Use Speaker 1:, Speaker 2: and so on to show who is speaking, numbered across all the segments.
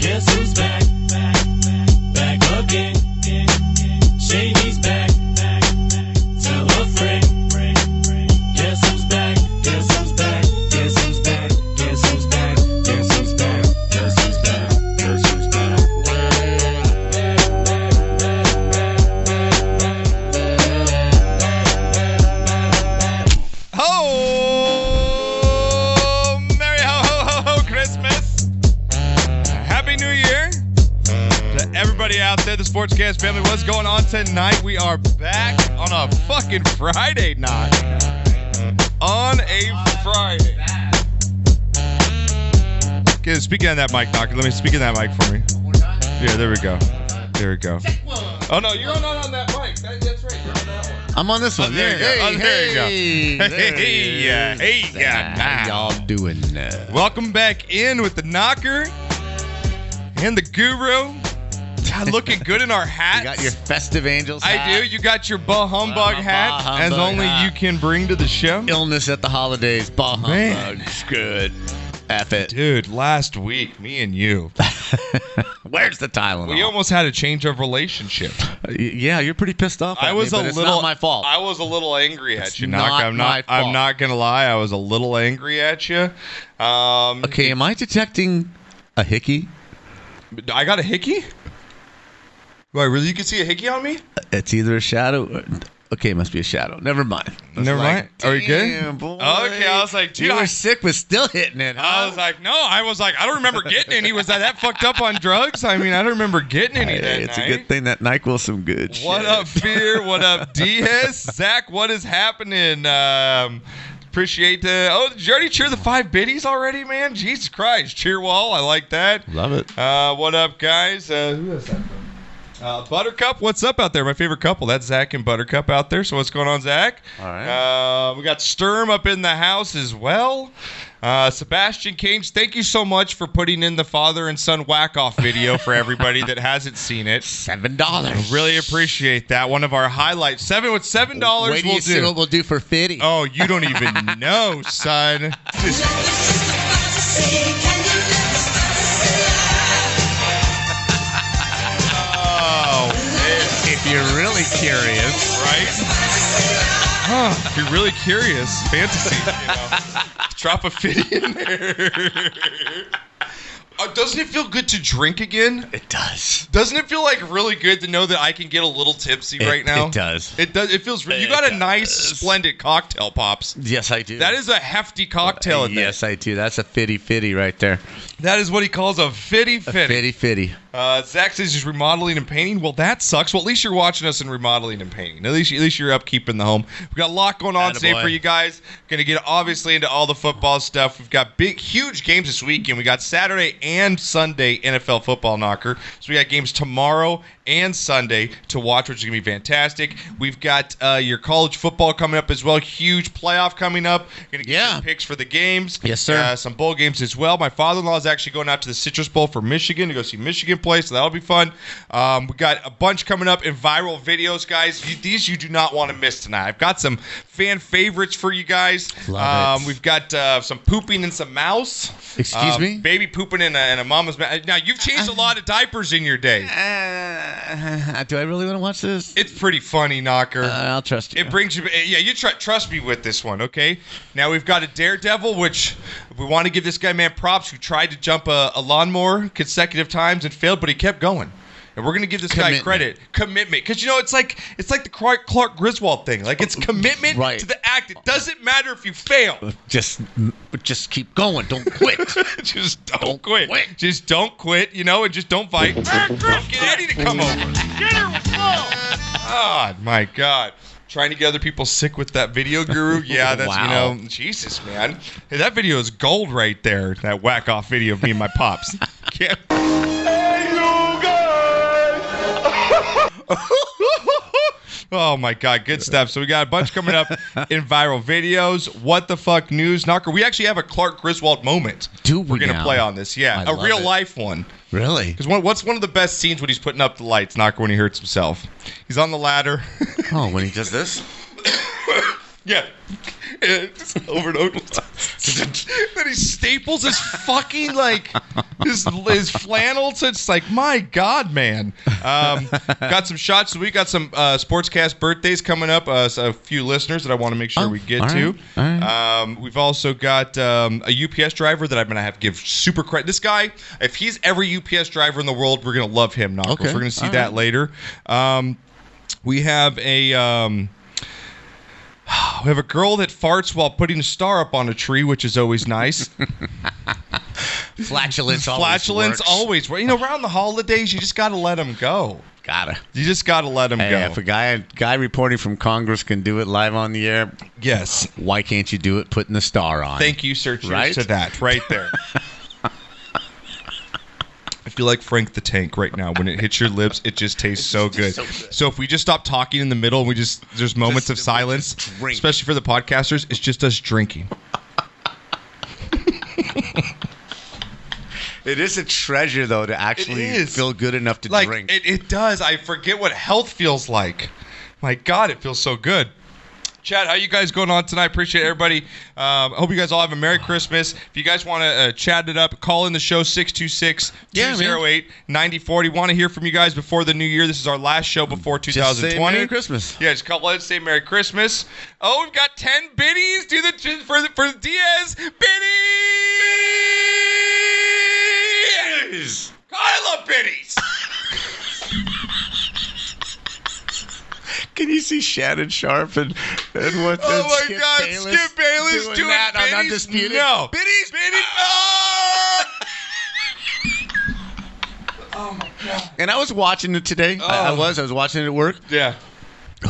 Speaker 1: Guess who's back? Back, back, back again. Shady's back. Back, back. Tell a friend. Guess who's back? Guess who's back? Guess who's back? Guess who's back? Guess who's back? Guess who's back? Guess who's back?
Speaker 2: Oh, merry ho ho ho ho Christmas! Happy New Year to everybody out there, the Sportscast family. What's going on tonight? We are back on a fucking Friday night. On a Friday. Okay, speaking of that mic, Doctor, let me speak in that mic for me. Yeah, there we go. There we go. Oh no, you're not on that mic. That, that's right. You're on that one.
Speaker 3: I'm on this one.
Speaker 2: Oh, there you go.
Speaker 3: Hey,
Speaker 2: Oh, there you go.
Speaker 3: hey, there
Speaker 2: Hey,
Speaker 3: it
Speaker 2: yeah,
Speaker 3: is.
Speaker 2: hey, yeah,
Speaker 3: How
Speaker 2: nah.
Speaker 3: y'all doing? Uh,
Speaker 2: Welcome back in with the knocker and the guru. God, looking good in our
Speaker 3: you
Speaker 2: hats.
Speaker 3: got your festive angels.
Speaker 2: I
Speaker 3: hat.
Speaker 2: do. You got your bah humbug
Speaker 3: bah
Speaker 2: hat, as
Speaker 3: humbug
Speaker 2: only
Speaker 3: hat.
Speaker 2: you can bring to the show.
Speaker 3: illness at the holidays. Bah
Speaker 2: Man.
Speaker 3: humbug's good. F it.
Speaker 2: Dude, last week, me and you,
Speaker 3: Where's the Tylenol?
Speaker 2: we almost had a change of relationship.
Speaker 3: Y- yeah, you're pretty pissed off.
Speaker 2: I
Speaker 3: at
Speaker 2: was
Speaker 3: me,
Speaker 2: a
Speaker 3: but it's
Speaker 2: little.
Speaker 3: not my fault.
Speaker 2: I was a little angry at
Speaker 3: It's
Speaker 2: you.
Speaker 3: not
Speaker 2: Knock. I'm not.
Speaker 3: my
Speaker 2: I'm
Speaker 3: fault.
Speaker 2: not gonna lie. I was a little angry at you. Um,
Speaker 3: okay, am I detecting a hickey?
Speaker 2: I got a hickey. Wait, really? You can see a hickey on me?
Speaker 3: It's either a shadow. Or, okay, it must be a shadow. Never mind. I was
Speaker 2: Never
Speaker 3: like,
Speaker 2: mind. Are we good?
Speaker 3: "Damn, boy,
Speaker 2: Okay, I was like, dude,
Speaker 3: you
Speaker 2: I-
Speaker 3: were sick, but still hitting it.
Speaker 2: I
Speaker 3: huh?"
Speaker 2: was like, no, I was like, I don't remember getting any. Was I that fucked up on drugs? I mean, I don't remember getting any that
Speaker 3: Hey, it's
Speaker 2: night.
Speaker 3: a good thing that NyQuil's some good shit.
Speaker 2: What up, Fear? What up, DS? Zach, what is happening? Um, appreciate the. Oh, did you already cheer the five biddies already, man? Jesus Christ. Cheer wall. I like that.
Speaker 3: Love it.
Speaker 2: Uh, what up, guys? Uh, who is that from? Uh, Buttercup, what's up out there? My favorite couple. That's Zach and Buttercup out there. So what's going on, Zach?
Speaker 3: All right.
Speaker 2: Uh, we got Sturm up in the house as well. Uh, Sebastian Kings, thank you so much for putting in the father and son whack off video for everybody that hasn't seen it.
Speaker 3: Seven dollars.
Speaker 2: Really appreciate that. One of our highlights. Seven with seven dollars
Speaker 3: Wait till
Speaker 2: will
Speaker 3: you see
Speaker 2: do.
Speaker 3: what we'll do for Fitty.
Speaker 2: Oh, you don't even know, son. Oh,
Speaker 3: If you're really curious,
Speaker 2: right? Huh, if you're really curious, fantasy, you know, drop a fit in there. Uh, doesn't it feel good to drink again?
Speaker 3: it does.
Speaker 2: Doesn't it feel like really good to know that I can get a little tipsy right now?
Speaker 3: it does.
Speaker 2: It does. It feels. Re- you
Speaker 3: It
Speaker 2: got a nice,
Speaker 3: does.
Speaker 2: splendid cocktail, pops.
Speaker 3: Yes, I do.
Speaker 2: That is a hefty cocktail. in there.
Speaker 3: Yes, I do. That's a fitty fitty right there.
Speaker 2: That is what he calls a fitty fitty.
Speaker 3: Fitty fitty.
Speaker 2: Uh, Zach says he's remodeling and painting. Well, that sucks. Well, at least you're watching us and remodeling and painting. At least, at least you're upkeeping the home. We've got a lot going on today
Speaker 3: Attaboy.
Speaker 2: for you guys. Going to get obviously into all the football stuff. We've got big, huge games this weekend. We got Saturday and Sunday NFL football knocker. So we got games tomorrow and Sunday to watch, which is going to be fantastic. We've got uh, your college football coming up as well. Huge playoff coming up. Going to get
Speaker 3: Yeah.
Speaker 2: some picks for the games.
Speaker 3: Yes, sir.
Speaker 2: Uh, some bowl games as well. My father-in-law is actually going out to the Citrus Bowl for Michigan to go see Michigan play, so that'll be fun. Um, we got a bunch coming up in viral videos, guys. You, these you do not want to miss tonight. I've got some fan favorites for you guys.
Speaker 3: Love it.
Speaker 2: um, We've got uh, some pooping and some mouse.
Speaker 3: Excuse
Speaker 2: Um,
Speaker 3: me?
Speaker 2: baby pooping in a, in a mama's mouth. Now you've changed a lot of diapers in your day.
Speaker 3: Uh, do I really want to watch this?
Speaker 2: It's pretty funny, Knocker.
Speaker 3: Uh, I'll trust you.
Speaker 2: It brings you. Yeah, you tr- trust me with this one, okay? Now we've got a daredevil, which we want to give this guy man props, who tried to jump a, a lawnmower consecutive times and failed, but he kept going. And we're gonna give this guy
Speaker 3: Commitment.
Speaker 2: credit, commitment, because you know it's like it's like the Clark, Clark Griswold thing. Like it's commitment
Speaker 3: Right.
Speaker 2: to the act. It doesn't matter if you fail.
Speaker 3: just, just keep going. Don't quit.
Speaker 2: just don't,
Speaker 3: Don't
Speaker 2: quit.
Speaker 3: quit.
Speaker 2: Just don't quit, you know, and just don't fight. Get Eddie to come over. Get her God, Oh, my God. Trying to get other people sick with that video guru. Yeah, that's
Speaker 3: Wow.
Speaker 2: you know, Jesus, man. Hey, that video is gold right there. That whack off video of me and my pops. Can't- Oh my God, good stuff. So we got a bunch coming up in viral videos. What the fuck news, Knocker? We actually have a Clark Griswold moment.
Speaker 3: Do
Speaker 2: We're
Speaker 3: we
Speaker 2: gonna
Speaker 3: now?
Speaker 2: play on this, yeah,
Speaker 3: I
Speaker 2: a
Speaker 3: love
Speaker 2: real
Speaker 3: it.
Speaker 2: life one.
Speaker 3: Really?
Speaker 2: Because one, what's one of the best scenes when he's putting up the lights, Knocker, when he hurts himself? He's on the ladder.
Speaker 3: Oh, when he does this?
Speaker 2: yeah. And just over and over. then he staples his fucking like his, his flannel to it's like my god man um, got some shots we got some uh, sportscast birthdays coming up uh, so a few listeners that i want to make sure
Speaker 3: Oh,
Speaker 2: we get
Speaker 3: all right,
Speaker 2: to
Speaker 3: all right.
Speaker 2: um, we've also got um, a UPS driver that I'm going to have to give super credit. This guy, if he's every UPS driver in the world, we're going to love him, Knuckles.
Speaker 3: Okay,
Speaker 2: We're going to see
Speaker 3: all
Speaker 2: that
Speaker 3: right.
Speaker 2: later. Um, we have a. Um, we have a girl that farts while putting a star up on a tree, which is always nice.
Speaker 3: Flatulence always
Speaker 2: Flatulence
Speaker 3: works.
Speaker 2: always, work. you know, around the holidays, you just got to let them go.
Speaker 3: Gotta.
Speaker 2: You just got to let them
Speaker 3: Hey,
Speaker 2: go.
Speaker 3: if a guy guy reporting from Congress can do it live on the air,
Speaker 2: yes.
Speaker 3: why can't you do it putting the star on?
Speaker 2: Thank you, sir. Cheers
Speaker 3: Right?
Speaker 2: to that, right there. I feel like Frank the Tank right now. When it hits your lips, it just tastes so good. so if we just stop talking in the middle and we just there's moments
Speaker 3: Just-
Speaker 2: of silence,
Speaker 3: just drink.
Speaker 2: especially for the podcasters, it's just us drinking.
Speaker 3: It is a treasure though to actually
Speaker 2: is.
Speaker 3: feel good enough to
Speaker 2: Like
Speaker 3: drink.
Speaker 2: it, it does. I forget what health feels like. My God, it feels so good. Chad, how you guys going on tonight? Appreciate everybody. Um, I hope you guys all have a Merry Christmas. If you guys want to uh, chat it up, call in the show 626 208 9040. Want to hear from you guys before the new year. This is our last show before
Speaker 3: Just
Speaker 2: 2020.
Speaker 3: say Merry Christmas.
Speaker 2: Yeah, just call let's say Merry Christmas. Oh, we've got 10 biddies. Do the for the, for the Diaz. Biddies! God, I love biddies!
Speaker 3: Can you see Shannon Sharp and, and what?
Speaker 2: Oh
Speaker 3: and
Speaker 2: my
Speaker 3: Skip
Speaker 2: God,
Speaker 3: Bayless
Speaker 2: Skip Bayless doing,
Speaker 3: that
Speaker 2: biddies?
Speaker 3: on Undisputed? Ah!
Speaker 2: No.
Speaker 3: Biddies,
Speaker 2: Biddies. Oh!
Speaker 3: And I was watching it today. I, I
Speaker 2: Oh.
Speaker 3: was. I was watching it at work.
Speaker 2: yeah.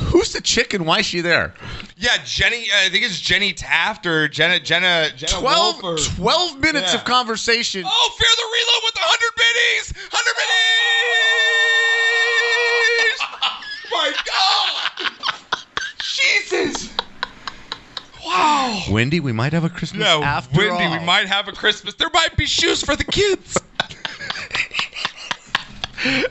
Speaker 3: Who's the chick and why is she there?
Speaker 2: Yeah, Jenny. I think it's Jenny Taft or Jenna Jenna. Jenna
Speaker 3: 12,
Speaker 2: Wolf or-
Speaker 3: 12 minutes
Speaker 2: Yeah.
Speaker 3: of conversation.
Speaker 2: Oh, fear the reload with the hundred biddies. Hundred biddies. my God. Jesus. Wow.
Speaker 3: Wendy, we might have a Christmas
Speaker 2: No,
Speaker 3: after
Speaker 2: Wendy,
Speaker 3: all.
Speaker 2: we might have a Christmas. There might be shoes for the kids.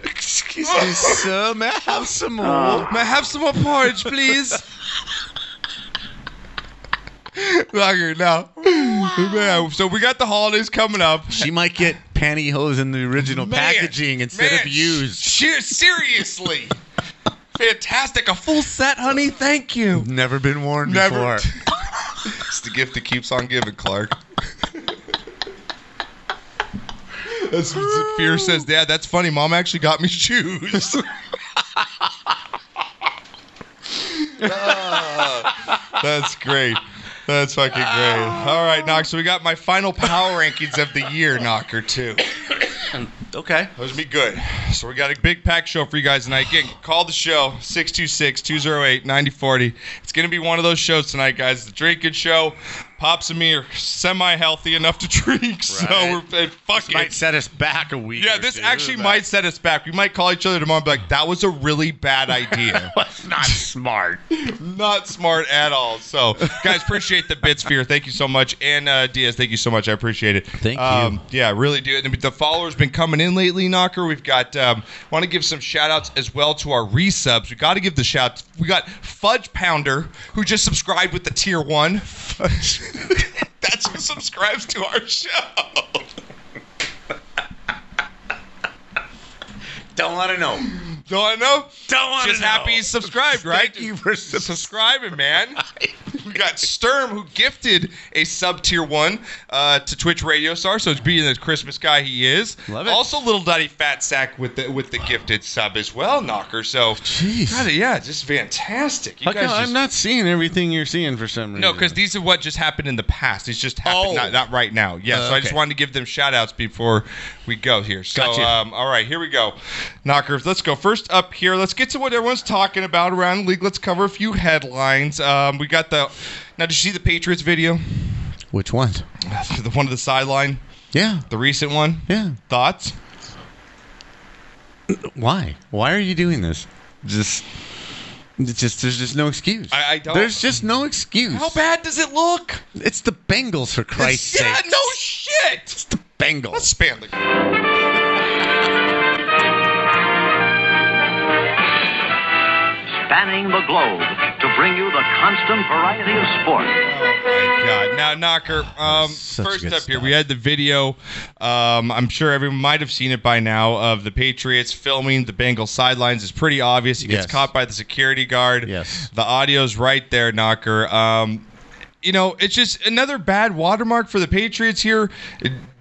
Speaker 3: Excuse me, sir. May I have some more?
Speaker 2: May I have some more porridge, please? Lager, now. Man, so we got the holidays coming up.
Speaker 3: She might get pantyhose in the original
Speaker 2: Man,
Speaker 3: packaging instead
Speaker 2: man,
Speaker 3: of used.
Speaker 2: She- seriously. Fantastic. A full set, honey. Thank you.
Speaker 3: Never been worn
Speaker 2: Never.
Speaker 3: before.
Speaker 2: It's the gift that keeps on giving, Clark. That's what Fear says, Dad, that's funny. Mom actually got me shoes. Ah, that's great. That's fucking great. All right, Knock. So we got my final power rankings of the year, Knocker, too.
Speaker 3: Okay.
Speaker 2: Those be good. So we got a big pack show for you guys tonight. Again, call the show 626-208-9040. It's going to be one of those shows tonight, guys. The drinking show. Pops and me are semi-healthy enough to drink, so
Speaker 3: Right.
Speaker 2: we're eh, fuck
Speaker 3: Might
Speaker 2: it.
Speaker 3: set us back a week.
Speaker 2: Yeah,
Speaker 3: or
Speaker 2: this
Speaker 3: two,
Speaker 2: actually
Speaker 3: but
Speaker 2: might set us back. We might call each other tomorrow and be like, that was a really bad idea.
Speaker 3: It's not smart.
Speaker 2: Not smart at all. So, guys, appreciate the bits, Fear. Thank you so much. And uh, Diaz, thank you so much. I appreciate it. Um,
Speaker 3: Thank you.
Speaker 2: Yeah, I really do. And the followers been coming in lately, Knocker. We've got, um, want to give some shout outs as well to our resubs. we got to give the shout We got Fudge Pounder, who just subscribed with the tier one. Fudge. That's who subscribes to our show.
Speaker 3: Don't want to know.
Speaker 2: Don't I know?
Speaker 3: Don't want to know.
Speaker 2: Just happy he's subscribed, right?
Speaker 3: Thank you for subscribing.
Speaker 2: subscribing, man. We got Sturm, who gifted a sub tier one uh, to Twitch Radio Star, so being the Christmas guy he is.
Speaker 3: Love it.
Speaker 2: Also, little Dotty Fat Sack with the with the gifted sub as well, Knocker. So,
Speaker 3: Jeez.
Speaker 2: God, yeah, just fantastic. You
Speaker 3: How come
Speaker 2: guys
Speaker 3: I'm
Speaker 2: just-
Speaker 3: not seeing everything you're seeing for some reason?
Speaker 2: no, because these are what just happened in the past. It's just happened,
Speaker 3: Oh.
Speaker 2: not, not right now. Yeah,
Speaker 3: Uh,
Speaker 2: so I just
Speaker 3: okay.
Speaker 2: wanted to give them shout outs before we go here. So,
Speaker 3: Gotcha.
Speaker 2: um, all right, here we go. Knockers, let's go. First up here, let's get to what everyone's talking about around the league. Let's cover a few headlines. Um, we got the. Now, did you see the Patriots video?
Speaker 3: Which one?
Speaker 2: the one to the sideline,
Speaker 3: Yeah.
Speaker 2: the recent one?
Speaker 3: Yeah.
Speaker 2: Thoughts?
Speaker 3: Why? Why are you doing this? Just It's just there's just no excuse.
Speaker 2: I- I don't-
Speaker 3: There's just no excuse.
Speaker 2: How bad does it look?
Speaker 3: It's the Bengals for Christ's
Speaker 2: yeah,
Speaker 3: sake.
Speaker 2: no shit.
Speaker 3: It's the Bengals.
Speaker 2: Let's span the.
Speaker 4: spanning the globe to bring you the constant variety of sports.
Speaker 2: Oh my God. Now, Knocker, um,
Speaker 3: Such
Speaker 2: first up
Speaker 3: good
Speaker 2: here,
Speaker 3: stuff.
Speaker 2: we had the video. Um, I'm sure everyone might have seen it by now of the Patriots filming the Bengals sidelines. It's pretty obvious. He gets
Speaker 3: Yes.
Speaker 2: caught by the security guard.
Speaker 3: Yes.
Speaker 2: The audio's right there, Knocker. Um, you know, it's just another bad watermark for the Patriots here.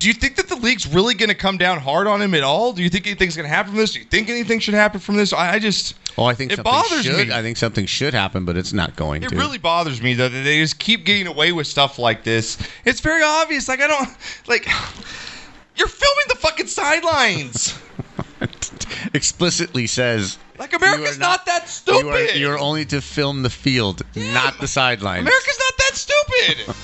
Speaker 2: Do you think that the league's really going to come down hard on him at all? Do you think anything's going to happen from this? Do you think anything should happen from this? I, I just.
Speaker 3: Oh, I think
Speaker 2: It
Speaker 3: something
Speaker 2: bothers
Speaker 3: should.
Speaker 2: me.
Speaker 3: I think something should happen, but it's not going
Speaker 2: It
Speaker 3: to.
Speaker 2: really bothers me though that they just keep getting away with stuff like this. It's very obvious. Like I don't like you're filming the fucking sidelines.
Speaker 3: explicitly says
Speaker 2: Like America's
Speaker 3: You are
Speaker 2: not,
Speaker 3: not-
Speaker 2: that
Speaker 3: you
Speaker 2: stupid.
Speaker 3: are, you are only to film the field, not the sidelines.
Speaker 2: America's not that stupid.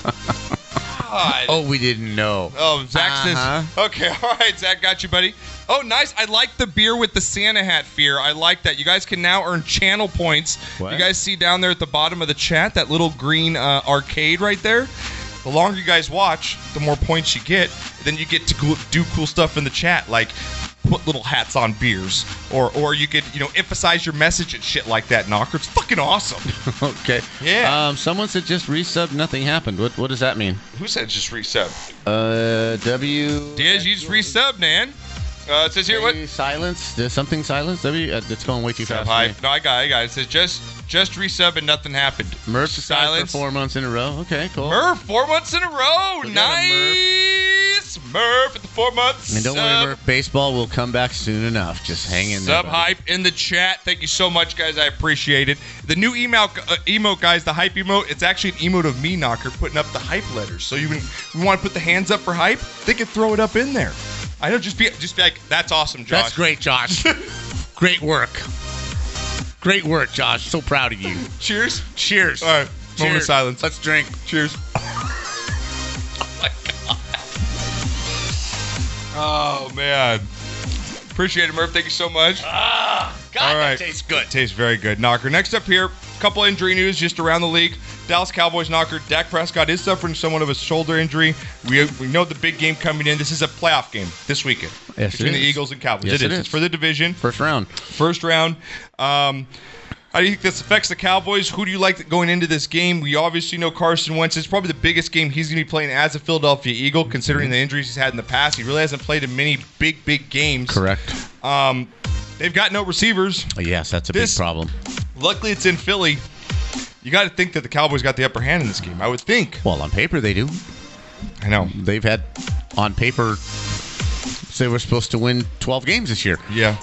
Speaker 2: God.
Speaker 3: oh, we didn't know.
Speaker 2: Oh, Zach says,
Speaker 3: Uh-huh.
Speaker 2: okay, all right, Zach, got you, buddy. Oh, nice. I like the beer with the Santa hat fear. I like that. You guys can now earn channel points.
Speaker 3: What?
Speaker 2: You guys see down there at the bottom of the chat that little green uh, arcade right there? The longer you guys watch, the more points you get. Then you get to go- do cool stuff in the chat, like put little hats on beers, or or you could you know emphasize your message and shit like that. Knocker, it's fucking awesome.
Speaker 3: okay.
Speaker 2: Yeah.
Speaker 3: Um, someone said just resub. Nothing happened. What What does that mean?
Speaker 2: Who said just resub?
Speaker 3: Uh, W.
Speaker 2: Diz, you just resub, man. Uh, it says here what.
Speaker 3: W- Silence. There's something silence. W. Uh, it's going way too
Speaker 2: Sub
Speaker 3: fast.
Speaker 2: high.
Speaker 3: for me.
Speaker 2: No, I got it. I got it. It says just just resub and nothing happened.
Speaker 3: Murph silence for four months in a row. Okay, cool.
Speaker 2: Murph, four months in a row.
Speaker 3: We got him,
Speaker 2: nice. Murph at the four months.
Speaker 3: And don't
Speaker 2: sub.
Speaker 3: worry, Murph. Baseball will come back soon enough. Just hang in there.
Speaker 2: Sub
Speaker 3: buddy.
Speaker 2: hype in the chat. Thank you so much, guys. I appreciate it. The new email uh, emote, guys, the hype emote. It's actually an emote of me knocker putting up the hype letters. So you can, you want to put the hands up for hype? They can throw it up in there. I know. Just be just be like, that's awesome, Josh.
Speaker 3: That's great, Josh. great work. Great work, Josh. So proud of you.
Speaker 2: Cheers.
Speaker 3: Cheers.
Speaker 2: All right. Moment of
Speaker 3: Cheers.
Speaker 2: silence.
Speaker 3: Let's drink.
Speaker 2: Cheers. oh my god. Oh man. Appreciate it, Murph. Thank you so much.
Speaker 3: Ah, God,
Speaker 2: All right.
Speaker 3: that tastes good.
Speaker 2: Tastes very good. Knocker. Next up here, couple injury news just around the league. Dallas Cowboys knocker Dak Prescott is suffering somewhat of a shoulder injury. We, we know the big game coming in. This is a playoff game this weekend
Speaker 3: Yes, it
Speaker 2: between the
Speaker 3: is.
Speaker 2: Eagles and Cowboys.
Speaker 3: Yes,
Speaker 2: it
Speaker 3: it
Speaker 2: is.
Speaker 3: is.
Speaker 2: It's for the division,
Speaker 3: First round.
Speaker 2: first round. Um, how do you think this affects the Cowboys? Who do you like going into this game? We obviously know Carson Wentz. It's probably the biggest game he's going to be playing as a Philadelphia Eagle, considering the injuries he's had in the past. He really hasn't played in many big, big games.
Speaker 3: Correct.
Speaker 2: Um, they've got no receivers.
Speaker 3: Oh, Yes, that's a
Speaker 2: This-
Speaker 3: big problem.
Speaker 2: Luckily, it's in Philly. You got to think that the Cowboys got the upper hand in this game. I would think.
Speaker 3: Well, on paper they do.
Speaker 2: I know.
Speaker 3: They've had on paper they were supposed to win 12 games this year,
Speaker 2: Yeah.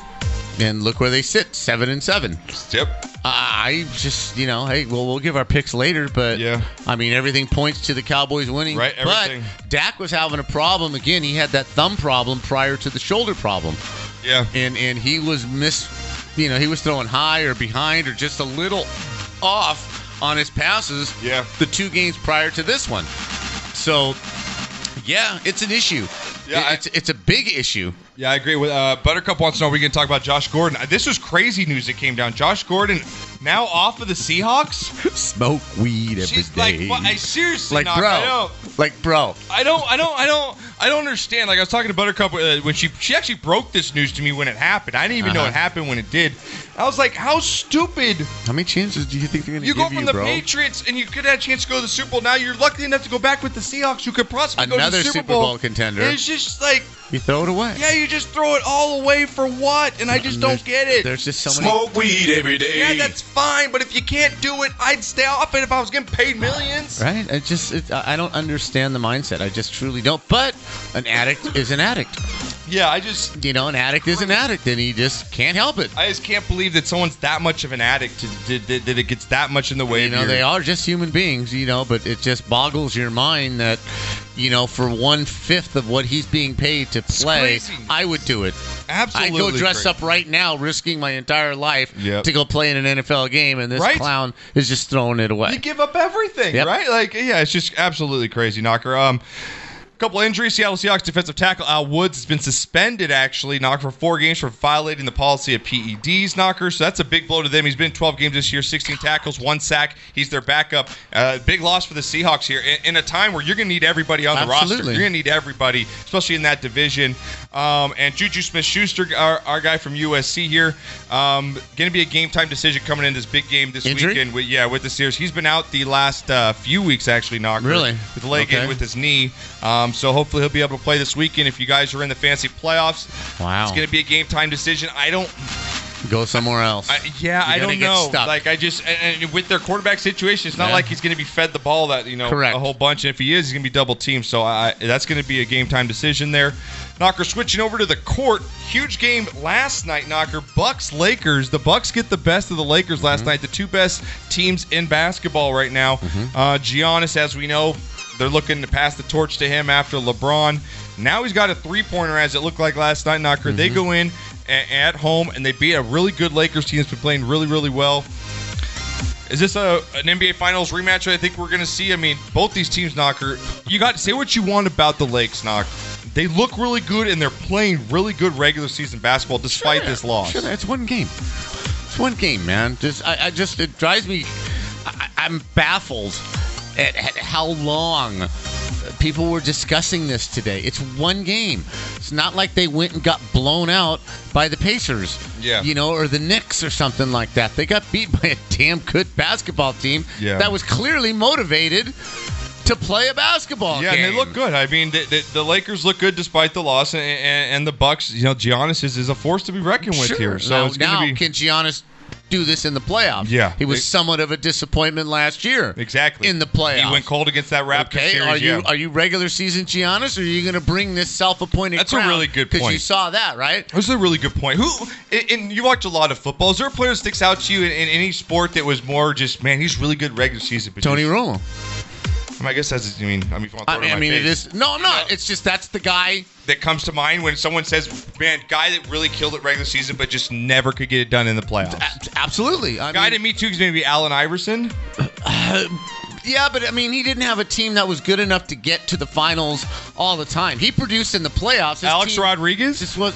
Speaker 3: and look where they sit, seven and seven.
Speaker 2: Yep.
Speaker 3: I just, you know, hey, well, we'll give our picks later, but
Speaker 2: Yeah.
Speaker 3: I mean, everything points to the Cowboys winning.
Speaker 2: Right, everything.
Speaker 3: But Dak was having a problem again. He had that thumb problem prior to the shoulder problem,
Speaker 2: Yeah.
Speaker 3: and and he was miss, you know, he was throwing high or behind or just a little off on his passes.
Speaker 2: Yeah.
Speaker 3: the two games prior to this one. So, yeah, it's an issue.
Speaker 2: Yeah, I-
Speaker 3: it's it's a big issue.
Speaker 2: Yeah, I agree with uh, Buttercup. Wants to know we can talk about Josh Gordon. Uh, This was crazy news that came down. Josh Gordon now off of the Seahawks.
Speaker 3: Smoke weed every day.
Speaker 2: She's like, what? I seriously,
Speaker 3: like
Speaker 2: knock-
Speaker 3: bro,
Speaker 2: I don't.
Speaker 3: like bro.
Speaker 2: I don't, I don't, I don't, I don't understand. Like I was talking to Buttercup uh, when she she actually broke this news to me when it happened. I didn't even know
Speaker 3: Uh-huh.
Speaker 2: it happened when it did. I was like, how stupid!
Speaker 3: How many chances do you think they're gonna
Speaker 2: You
Speaker 3: give
Speaker 2: go from
Speaker 3: you,
Speaker 2: the
Speaker 3: bro?
Speaker 2: Patriots and you could have a chance to go to the Super Bowl. Now you're lucky enough to go back with the Seahawks. You could possibly go to
Speaker 3: Another
Speaker 2: the Super,
Speaker 3: Super Bowl contender.
Speaker 2: It's just like,
Speaker 3: You throw it away.
Speaker 2: yeah, you just throw it all away for what? And I just don't
Speaker 3: There's-
Speaker 2: get it.
Speaker 3: There's just so
Speaker 5: Smoke weed every day.
Speaker 2: Yeah, that's fine, but if you can't do it, I'd stay off it if I was getting paid millions.
Speaker 3: many. Right? It just it, I I don't understand the mindset. I just truly don't. But an addict is an addict.
Speaker 2: Yeah, I just
Speaker 3: You know, an addict is an addict, and he just can't help it.
Speaker 2: I just can't believe that someone's that much of an addict to, that, that, that it gets that much in the way
Speaker 3: You
Speaker 2: of
Speaker 3: know,
Speaker 2: your-
Speaker 3: they are just human beings, you know, but it just boggles your mind that, you know, for one fifth of what he's being paid to play,
Speaker 2: crazy.
Speaker 3: I would do it.
Speaker 2: absolutely
Speaker 3: I'd go dress
Speaker 2: crazy.
Speaker 3: up right now, risking my entire life
Speaker 2: Yep.
Speaker 3: to go play in an NFL game, and this
Speaker 2: Right?
Speaker 3: clown is just throwing it away.
Speaker 2: You give up everything,
Speaker 3: Yep.
Speaker 2: right? Like, yeah, it's just absolutely crazy, Knocker. Um, couple injuries. Seattle Seahawks defensive tackle Al Woods has been suspended, actually, knocked for four games for violating the policy of PEDs, knocker. So that's a big blow to them. He's been in 12 games this year, 16 tackles, one sack. He's their backup. Uh, big loss for the Seahawks here in, in a time where you're going to need everybody on the roster.
Speaker 3: Absolutely.
Speaker 2: You're going to need everybody, especially in that division. Um, and Juju Smith Schuster, our, our guy from USC here, um, going to be a game time decision coming in this big game this
Speaker 3: Injury?
Speaker 2: weekend. With, yeah, with the Sears. He's been out the last uh, few weeks, actually, knocker.
Speaker 3: Really?
Speaker 2: With the leg
Speaker 3: Okay.
Speaker 2: in, with his knee. Um, so hopefully he'll be able to play this weekend. If you guys are in the fancy playoffs,
Speaker 3: Wow.
Speaker 2: it's going to be a game time decision. I don't,
Speaker 3: Go somewhere else.
Speaker 2: I, yeah,
Speaker 3: You're
Speaker 2: I
Speaker 3: gonna
Speaker 2: don't
Speaker 3: get
Speaker 2: know.
Speaker 3: stuck.
Speaker 2: Like I just and, and with their quarterback situation, it's not
Speaker 3: Yeah.
Speaker 2: like he's going to be fed the ball that you know
Speaker 3: Correct.
Speaker 2: a whole bunch. And if he is, he's going to be double teamed. So I, that's going to be a game time decision there. Knocker switching over to the court. Huge game last night. Knocker Bucks Lakers. The Bucks get the best of the Lakers last night. The two best teams in basketball right now. Uh, Giannis, as we know, they're looking to pass the torch to him after LeBron. Now he's got a three pointer, as it looked like last night, Knocker. They go in a- at home and they beat a really good Lakers team that's been playing really, really well. Is this a an NBA Finals rematch? that I think we're going to see. I mean, both these teams, Knocker. You got say what you want about the Lakes, Knock. They look really good and they're playing really good regular season basketball despite this loss.
Speaker 3: Sure, it's one game. It's one game, man. Just, I, I just, it drives me. I, I'm baffled at, at how long people were discussing this today. It's one game. It's not like they went and got blown out by the Pacers,
Speaker 2: Yeah.
Speaker 3: you know, or the Knicks or something like that. They got beat by a damn good basketball team
Speaker 2: Yeah.
Speaker 3: that was clearly motivated to play a basketball
Speaker 2: Yeah,
Speaker 3: game.
Speaker 2: and they look good. I mean, the, the, the Lakers look good despite the loss, and, and, and the Bucks. You know, Giannis is, is a force to be reckoned with
Speaker 3: Sure.
Speaker 2: here. So
Speaker 3: now,
Speaker 2: it's going
Speaker 3: now
Speaker 2: to be
Speaker 3: can Giannis do this in the playoffs?
Speaker 2: Yeah.
Speaker 3: he was
Speaker 2: They-
Speaker 3: somewhat of a disappointment last year.
Speaker 2: exactly
Speaker 3: in the playoffs.
Speaker 2: He went cold against that Raptors
Speaker 3: Okay,
Speaker 2: series.
Speaker 3: are you
Speaker 2: yeah.
Speaker 3: are you regular season Giannis, or are you going to bring this self-appointed?
Speaker 2: That's a really good
Speaker 3: because you
Speaker 2: point.
Speaker 3: saw that right.
Speaker 2: This is a really good point. Who and- and you watch a lot of football. Is there a player that sticks out to you in, in any sport that was more just man? He's really good regular season. But
Speaker 3: Tony
Speaker 2: just-
Speaker 3: Romo.
Speaker 2: I, mean, I guess that's. I mean, I mean, if you want to
Speaker 3: I
Speaker 2: throw it in
Speaker 3: mean, I
Speaker 2: my
Speaker 3: mean it
Speaker 2: face,
Speaker 3: is. No, I'm not. It's just that's the guy.
Speaker 2: that comes to mind when someone says, "Man, guy that really killed it regular season, but just never could get it done in the playoffs."
Speaker 3: a- Absolutely. I
Speaker 2: guy
Speaker 3: mean,
Speaker 2: to me too is maybe Allen Iverson.
Speaker 3: yeah, but I mean, he didn't have a team that was good enough to get to the finals all the time. He produced in the playoffs. His
Speaker 2: Alex
Speaker 3: team-
Speaker 2: Rodriguez.
Speaker 3: This was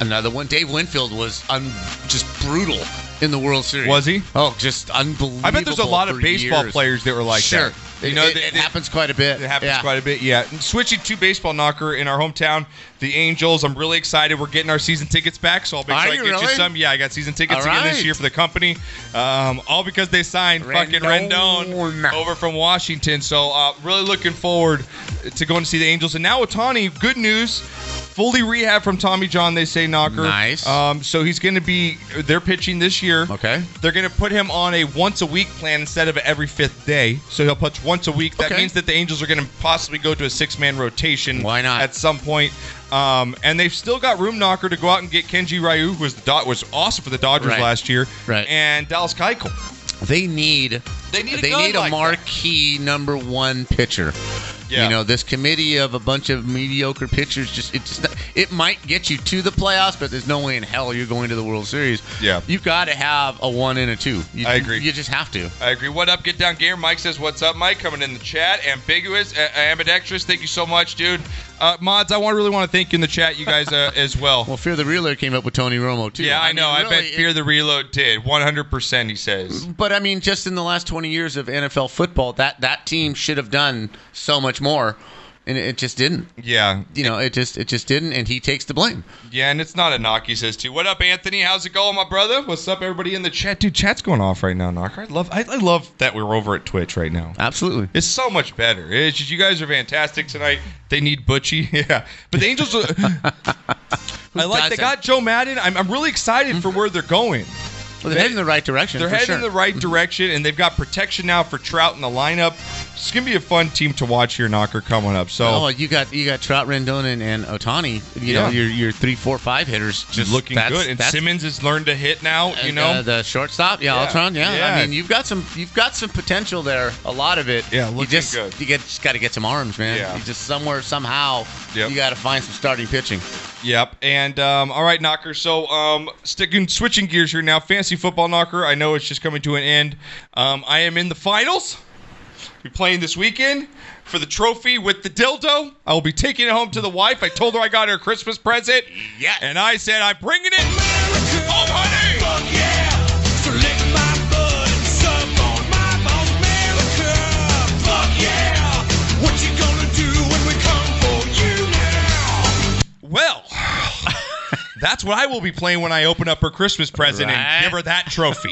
Speaker 3: another one. Dave Winfield was un, just brutal in the World Series.
Speaker 2: Was he?
Speaker 3: Oh, just unbelievable.
Speaker 2: I bet there's a lot of
Speaker 3: for
Speaker 2: baseball
Speaker 3: years.
Speaker 2: players that were like
Speaker 3: sure.
Speaker 2: that.
Speaker 3: It,
Speaker 2: You know,
Speaker 3: it-
Speaker 2: they-
Speaker 3: it
Speaker 2: they-
Speaker 3: happens quite a bit.
Speaker 2: It happens
Speaker 3: Yeah.
Speaker 2: quite a bit, yeah. And switching to baseball knocker in our hometown, the Angels. I'm really excited. We're getting our season tickets back, so I'll make
Speaker 3: Are
Speaker 2: sure I
Speaker 3: you
Speaker 2: get
Speaker 3: really?
Speaker 2: you some. Yeah, I got season tickets
Speaker 3: All
Speaker 2: again
Speaker 3: right.
Speaker 2: this year for the company, um, all because they signed fucking
Speaker 3: Rendon.
Speaker 2: Rendon over from Washington. So uh, really looking forward to going to see the Angels. And now Otani, good news. Fully rehab from Tommy John, they say, knocker.
Speaker 3: Nice.
Speaker 2: Um, so he's going to be, they're pitching this year.
Speaker 3: Okay.
Speaker 2: They're going to put him on a once a week plan instead of every fifth day. So he'll pitch once a week. That
Speaker 3: Okay.
Speaker 2: means that the Angels are going to possibly go to a six man rotation.
Speaker 3: Why not?
Speaker 2: At some point. Um, and they've still got room knocker to go out and get Kenji Ryu, who was the Do- was awesome for the Dodgers
Speaker 3: Right.
Speaker 2: last year,
Speaker 3: Right.
Speaker 2: and Dallas Keuchel.
Speaker 3: They need.
Speaker 2: They need a
Speaker 3: They
Speaker 2: gun
Speaker 3: need a
Speaker 2: like that.
Speaker 3: marquee number one pitcher.
Speaker 2: Yeah.
Speaker 3: You know, this committee of a bunch of mediocre pitchers just it's not, it might get you to the playoffs, but there's no way in hell you're going to the World Series.
Speaker 2: Yeah.
Speaker 3: You got to have a one and a two. You,
Speaker 2: I agree.
Speaker 3: You just have to.
Speaker 2: I agree. What up? Get down, Gamer. Mike says, "What's up, Mike?" Coming in the chat, ambiguous, uh, ambidextrous. Thank you so much, dude. Uh, mods, I want really want to thank you in the chat, you guys uh, as well.
Speaker 3: Well, Fear the Reeler came up with Tony Romo too.
Speaker 2: yeah, I, know.
Speaker 3: mean,
Speaker 2: I
Speaker 3: really,
Speaker 2: bet Fear the Reload did 100%. He says.
Speaker 3: But I mean, just in the last 20 years of NFL football, that that team should have done so much more, and it just didn't.
Speaker 2: Yeah,
Speaker 3: You know, it just it just didn't, and he takes the blame.
Speaker 2: yeah, and it's not a knock. He says too. What up, Anthony? How's it going, my brother? What's up, everybody in the chat? Dude, chat's going off right now, Knocker. I love, I, I love that we're over at Twitch right now.
Speaker 3: Absolutely.
Speaker 2: It's so much better. It's just, you guys are fantastic tonight. They need Butchie, yeah. But the Angels, are, I like. They
Speaker 3: doesn't?
Speaker 2: got Joe Madden. I'm, I'm really excited for where they're going.
Speaker 3: Well, they're heading in the right direction.
Speaker 2: They're
Speaker 3: for
Speaker 2: heading
Speaker 3: sure.
Speaker 2: in the right direction, and they've got protection now for Trout in the lineup. It's gonna be a fun team to watch here, Knocker, coming up. So
Speaker 3: Oh, you got you got Trout, Rendon, and, and Otani. You know,
Speaker 2: Yeah.
Speaker 3: your your three, four, five hitters just
Speaker 2: just looking
Speaker 3: that's-
Speaker 2: good. And
Speaker 3: that's-
Speaker 2: Simmons has learned to hit now. You
Speaker 3: and,
Speaker 2: know,
Speaker 3: uh, the shortstop. Yeah,
Speaker 2: Yeah.
Speaker 3: Altron. Yeah. I
Speaker 2: Yeah.
Speaker 3: mean, you've got some you've got some potential there. A lot of it.
Speaker 2: Yeah,
Speaker 3: you
Speaker 2: looking
Speaker 3: just,
Speaker 2: good.
Speaker 3: You get, just got to get some arms, man.
Speaker 2: Yeah.
Speaker 3: You just somewhere somehow
Speaker 2: Yep.
Speaker 3: you got to find some starting pitching.
Speaker 2: Yep. And um, all right, Knocker. So um, sticking, switching gears here now. Fantasy football, Knocker. I know it's just coming to an end. Um, I am in the finals. We're playing this weekend. for the trophy with the dildo. I will be taking it home to the wife. I told her I got her a Christmas present. Yeah. And I said, I'm bringing it home, Oh, honey. Well, that's what I will be playing when I open up her Christmas present
Speaker 3: Right.
Speaker 2: and give her that trophy.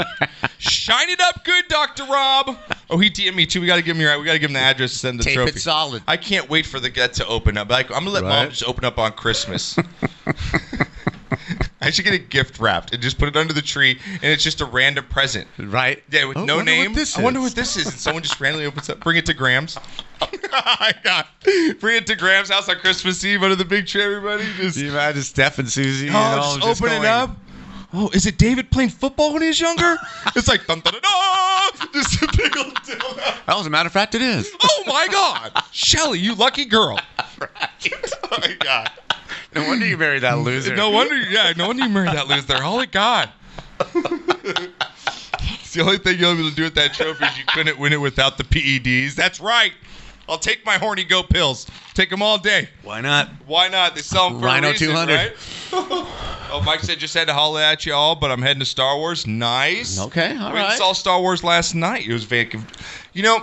Speaker 2: Shine it up good, Dr. Rob. Oh, he DM'd me too. We got to give him your, we got to give him the address to send the
Speaker 3: Tape
Speaker 2: trophy.
Speaker 3: it solid.
Speaker 2: I can't wait for the gut to open up. Like I'm gonna let mom
Speaker 3: Right.
Speaker 2: just open up on Christmas. I should get it gift wrapped and just put it under the tree, and it's just a random present.
Speaker 3: right?
Speaker 2: Yeah, with
Speaker 3: I
Speaker 2: no
Speaker 3: Oh, wonder what
Speaker 2: name.
Speaker 3: this
Speaker 2: I wonder
Speaker 3: is.
Speaker 2: what this is. And someone just randomly opens up. Bring it to Graham's. I got. Bring it to Graham's house on Christmas Eve under the big tree. Everybody just.
Speaker 3: You imagine Steph and Susie.
Speaker 2: Oh,
Speaker 3: and
Speaker 2: just
Speaker 3: all of them
Speaker 2: open it
Speaker 3: going,
Speaker 2: up. Oh, is it David playing football when he was younger? it's like dun dun dun dun. Just a big old dildo.
Speaker 3: Oh, as a matter of fact, it is.
Speaker 2: Oh my God, Shelly, you lucky girl. Oh my God.
Speaker 3: No wonder you married that loser.
Speaker 2: No wonder, yeah, no wonder you married that loser. Holy God. it's the only thing you'll be able to do with that trophy is you couldn't win it without the PEDs. That's right. I'll take my horny go pills. Take them all day.
Speaker 3: Why not?
Speaker 2: Why not? They sell them for
Speaker 3: Rhino
Speaker 2: a reason,
Speaker 3: 200.
Speaker 2: right? oh, Mike said just had to holler at you all, but I'm heading to Star Wars. Nice.
Speaker 3: Okay, all
Speaker 2: we
Speaker 3: right.
Speaker 2: saw Star Wars last night. It was vac- You know,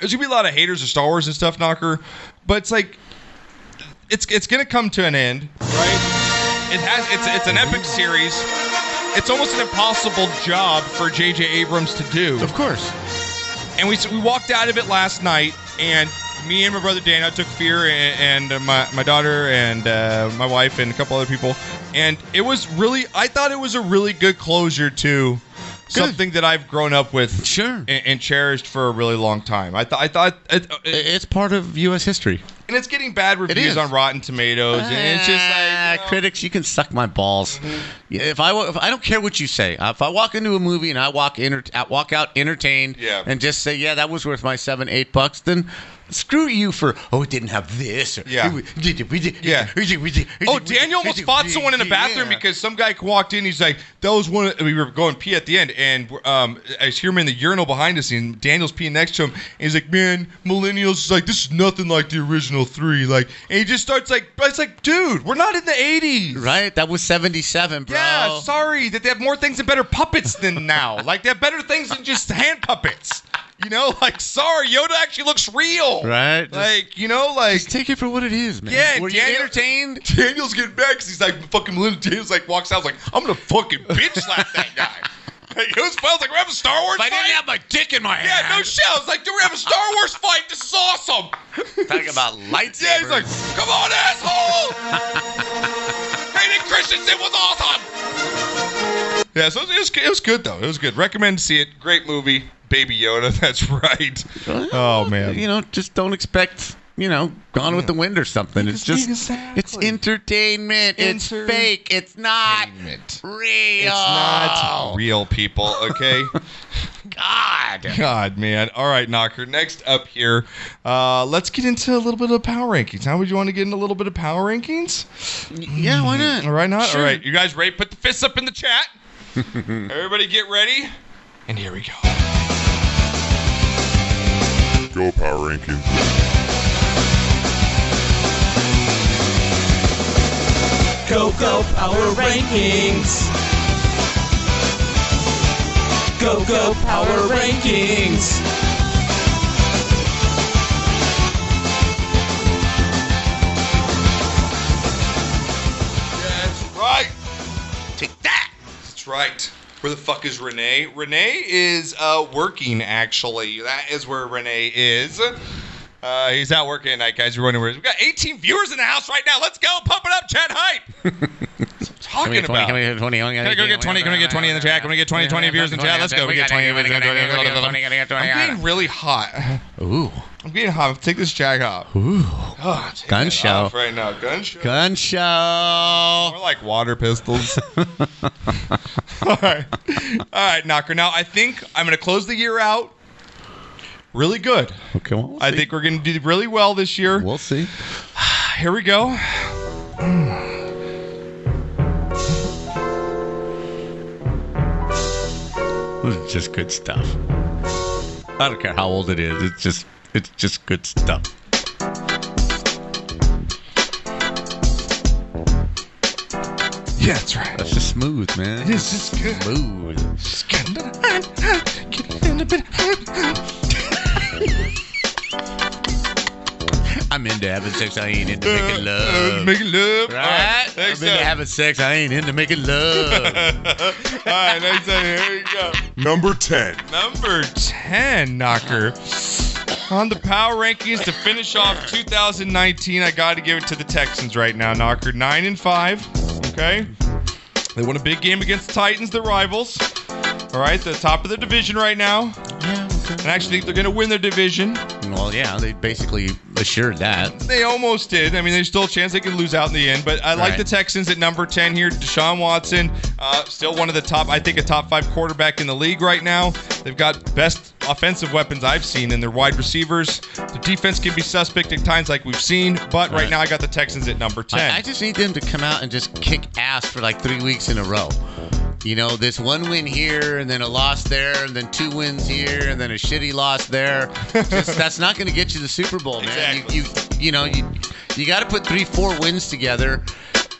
Speaker 2: there's gonna be a lot of haters of Star Wars and stuff, Knocker, but it's like it's it's gonna come to an end, right? It has it's it's an epic series. It's almost an impossible job for J.J. Abrams to do.
Speaker 3: Of course.
Speaker 2: And we, we walked out of it last night, and me and my brother Dan, I took Fear and, and my, my daughter and uh, my wife and a couple other people. And it was really, I thought it was a really good closure to something that I've grown up with
Speaker 3: Sure.
Speaker 2: and, and cherished for a really long time. I, thought I thought, it,
Speaker 3: I-
Speaker 2: it-
Speaker 3: It's part of U.S. history.
Speaker 2: and it's getting bad reviews
Speaker 3: is.
Speaker 2: on Rotten Tomatoes, and it's just
Speaker 3: Ah,
Speaker 2: like, you know, Mm-hmm.
Speaker 3: critics, you can suck my balls. Yeah, If I wa- if I don't care what you say, Uh, if I walk into a movie and I walk enter, out- walk out entertained,
Speaker 2: Yeah.
Speaker 3: and just say, yeah, that was worth my seven eight bucks, then screw you for oh it didn't have this. Or,
Speaker 2: Yeah. Yeah. Oh, Daniel almost fought someone in the bathroom
Speaker 3: Yeah.
Speaker 2: because some guy walked in. He's like, "That was one." Of, we were going pee at the end, and um, I hear him in the urinal behind us, and Daniel's peeing next to him. And he's like, "Man, millennials is like this is nothing like the original three. Like, and he just starts like, "It's like, dude, we're not in the '80s,
Speaker 3: right. That was seventy seven, bro.
Speaker 2: Yeah, sorry that they have more things and better puppets than now. like, they have better things than just hand puppets. You know, like, sorry, Yoda actually looks real,
Speaker 3: Right. Just-
Speaker 2: Like, you know, like
Speaker 3: Just take it for what it is, man.
Speaker 2: yeah,
Speaker 3: Were you
Speaker 2: Daniel-
Speaker 3: entertained?
Speaker 2: Daniel's getting back because he's like fucking little Daniel's like walks out like I'm gonna fucking bitch slap that guy. like, it was fun. I was like we're having a Star Wars
Speaker 3: If I
Speaker 2: fight.
Speaker 3: didn't have my dick in my hand.
Speaker 2: yeah, no shit. I was like, dude, we're having a Star Wars fight. This is awesome.
Speaker 3: Talking about lightsabers.
Speaker 2: Yeah, he's like, come on, asshole. Hayden Christensen was awesome. Yeah, so it was, it was good though. It was good. Recommend to see it. Great movie. Baby Yoda. That's right. Oh man.
Speaker 3: you know, just don't expect, you know, Gone with the Wind or something. It's just, it's entertainment. It's fake. It's not real.
Speaker 2: Entertainment. It's not real, people. Okay.
Speaker 3: Oh. God.
Speaker 2: God, man. All right, Knocker. Next up here, uh, let's get into a little bit of power rankings. How would you want to get into a little bit of power rankings?
Speaker 3: Yeah, why not?
Speaker 2: All right, not
Speaker 3: Sure.
Speaker 2: all right. You guys ready? Put the fists up in the chat. Everybody, get ready. And here we go.
Speaker 5: Go Power Rankings.
Speaker 1: Go, go, power rankings. Go, go, power rankings.
Speaker 2: That's right.
Speaker 3: Take that.
Speaker 2: That's right. Where the fuck is Renee? Renee is uh, working, actually. That is where Renee is. Uh, he's out working tonight, guys. We're running. We've got 18 viewers in the house right now. Let's go. Pump it up, Chad Hype. That's what I'm talking about.
Speaker 3: Can we get 20? Can
Speaker 2: Can I go get 20? Can we get 20 in the chat? Can we get 20, 20 viewers in the chat? Let's go. We get 20 viewers in the chat. I'm getting really hot.
Speaker 3: Ooh.
Speaker 2: I'm getting hot. Take this jacket off.
Speaker 3: Ooh.
Speaker 2: Oh, take
Speaker 3: Gun
Speaker 2: it
Speaker 3: show.
Speaker 2: off Right now. Gun show.
Speaker 3: Gun show.
Speaker 2: More like water pistols. All right. All right, Knocker. Now, I think I'm going to close the year out really good.
Speaker 3: Okay, well, we'll
Speaker 2: I
Speaker 3: see.
Speaker 2: think we're going to do really well this year.
Speaker 3: We'll see.
Speaker 2: Here we go.
Speaker 3: This is just good stuff. I don't care how old it is. It's just It's just good stuff.
Speaker 2: Yeah, that's right.
Speaker 3: That's just smooth, man.
Speaker 2: It is just good.
Speaker 3: smooth. I'm into having sex. I ain't into
Speaker 2: Uh,
Speaker 3: making love.
Speaker 2: Making love. All uh,
Speaker 3: right? I'm
Speaker 2: next
Speaker 3: into
Speaker 2: up.
Speaker 3: having sex. I ain't into making love.
Speaker 2: All right, next up. Here we go.
Speaker 5: Number 10.
Speaker 2: Number 10, Knocker. On the power rankings to finish off 2019, I got to give it to the Texans right now, Knocker. 9 and 5. Okay? They won a big game against the Titans, their rivals. All right, the top of the division right now. And I actually think they're going to win their division.
Speaker 3: well, yeah, they basically assured that.
Speaker 2: They almost did. I mean, there's still a chance they could lose out in the end, but I like
Speaker 3: Right.
Speaker 2: the Texans at number 10 here. Deshaun Watson, uh, still one of the top, I think, a top five quarterback in the league right now. They've got best offensive weapons I've seen in their wide receivers. The defense can be suspect at times, like we've seen, but right,
Speaker 3: Right.
Speaker 2: now I got the Texans at number 10.
Speaker 3: I, I just need them to come out and just kick ass for like three weeks in a row. You know, this one win here, and then a loss there, and then two wins here, and then a shitty loss there. Just, that's not going to get you the Super Bowl, man.
Speaker 2: Exactly.
Speaker 3: You, you, you know, you, you got to put three, four wins together.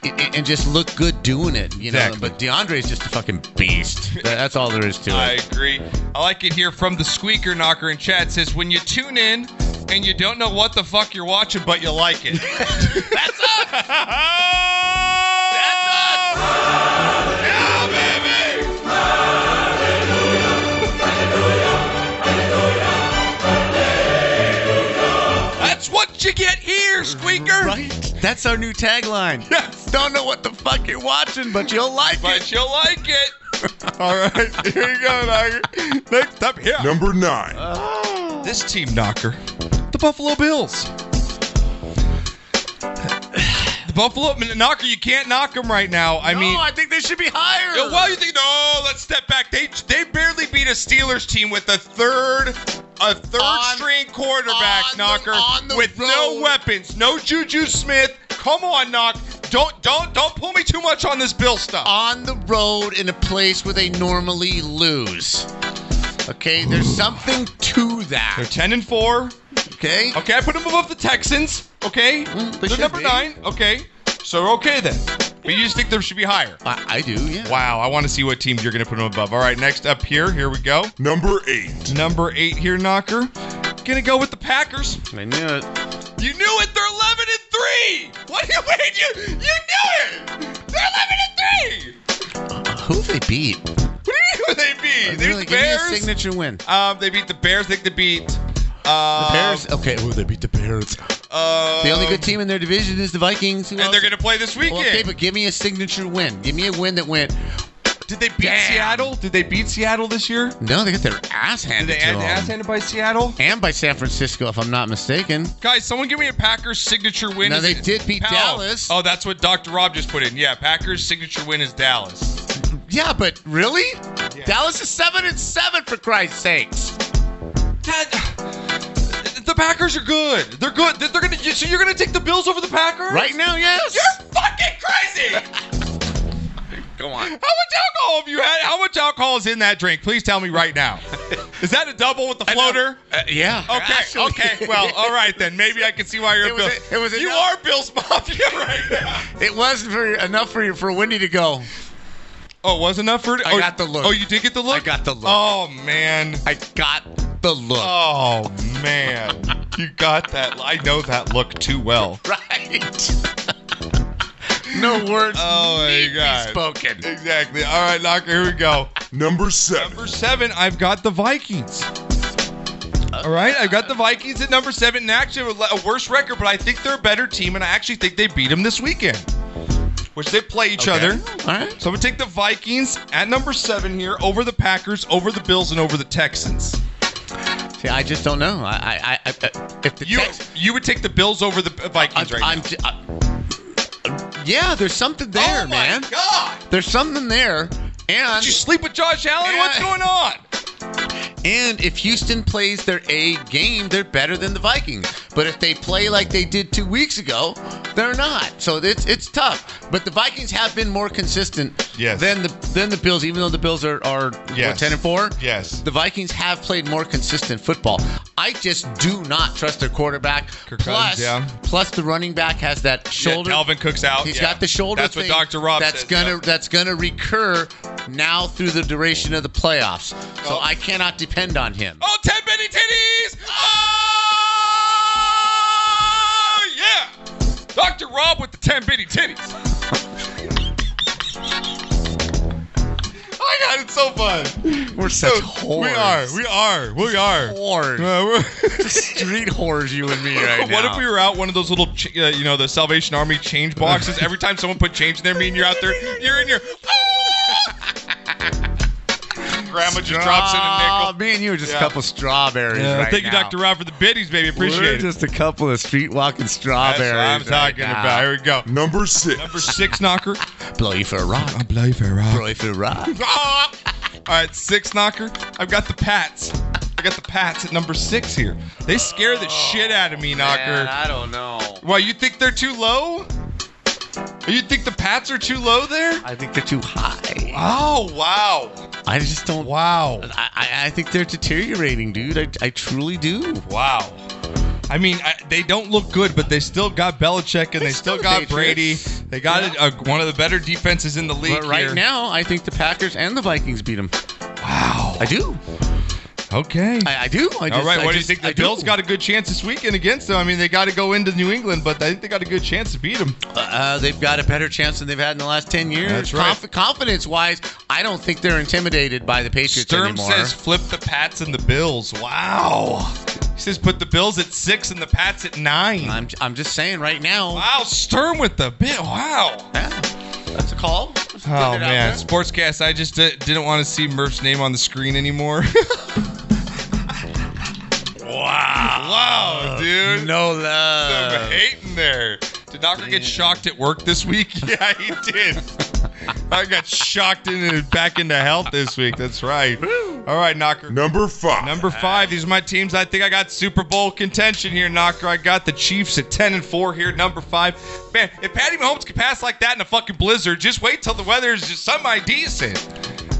Speaker 3: i- i- And just look good doing it, you know.
Speaker 2: Exactly.
Speaker 3: But DeAndre's just a fucking beast. That- That's all there is to it.
Speaker 2: I agree. I like it here from the squeaker knocker in chat. It says when you tune in and you don't know what the fuck you're watching, but you like it. That's us. That's us. Yeah, baby. That's what you get here, squeaker.
Speaker 3: Right? That's our new tagline.
Speaker 2: Yes.
Speaker 3: Don't know what the fuck you're watching, but you'll like it.
Speaker 2: But you'll like it. All right, here you go, knocker. Next up here.
Speaker 5: Number 9.
Speaker 2: This team knocker, the Buffalo Bills. The Buffalo knocker, you can't knock them right now. I mean,
Speaker 3: no, I think they should be higher.
Speaker 2: Yeah, well, you think no? Let's step back. They they barely beat a Steelers team with a third a third
Speaker 3: On-
Speaker 2: string quarterback
Speaker 3: on the-
Speaker 2: knocker
Speaker 3: on the
Speaker 2: with no
Speaker 3: road.
Speaker 2: weapons, no Juju Smith. Come on, knock. Don't don't don't pull me too much on this Bill stuff.
Speaker 3: on the road in a place where they normally lose. Okay, there's something to
Speaker 2: They're
Speaker 3: that.
Speaker 2: ten and four.
Speaker 3: Okay,
Speaker 2: Okay, I put them above the Texans. Okay,
Speaker 3: Mm, they
Speaker 2: they're
Speaker 3: should
Speaker 2: number
Speaker 3: be.
Speaker 2: nine. Okay, so we're okay then. But you just think there should be higher.
Speaker 3: I, I do. Yeah.
Speaker 2: Wow, I want to see what team you're going to put them above. All right, next up here, here we go.
Speaker 5: Number 8.
Speaker 2: Number eight here, Knocker. Gonna go with the Packers.
Speaker 3: I knew it.
Speaker 2: You knew it. They're 11 and three. What do you mean? You you knew it. They're 11 and three.
Speaker 3: Who they beat?
Speaker 2: What do you mean who they beat? There's
Speaker 3: Really, give me a
Speaker 2: Bears.
Speaker 3: signature win.
Speaker 2: um, they beat the Bears. I think they beat. Uh,
Speaker 3: Bears. Okay. Oh, they beat the Bears. Um,
Speaker 2: Uh,
Speaker 3: The only good team in their division is the Vikings. Who
Speaker 2: And
Speaker 3: else?
Speaker 2: they're gonna play this weekend.
Speaker 3: Well, okay, but give me a signature win. Give me a win that went.
Speaker 2: Did they beat
Speaker 3: Damn.
Speaker 2: Seattle? Did they beat Seattle this year?
Speaker 3: No, they got their ass
Speaker 2: Did
Speaker 3: handed
Speaker 2: they
Speaker 3: to
Speaker 2: add
Speaker 3: them.
Speaker 2: ass handed by Seattle?
Speaker 3: and by San Francisco, if I'm not mistaken.
Speaker 2: Guys, someone give me a Packers signature win.
Speaker 3: Now,
Speaker 2: Is
Speaker 3: they
Speaker 2: it-
Speaker 3: did beat
Speaker 2: Pal-
Speaker 3: Dallas.
Speaker 2: Oh, that's what Dr. Rob just put in. Yeah, Packers signature win is Dallas.
Speaker 3: Yeah, but really? Dallas is seven and seven for Christ's sakes.
Speaker 2: the Packers are good. They're good. They're, gonna. So you're gonna take the Bills over the Packers?
Speaker 3: Right now, yes.
Speaker 2: You're fucking crazy.
Speaker 3: Go on.
Speaker 2: How much alcohol have you had? How much alcohol is in that drink? Please tell me right now. Is that a double with the floater?
Speaker 3: yeah.
Speaker 2: Okay.
Speaker 3: Uh, Actually-
Speaker 2: Okay. Well, all right then. Maybe I can see why you're a
Speaker 3: It was
Speaker 2: Bill.
Speaker 3: a- it was a
Speaker 2: you
Speaker 3: no-
Speaker 2: are Bill's mafia right now.
Speaker 3: It wasn't for enough for you for Wendy to go.
Speaker 2: Oh, it was enough for.
Speaker 3: I
Speaker 2: oh,
Speaker 3: got the look.
Speaker 2: Oh, you did get the look.
Speaker 3: I got the look.
Speaker 2: Oh man.
Speaker 3: I got the look.
Speaker 2: Oh man, you got that. I know that look too well.
Speaker 3: Right. no words
Speaker 2: Oh my
Speaker 3: need
Speaker 2: God.
Speaker 3: be spoken.
Speaker 2: Exactly. All right, Knocker, here we go.
Speaker 5: Number 7.
Speaker 2: Number seven, I've got the Vikings. All right, I've got the Vikings at number seven, and actually have a le- a worse record, but I think they're a better team, and I actually think they beat them this weekend, which they play each other.
Speaker 3: All right.
Speaker 2: So I'm gonna take the Vikings at number seven here over the Packers, over the Bills, and over the Texans.
Speaker 3: See, I just don't know. I, I, I, I if the
Speaker 2: You
Speaker 3: Tex-
Speaker 2: you would take the Bills over the uh,
Speaker 3: I,
Speaker 2: Vikings right
Speaker 3: I'm.
Speaker 2: now?
Speaker 3: j- I- yeah, there's something there,
Speaker 2: oh my
Speaker 3: man.
Speaker 2: God.
Speaker 3: There's something there, and
Speaker 2: Did you sleep with Josh Allen?
Speaker 3: Yeah.
Speaker 2: What's going on?
Speaker 3: And if Houston plays their A game, they're better than the Vikings. But if they play like they did two weeks ago, they're not. So it's it's tough. But the Vikings have been more consistent
Speaker 2: Yes.
Speaker 3: than the than the Bills, even though the Bills are, are
Speaker 2: Yes.
Speaker 3: what, ten and four.
Speaker 2: Yes.
Speaker 3: The Vikings have played more consistent football. I just do not trust their quarterback.
Speaker 2: Kirk
Speaker 3: Plus-
Speaker 2: Cousins, yeah.
Speaker 3: plus the running back has that shoulder.
Speaker 2: Dalvin Cook's out,
Speaker 3: He's
Speaker 2: Oh, yeah.
Speaker 3: got the shoulder.
Speaker 2: That's what
Speaker 3: thing
Speaker 2: Dr. Rob
Speaker 3: That's
Speaker 2: said,
Speaker 3: gonna
Speaker 2: yeah.
Speaker 3: that's gonna recur now through the duration of the playoffs. So
Speaker 2: Oh.
Speaker 3: I cannot depend on him.
Speaker 2: Oh, 10 penny titties! Oh, yeah! Dr. Rob with the 10 bitty titties. I got it so fun.
Speaker 3: We're
Speaker 2: So, we are. We are. We are.
Speaker 3: whores.
Speaker 2: Uh, we're-
Speaker 3: Street whores, you and me right now.
Speaker 2: What if we were out one of those little, ch- uh, you know, the Salvation Army change boxes? Every time someone put change in there, me and you're out there, you're in your. Grandma just drops in a
Speaker 3: Oh,
Speaker 2: nickel.
Speaker 3: me and you are just
Speaker 2: Yeah.
Speaker 3: a couple strawberries
Speaker 2: Yeah,
Speaker 3: right
Speaker 2: thank
Speaker 3: now.
Speaker 2: you, Dr. Rob, for the biddies, baby. Appreciate
Speaker 3: We're
Speaker 2: it.
Speaker 3: just a couple of street walking
Speaker 2: That's
Speaker 3: strawberries.
Speaker 2: what I'm
Speaker 3: right
Speaker 2: talking
Speaker 3: now.
Speaker 2: about. Here we go.
Speaker 5: Number six.
Speaker 2: Number six knocker.
Speaker 3: Blow you for a rock.
Speaker 2: blow you for a
Speaker 3: Blow you for a rock.
Speaker 2: All right, six knocker. I've got the Pats. I got the Pats at number six here. They scare the shit out of me, knocker.
Speaker 3: Oh, Man, I don't know.
Speaker 2: Why you think they're too low? You think the Pats are too low there?
Speaker 3: I think they're too high.
Speaker 2: Oh wow,
Speaker 3: I just don't.
Speaker 2: wow,
Speaker 3: I, I- I think they're deteriorating, dude. I, I truly do.
Speaker 2: wow. I mean, I, they don't look good, but they still got Belichick and they,
Speaker 3: They're
Speaker 2: still,
Speaker 3: still the
Speaker 2: got Brady.
Speaker 3: Patriots.
Speaker 2: They got a, a- one of the better defenses in the league
Speaker 3: But right
Speaker 2: here.
Speaker 3: now, I think the Packers and the Vikings beat them.
Speaker 2: Wow.
Speaker 3: I do.
Speaker 2: Okay.
Speaker 3: I, I do. I just,
Speaker 2: All right.
Speaker 3: I
Speaker 2: What do you
Speaker 3: just-
Speaker 2: think? The
Speaker 3: I
Speaker 2: Bills
Speaker 3: do.
Speaker 2: got a good chance this weekend against them. I mean, they got to go into New England, but I think they got a good chance to beat them.
Speaker 3: Uh, they've got a better chance than they've had in the last ten years.
Speaker 2: That's right.
Speaker 3: confidence wise, I don't think they're intimidated by the Patriots
Speaker 2: Sturm
Speaker 3: anymore.
Speaker 2: says flip the Pats and the Bills. Wow. He says put the Bills at six and the Pats at nine.
Speaker 3: I'm, I'm just saying right now.
Speaker 2: wow. Sturm with the bit. Wow.
Speaker 3: Yeah, that's a call. Just putting
Speaker 2: Oh
Speaker 3: it out
Speaker 2: man,
Speaker 3: there.
Speaker 2: Sportscast. I just di- didn't want to see Murph's name on the screen anymore. wow. Wow, dude.
Speaker 3: No
Speaker 2: I'm
Speaker 3: love.
Speaker 2: hating there. Did Knocker get shocked at work this week? Yeah, he did. I got shocked and back into health this week. That's right. All right, Knocker.
Speaker 5: Number five.
Speaker 2: Number five. These are my teams. I think I got Super Bowl contention here, Knocker. I got the Chiefs at ten and four here. Number five. Man, if Patty Mahomes could pass like that in a fucking blizzard, just wait till the weather is just semi decent.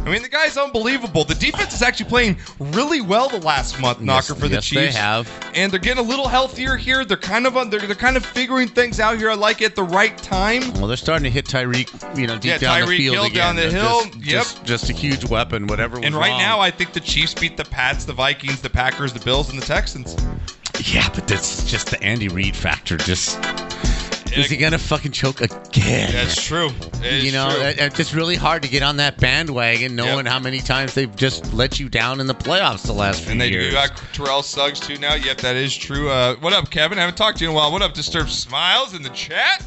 Speaker 2: I mean, the guy's unbelievable. The defense is actually playing really well the last month, Knocker, for the
Speaker 3: yes,
Speaker 2: Chiefs
Speaker 3: they have.
Speaker 2: and they're getting a little healthier here. They're kind of on, they're, they're kind of figuring things out here. I like it at the right time.
Speaker 3: Well, they're starting to hit Tyreek, you know, deep
Speaker 2: Yeah,
Speaker 3: down the
Speaker 2: Tyreek
Speaker 3: field
Speaker 2: Hill
Speaker 3: again.
Speaker 2: down the
Speaker 3: They're
Speaker 2: hill.
Speaker 3: Just,
Speaker 2: Yep.
Speaker 3: Just, just a huge weapon, whatever. Was
Speaker 2: And right
Speaker 3: wrong.
Speaker 2: now, I think the Chiefs beat the Pats, the Vikings, the Packers, the Bills, and the Texans.
Speaker 3: yeah, but that's just the Andy Reid factor. Just is he gonna fucking choke again?
Speaker 2: That's true. It
Speaker 3: you
Speaker 2: is
Speaker 3: know,
Speaker 2: true.
Speaker 3: it- it's just really hard to get on that bandwagon, knowing how many times they've just let you down in the playoffs the last few
Speaker 2: and they do
Speaker 3: years.
Speaker 2: got Terrell Suggs too now. Yep, that is true. Uh, what up, Kevin? I haven't talked to you in a while. What up, Disturbed Smiles in the chat?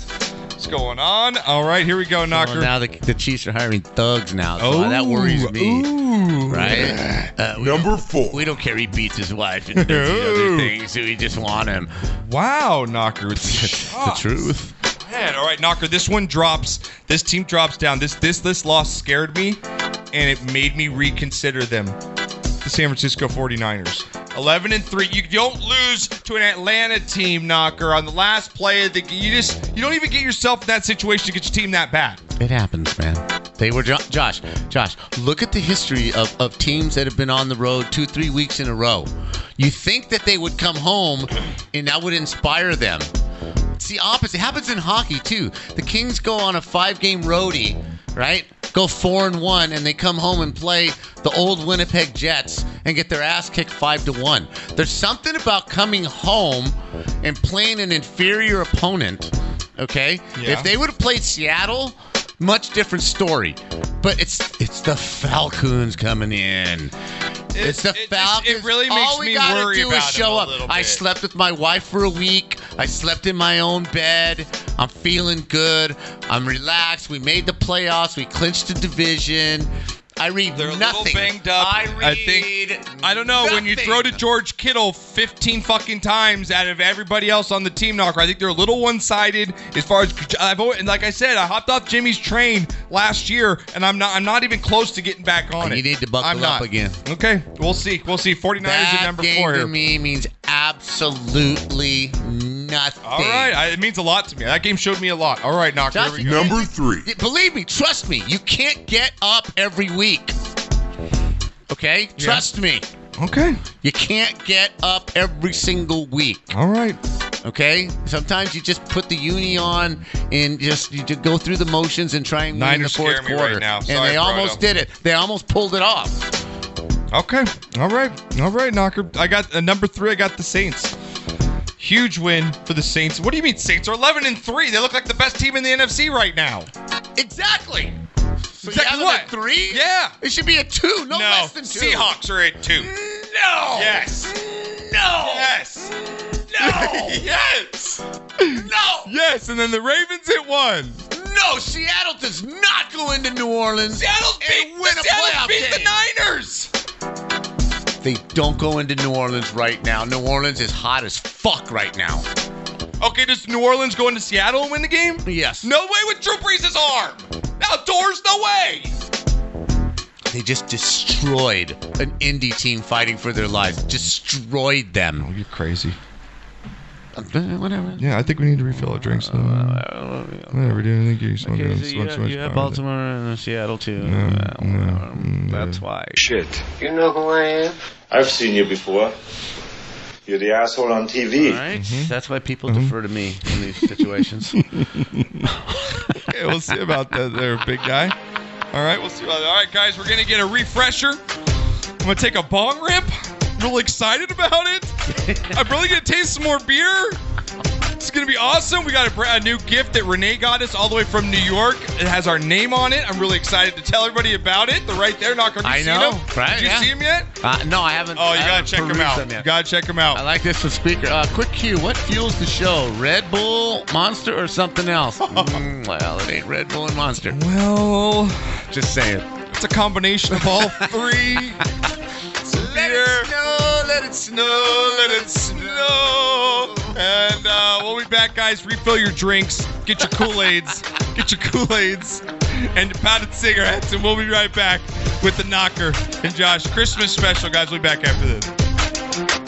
Speaker 2: What's going on? All right, here we go,
Speaker 3: Well,
Speaker 2: Knocker.
Speaker 3: now the, the Chiefs are hiring thugs now, so uh, that worries me.
Speaker 2: Oh, Ooh.
Speaker 3: Right? Uh, we,
Speaker 5: Number four.
Speaker 3: we don't care he beats his wife and does these
Speaker 2: Ooh.
Speaker 3: other things. So we just want him. Ah.
Speaker 2: Wow, Knocker. It's
Speaker 3: the truth.
Speaker 2: Man, all right, Knocker. This one drops. This team drops down. This this this loss scared me, and it made me reconsider them. The San Francisco 49ers. 11 and 3. You don't lose to an Atlanta team, Knocker, on the last play of the You just you don't even get yourself in that situation to get your team that bad.
Speaker 3: It happens, man. They were jo- Josh. Josh, look at the history of, of teams that have been on the road two, three weeks in a row. You think that they would come home, and that would inspire them. It's the opposite. It happens in hockey too. The Kings go on a five-game roadie, right? Go four and one, and they come home and play the old Winnipeg Jets and get their ass kicked five to one. There's something about coming home and playing an inferior opponent. Okay,
Speaker 2: Yeah.
Speaker 3: if they would have played Seattle, much different story. But it's it's the Falcons coming in. It's the
Speaker 2: It- it just-
Speaker 3: Falcons.
Speaker 2: It really makes
Speaker 3: All we
Speaker 2: me
Speaker 3: gotta
Speaker 2: worry
Speaker 3: do
Speaker 2: about
Speaker 3: is show
Speaker 2: them a
Speaker 3: up.
Speaker 2: little
Speaker 3: I
Speaker 2: bit.
Speaker 3: slept with my wife for a week. I slept in my own bed. I'm feeling good. I'm relaxed. We made the playoffs. We clinched the division. I read
Speaker 2: They're a little
Speaker 3: nothing.
Speaker 2: banged up.
Speaker 6: I
Speaker 2: think-
Speaker 6: read
Speaker 2: I don't know. When you
Speaker 6: nothing.
Speaker 2: throw to George Kittle 15 fucking times out of everybody else on the team knocker, I think they're a little one-sided as far as I've always, and like I said, I hopped off Jimmy's train last year, and I'm not I'm not even close to getting back on it.
Speaker 3: You need to buckle
Speaker 2: I'm
Speaker 3: up
Speaker 2: not.
Speaker 3: again.
Speaker 2: Okay, we'll see. We'll see. 49ers
Speaker 3: that
Speaker 2: at number
Speaker 3: game
Speaker 2: four
Speaker 3: to
Speaker 2: here.
Speaker 3: me means absolutely nothing.
Speaker 2: All right, I, it means a lot to me. That game showed me a lot. All right, knocker. Here we
Speaker 3: Johnson,
Speaker 2: go.
Speaker 5: Number three.
Speaker 3: Y- Believe me, trust me, you can't get up every week. Okay? Trust me.
Speaker 2: Okay.
Speaker 3: You can't get up every single week.
Speaker 2: All right.
Speaker 3: Okay? Sometimes you just put the uni on and just you just go through the motions and try and win in the
Speaker 2: Niners
Speaker 3: fourth
Speaker 2: scare me right
Speaker 3: quarter.
Speaker 2: now.
Speaker 3: And
Speaker 2: Sorry,
Speaker 3: they
Speaker 2: Brodo.
Speaker 3: almost did it. They almost pulled it off.
Speaker 2: Okay. All right. All right, Knocker. I got uh, number three. I got the Saints. Huge win for the Saints. What do you mean Saints are 11 and three? They look like the best team in the NFC right now.
Speaker 3: Exactly. So
Speaker 2: Exactly
Speaker 3: you
Speaker 2: what?
Speaker 3: A three?
Speaker 2: Yeah.
Speaker 3: It should be a two, no, less than two. Oh,
Speaker 2: Seahawks are at two.
Speaker 3: No.
Speaker 2: Yes.
Speaker 3: No.
Speaker 2: Yes.
Speaker 3: No.
Speaker 2: yes.
Speaker 3: no.
Speaker 2: Yes. And then the Ravens at one.
Speaker 3: No. Seattle does not go into New Orleans.
Speaker 2: Seattle's beat,
Speaker 3: And win a
Speaker 2: Seattle
Speaker 3: playoff
Speaker 2: beat
Speaker 3: game.
Speaker 2: the Niners.
Speaker 3: They don't go into New Orleans right now. New Orleans is hot as fuck right now.
Speaker 2: Okay, does New Orleans go into Seattle and win the game?
Speaker 3: Yes.
Speaker 2: No way with Drew Brees' arm. Outdoors, no way.
Speaker 3: They just destroyed an indie team fighting for their lives. Destroyed them.
Speaker 2: You're crazy.
Speaker 3: Uh, Whatever.
Speaker 2: Yeah, I think we need to refill our drinks.
Speaker 6: Uh,
Speaker 2: So, whatever, dude. I think you're smoking
Speaker 6: Okay, so you, have, you have Baltimore and Seattle too. Uh,
Speaker 3: um,
Speaker 6: That's why.
Speaker 7: You know who I am?
Speaker 8: I've seen you before. You're the asshole on TV.
Speaker 6: All right?
Speaker 3: Mm-hmm.
Speaker 6: That's why people defer to me in these situations.
Speaker 2: Okay, we'll see about that there, big guy. All right, we'll see about that. All right, guys, we're going to get a refresher. I'm going to take a bong rip. Real excited about it. I'm really going to taste some more beer. It's going to be awesome. We got a, bra- a new gift that Renee got us all the way from New York. It has our name on it. I'm really excited to tell everybody about it. They're right there, Knocker. Have you
Speaker 3: I
Speaker 2: seen
Speaker 3: know,
Speaker 2: them?
Speaker 3: right,
Speaker 2: Did you
Speaker 3: yeah.
Speaker 2: see him yet?
Speaker 3: Uh, no, I haven't.
Speaker 2: Oh,
Speaker 3: I
Speaker 2: you got
Speaker 3: haven't
Speaker 2: to check him
Speaker 3: perused
Speaker 2: out.
Speaker 3: them
Speaker 2: You
Speaker 3: yet.
Speaker 2: got to check him
Speaker 3: I
Speaker 2: out.
Speaker 3: like this from speaker. Uh, quick cue. What fuels the show? Red Bull, Monster, or something else? Mm, well, it ain't Red Bull and Monster.
Speaker 2: Well,
Speaker 3: Just saying.
Speaker 2: it's a combination of all three.
Speaker 3: Let it snow. Let it snow.
Speaker 2: let it snow. And uh, we'll be back, guys. Refill your drinks, get your Kool Aids, get your Kool Aids, and pounded cigarettes. And we'll be right back with the Knocker and Josh Christmas special, guys. We'll be back after this.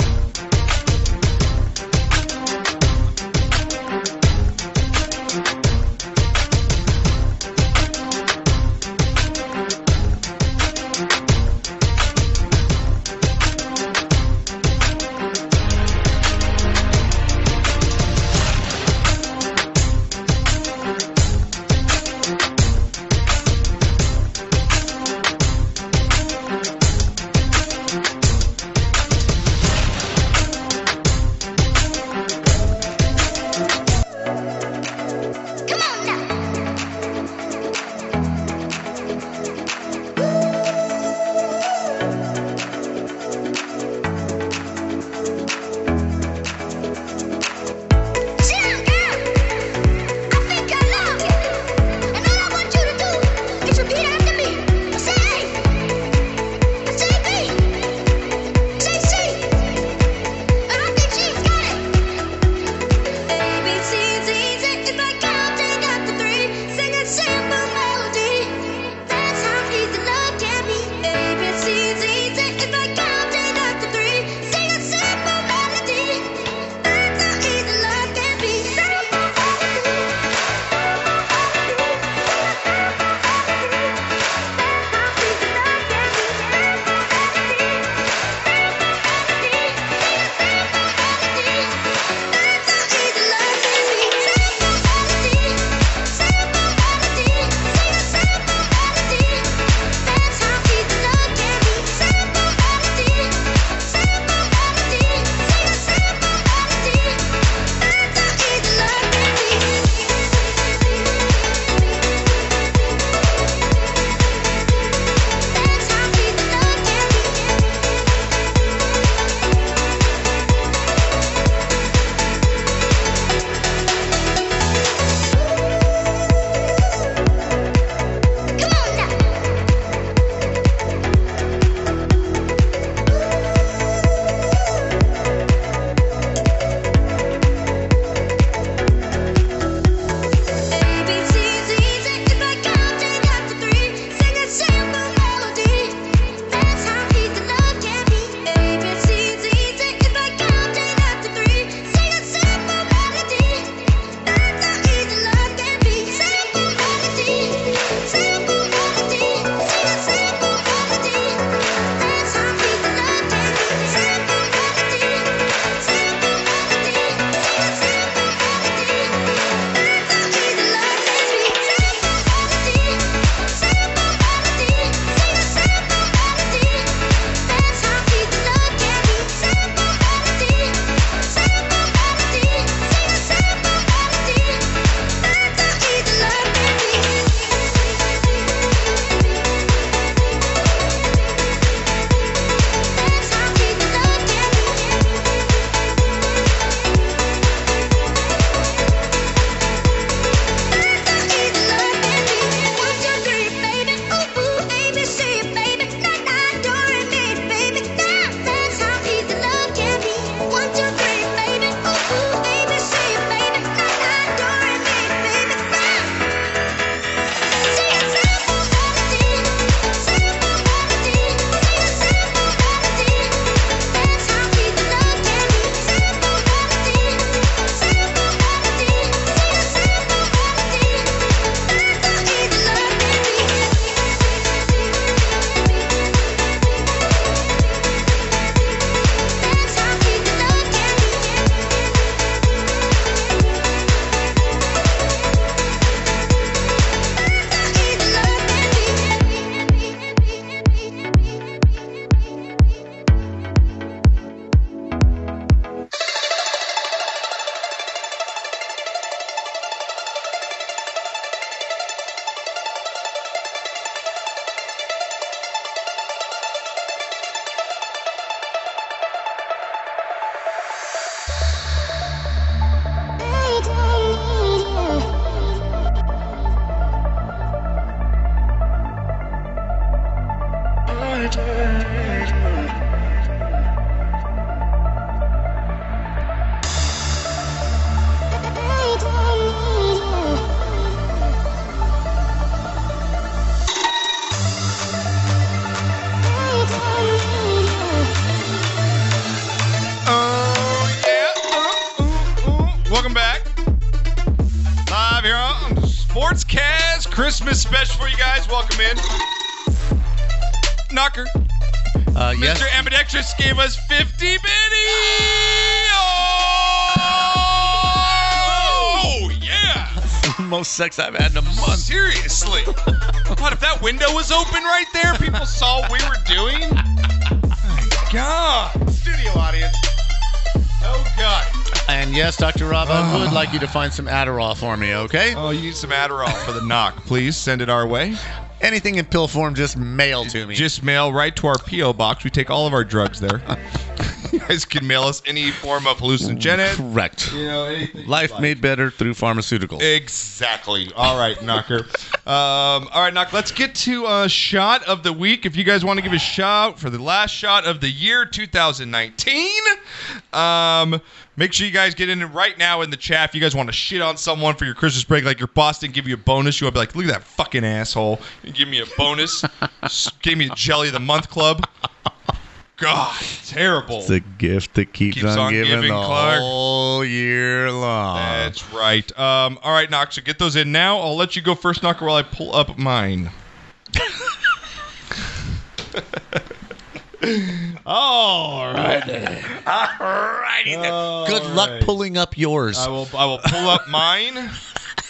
Speaker 2: Oh, Sportscast Christmas special for you guys. Welcome in. Knocker,
Speaker 3: Uh, yes.
Speaker 2: Mr. Ambidextrous gave us 50 bitty. Oh, yeah.
Speaker 6: Most sex I've had in a month.
Speaker 2: Seriously. What if that window was open right there? People saw what we were doing? My God. Studio audience. Oh, God.
Speaker 3: And yes, Dr. Rob, I would like you to find some Adderall for me, okay?
Speaker 2: Oh, you need some Adderall for the knock. Please send it our way.
Speaker 3: Anything in pill form, just mail to me.
Speaker 2: Just mail right to our P.O. box. We take all of our drugs there. you guys can mail us any form of hallucinogenic.
Speaker 3: correct.
Speaker 2: You know, anything.
Speaker 3: Life made better through pharmaceuticals.
Speaker 2: Exactly. All right, Knocker. Um, all right, Knock. Let's get to a shot of the week. If you guys want to give a shout for the last shot of the year 2019, um, make sure you guys get in right now in the chat. If you guys want to shit on someone for your Christmas break, like your boss didn't give you a bonus, you want to be like, look at that fucking asshole. You give me a bonus. S- gave me a Jelly of the Month Club. God, terrible.
Speaker 6: The gift that keeps,
Speaker 2: Keeps on giving,
Speaker 6: the
Speaker 2: Clark.
Speaker 6: whole year long.
Speaker 2: That's right. Um, all right, Knock. So get those in now. I'll let you go first, Knocker, while I pull up mine. all right. Uh,
Speaker 3: Good luck pulling up yours.
Speaker 2: I will. I will pull up mine.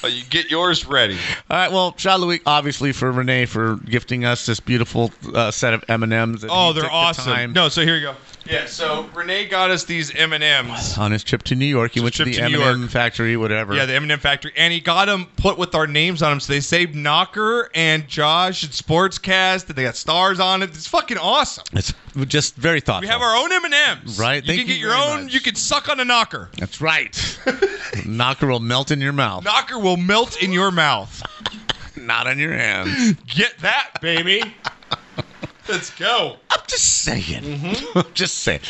Speaker 2: Uh, you get yours ready.
Speaker 3: All right. Well, shot of the week, obviously for Renee for gifting us this beautiful uh, set of M and M's.
Speaker 2: Oh, they're awesome. No, so here you go. Yeah. So Renee got us these M and M's.
Speaker 3: On his trip to New York, he went to
Speaker 2: trip
Speaker 3: the
Speaker 2: to
Speaker 3: M
Speaker 2: New
Speaker 3: and M
Speaker 2: York.
Speaker 3: factory, whatever.
Speaker 2: Yeah, the M and M factory, and he got them put with our names on them, so they saved Knocker and Josh and Sportscast, and they got stars on it. It's fucking awesome.
Speaker 3: it's just very thoughtful.
Speaker 2: We have our own M and M's.
Speaker 3: Right,
Speaker 2: You
Speaker 3: thank
Speaker 2: can get
Speaker 3: you
Speaker 2: your
Speaker 3: very
Speaker 2: own.
Speaker 3: much.
Speaker 2: You can suck on a knocker.
Speaker 3: That's right. Knocker will melt in your mouth,
Speaker 2: Knocker will melt in your mouth.
Speaker 3: not on your hands.
Speaker 2: Get that, baby. Let's go.
Speaker 3: I'm just saying.
Speaker 2: Mm-hmm.
Speaker 3: just saying.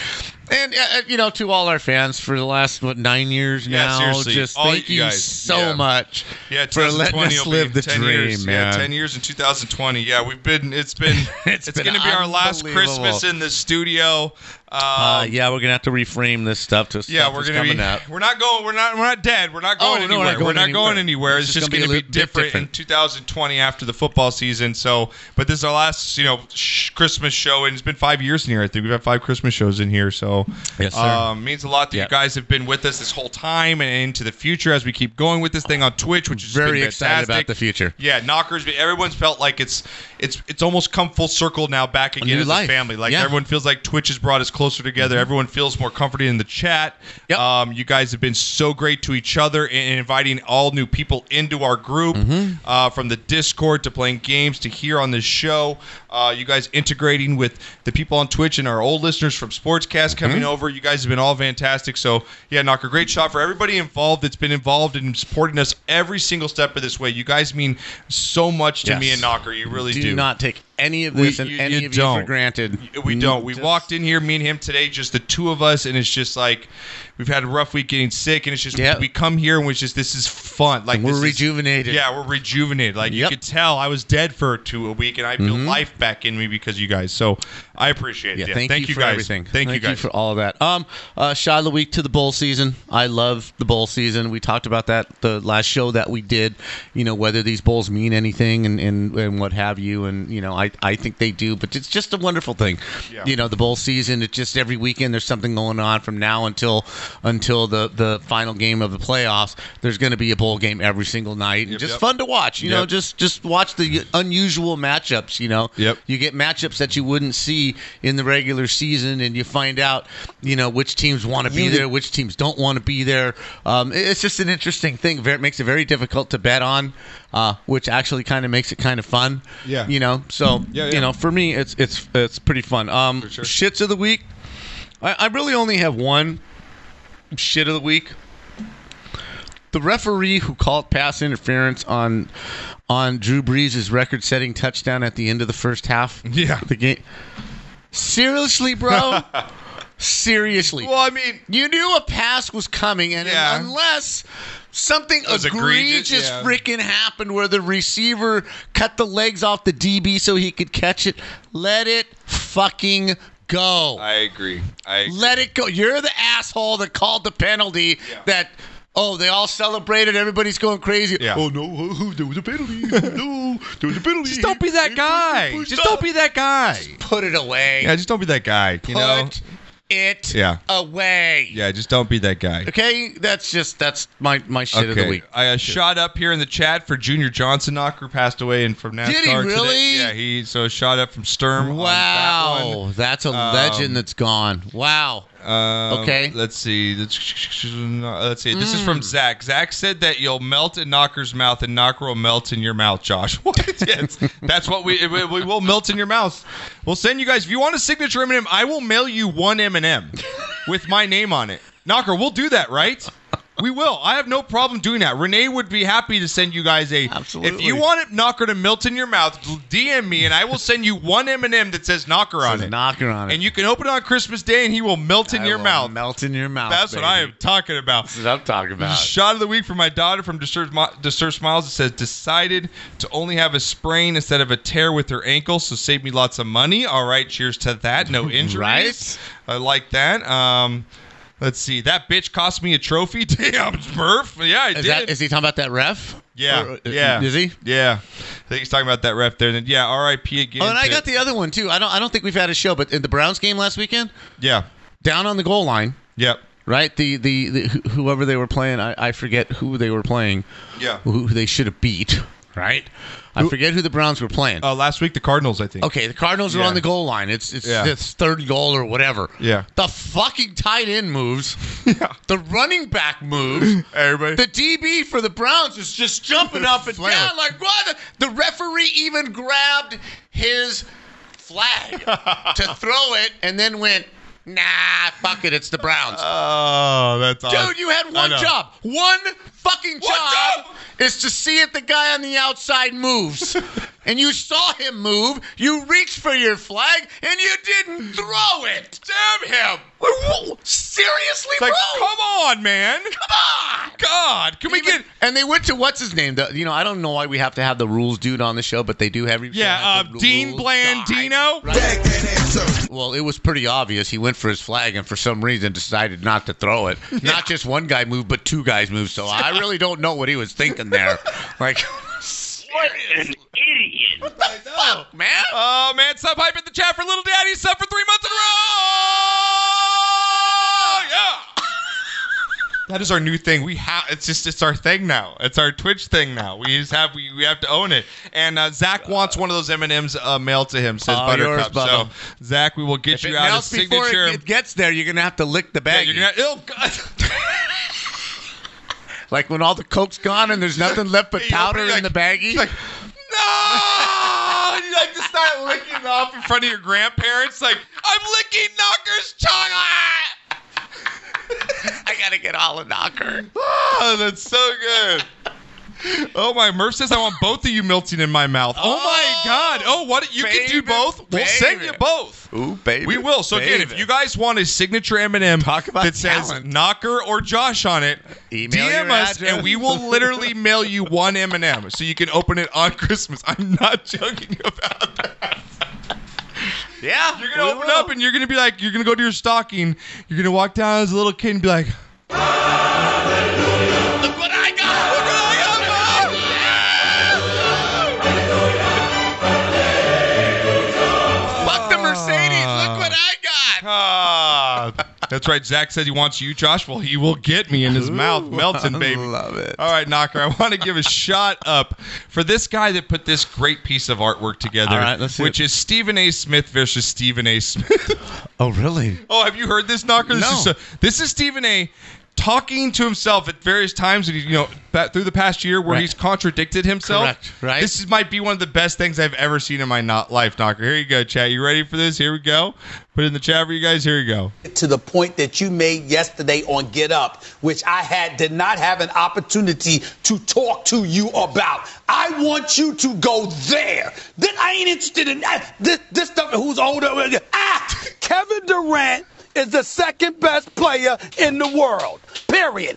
Speaker 3: And uh, uh, you know, to all our fans for the last what nine years
Speaker 2: Yeah,
Speaker 3: now,
Speaker 2: seriously,
Speaker 3: just
Speaker 2: all
Speaker 3: thank
Speaker 2: you
Speaker 3: you,
Speaker 2: guys.
Speaker 3: so
Speaker 2: Yeah.
Speaker 3: much
Speaker 2: Yeah,
Speaker 3: for letting
Speaker 2: 2020
Speaker 3: us
Speaker 2: will be
Speaker 3: live the
Speaker 2: 10
Speaker 3: dream,
Speaker 2: years.
Speaker 3: man.
Speaker 2: Yeah, ten years in 2020. Yeah, we've been. It's been. it's
Speaker 3: It's been
Speaker 2: going to be our last
Speaker 3: unbelievable.
Speaker 2: Christmas in the studio. Um,
Speaker 3: Uh, yeah, we're gonna have to reframe this stuff to
Speaker 2: yeah,
Speaker 3: stuff
Speaker 2: we're
Speaker 3: that's
Speaker 2: gonna
Speaker 3: coming
Speaker 2: be.
Speaker 3: out.
Speaker 2: We're not going. We're not. We're not dead. We're not
Speaker 3: Oh,
Speaker 2: going
Speaker 3: no,
Speaker 2: anywhere.
Speaker 3: we're not
Speaker 2: we're
Speaker 3: going
Speaker 2: not going
Speaker 3: anywhere.
Speaker 2: anywhere. It's, just, going to
Speaker 3: a
Speaker 2: be
Speaker 3: little bit
Speaker 2: different, in
Speaker 3: different.
Speaker 2: 2020 after the football season. So, but this is our last, you know, sh- Christmas show, and it's been five years in here. I think we've had five Christmas shows in here. So,
Speaker 3: Yes, sir.
Speaker 2: Um, means a lot that you
Speaker 3: Yeah.
Speaker 2: guys have been with us this whole time and into the future as we keep going with this thing on Twitch, which is
Speaker 3: Very
Speaker 2: been
Speaker 3: excited about
Speaker 2: fantastic.
Speaker 3: the future.
Speaker 2: Yeah, knockers. but Everyone's felt like it's it's it's almost come full circle now back again
Speaker 3: new
Speaker 2: as a
Speaker 3: life.
Speaker 2: family. Like
Speaker 3: Yeah.
Speaker 2: everyone feels like Twitch has brought us closer together. Everyone feels more comforted in the chat.
Speaker 3: Mm-hmm. Yep.
Speaker 2: Um, you guys have been so great to each other and- and inviting all new people into our group
Speaker 3: Mm-hmm.
Speaker 2: uh, from the Discord to playing games to here on this show. Uh, you guys integrating with the people on Twitch and our old listeners from
Speaker 3: Mm-hmm.
Speaker 2: Sportscast coming over. You guys have been all fantastic. So yeah, knocker, great shot for everybody involved that's been involved in supporting us every single step of this way. You guys mean so much to
Speaker 3: Yes.
Speaker 2: me and Knocker. You really
Speaker 3: do,
Speaker 2: do.
Speaker 3: not take any of
Speaker 2: We-
Speaker 3: this and
Speaker 2: you-
Speaker 3: any
Speaker 2: you
Speaker 3: of you
Speaker 2: don't.
Speaker 3: for granted.
Speaker 2: We don't. We
Speaker 3: Mm, Just-
Speaker 2: walked in here, me and him today, just the two of us, and it's just like we've had a rough week getting sick, and it's just
Speaker 3: Yeah.
Speaker 2: we come here and it's just this is fun. Like
Speaker 3: And we're
Speaker 2: this is-
Speaker 3: rejuvenated.
Speaker 2: yeah, we're rejuvenated. Like you
Speaker 3: Yep. Mm-hmm.
Speaker 2: could tell, I was dead for two a week, and I built life back in me because of you guys. So I appreciate it.
Speaker 3: Yeah,
Speaker 2: Yeah,
Speaker 3: thank, you, for
Speaker 2: guys.
Speaker 3: everything.
Speaker 2: Thank, you guys.
Speaker 3: for all of that. Um, uh, shot of the week to the bowl season. I love the bowl season. We talked about that the last show that we did. You know whether these bowls mean anything and, and, and what have you. And you know I, I think they do. But it's just a wonderful thing.
Speaker 2: Yeah.
Speaker 3: You know the bowl season. It's just every weekend there's something going on from now until until the the final game of the playoffs. There's going to be a bowl game every single night.
Speaker 2: Yep,
Speaker 3: just
Speaker 2: yep.
Speaker 3: fun to watch. You know
Speaker 2: Yep.
Speaker 3: just just watch the unusual matchups. You know
Speaker 2: Yep.
Speaker 3: you get matchups that you wouldn't see in the regular season, and you find out, you know, which teams want to be there, which teams don't want to be there. Um, it- it's just an interesting thing. Very, makes it very difficult to bet on, uh, which actually kind of makes it kind of fun.
Speaker 2: Yeah.
Speaker 3: You know, so
Speaker 2: Yeah, yeah.
Speaker 3: you know, for me, it's it's it's pretty fun. Um,
Speaker 2: sure.
Speaker 3: shits of the week. I, I really only have one shit of the week. The referee who called pass interference on on Drew Brees' record-setting touchdown at the end of the first half.
Speaker 2: Yeah.
Speaker 3: the game. Seriously, bro. Seriously,
Speaker 2: Well, I mean,
Speaker 3: you knew a pass was coming, and
Speaker 2: Yeah.
Speaker 3: unless something
Speaker 2: was egregious,
Speaker 3: egregious,
Speaker 2: yeah.
Speaker 3: freaking happened, where the receiver cut the legs off the DB so he could catch it, let it fucking go.
Speaker 2: I agree. I agree.
Speaker 3: Let it go. You're the asshole that called the penalty
Speaker 2: Yeah.
Speaker 3: that Oh, they all celebrated. Everybody's going crazy.
Speaker 2: Yeah.
Speaker 3: Oh no, oh, there was a penalty. no, there was a penalty.
Speaker 2: Just don't be that guy. Just don't be that guy.
Speaker 3: Put it away.
Speaker 2: Yeah, just don't be that guy. You know.
Speaker 3: Put it
Speaker 2: Yeah.
Speaker 3: away.
Speaker 2: Yeah, just don't be that guy.
Speaker 3: Okay, that's just that's my my shit of the week.
Speaker 2: I uh, shot up here in the chat for Junior Johnson Knocker who passed away and from NASCAR.
Speaker 3: Did he
Speaker 2: today.
Speaker 3: really?
Speaker 2: Yeah, he so shot up from Sturm. on that one.
Speaker 3: Wow, that's a legend that's gone. Wow.
Speaker 2: Um,
Speaker 3: Okay. Hmm.
Speaker 2: Let's see. Let's let's see. This is from Zach. Zach said that you'll melt in Knocker's mouth and Knocker will melt in your mouth, Josh. What? Yes. That's what we, we we will melt in your mouth. We'll send you guys if you want a signature M&M, I will mail you one M&M with my name on it. Knocker, we'll do that, right? We will. I have no problem doing that. Renee would be happy to send you guys a. If
Speaker 3: Absolutely.
Speaker 2: you want it, Knocker to melt in your mouth, DM me and I will send you one M&M that says Knocker on
Speaker 3: Says
Speaker 2: it.
Speaker 3: Knocker on it.
Speaker 2: And you can open it on Christmas Day and he will melt in
Speaker 3: I
Speaker 2: your
Speaker 3: will
Speaker 2: mouth.
Speaker 3: Melt in your mouth.
Speaker 2: That's what I am
Speaker 3: baby.
Speaker 2: talking about.
Speaker 3: That's what I'm talking about.
Speaker 2: Shot of the week for my daughter from Disturbed, Mo- Disturbed Smiles. It says, decided to only have a sprain instead of a tear with her ankle, so saved me lots of money. All right, cheers to that. No injuries.
Speaker 3: Right?
Speaker 2: I like that. Um, let's see. That bitch cost me a trophy. Damn, Smurf. Yeah, I
Speaker 3: Is
Speaker 2: did.
Speaker 3: that is he talking about that ref?
Speaker 2: yeah,
Speaker 3: Or- uh,
Speaker 2: yeah.
Speaker 3: Is he?
Speaker 2: Yeah. I think he's talking about that ref there. And then, yeah, R.I.P. again.
Speaker 3: Oh, and I
Speaker 2: to-
Speaker 3: got the other one too. I don't I don't think we've had a show, but in the Browns game last weekend,
Speaker 2: Yeah.
Speaker 3: down on the goal line,
Speaker 2: Yep.
Speaker 3: right? The the, the wh- whoever they were playing, I, I forget who they were playing,
Speaker 2: Yeah.
Speaker 3: who they should have beat, right? I forget who the Browns were playing.
Speaker 2: Uh, last week, the Cardinals, I think.
Speaker 3: Okay, the Cardinals are
Speaker 2: Yeah.
Speaker 3: on the goal line. It's it's
Speaker 2: Yeah.
Speaker 3: this third goal or whatever.
Speaker 2: Yeah.
Speaker 3: The fucking tight end moves.
Speaker 2: Yeah.
Speaker 3: The running back moves.
Speaker 2: Everybody.
Speaker 3: The DB for the Browns is just jumping up and
Speaker 2: Flag.
Speaker 3: down like what? The referee even grabbed his flag to throw it and then went, "Nah, fuck it, it's the Browns."
Speaker 2: Oh, that's awesome.
Speaker 3: Dude, you had one
Speaker 2: know.
Speaker 3: job. One fucking
Speaker 2: One
Speaker 3: job,
Speaker 2: job?
Speaker 3: is to see if the guy on the outside moves. and you saw him move, you reached for your flag, and you didn't throw it. Damn him. Seriously,
Speaker 2: It's like,
Speaker 3: bro?
Speaker 2: come on, man.
Speaker 3: Come on.
Speaker 2: God, can we
Speaker 3: Even-
Speaker 2: get?
Speaker 3: and they went to what's his name? The, you know, I don't know why we have to have the rules dude on the show, but they do have.
Speaker 2: Yeah, uh,
Speaker 3: have the
Speaker 2: Dean
Speaker 3: rules
Speaker 2: Blandino?
Speaker 3: guy, right? Well, it was pretty obvious. He went for his flag, and for some reason decided not to throw it. Not just one guy moved, but two guys moved. So I really don't know what he was thinking there. Like,
Speaker 4: What an idiot!
Speaker 3: fuck, man.
Speaker 2: Oh man, sub hype in the chat for little daddy. Sub for three months in a row. Yeah. Ah! That is our new thing. We have it's just it's our thing now. It's our Twitch thing now. We just have we, we have to own it. And uh, Zach wants one of those M and M's uh, mailed to him. Says
Speaker 3: All
Speaker 2: Buttercup.
Speaker 3: yours,
Speaker 2: so
Speaker 3: Bubba.
Speaker 2: Zach, we will get
Speaker 3: If
Speaker 2: you
Speaker 3: it
Speaker 2: out a
Speaker 3: melts before
Speaker 2: signature.
Speaker 3: it, it gets there, you're gonna have to lick the
Speaker 2: yeah,
Speaker 3: bag.
Speaker 2: you're gonna. Oh, God.
Speaker 3: like when all the coke's gone and there's nothing left but
Speaker 2: You open
Speaker 3: powder
Speaker 2: it,
Speaker 3: in the baggie.
Speaker 2: Like, no! And Ah! you like to start licking off in front of your grandparents. Like, I'm licking Knocker's chocolate.
Speaker 3: I gotta get all a knocker.
Speaker 2: Oh, that's so good. Oh my! Murph says I want both of you melting in my mouth. Oh, my God! Oh, what you can do
Speaker 3: baby,
Speaker 2: both. We'll send you
Speaker 3: baby.
Speaker 2: both.
Speaker 3: Ooh, baby.
Speaker 2: We will. So again, if
Speaker 3: baby.
Speaker 2: you guys want a signature M&M
Speaker 3: Talk about
Speaker 2: that says
Speaker 3: talent.
Speaker 2: Knocker or Josh on it,
Speaker 3: Email
Speaker 2: DM
Speaker 3: your
Speaker 2: us
Speaker 3: address.
Speaker 2: and we will literally mail you one M&M so you can open it on Christmas. I'm not joking about that.
Speaker 3: yeah,
Speaker 2: You're gonna open up and you're gonna be like, you're gonna go to your stocking. You're gonna walk down as a little kid and be like,
Speaker 3: Look what I got.
Speaker 2: "Look what I got, Mom!"
Speaker 3: Fuck the Mercedes. Look what I got.
Speaker 2: Ah. That's right. Zach said he wants you, Josh. Well, he will get me in his mouth, melting, baby.
Speaker 3: love it.
Speaker 2: All right, Knocker, I want to give a shot up for this guy that put this great piece of artwork together,
Speaker 3: All right, let's see
Speaker 2: which is Stephen A. Smith versus Stephen A. Smith.
Speaker 3: Oh, really?
Speaker 2: oh, have you heard this, Knocker? This
Speaker 3: No.
Speaker 2: Is this is Stephen A. talking to himself at various times, and you know, ba- through the past year where
Speaker 3: Right.
Speaker 2: he's contradicted himself.
Speaker 3: Correct, right.
Speaker 2: This is, might be one of the best things I've ever seen in my not life, Knocker. Here you go, chat. You ready for this? Here we go. Put it in the chat for you guys. Here we go.
Speaker 9: to the point that you made yesterday on Get Up, which I had did not have an opportunity to talk to you about. I want you to go there. Then I ain't interested in I- this this stuff. Who's older? Ah, Kevin Durant is the second best player in the world. Period.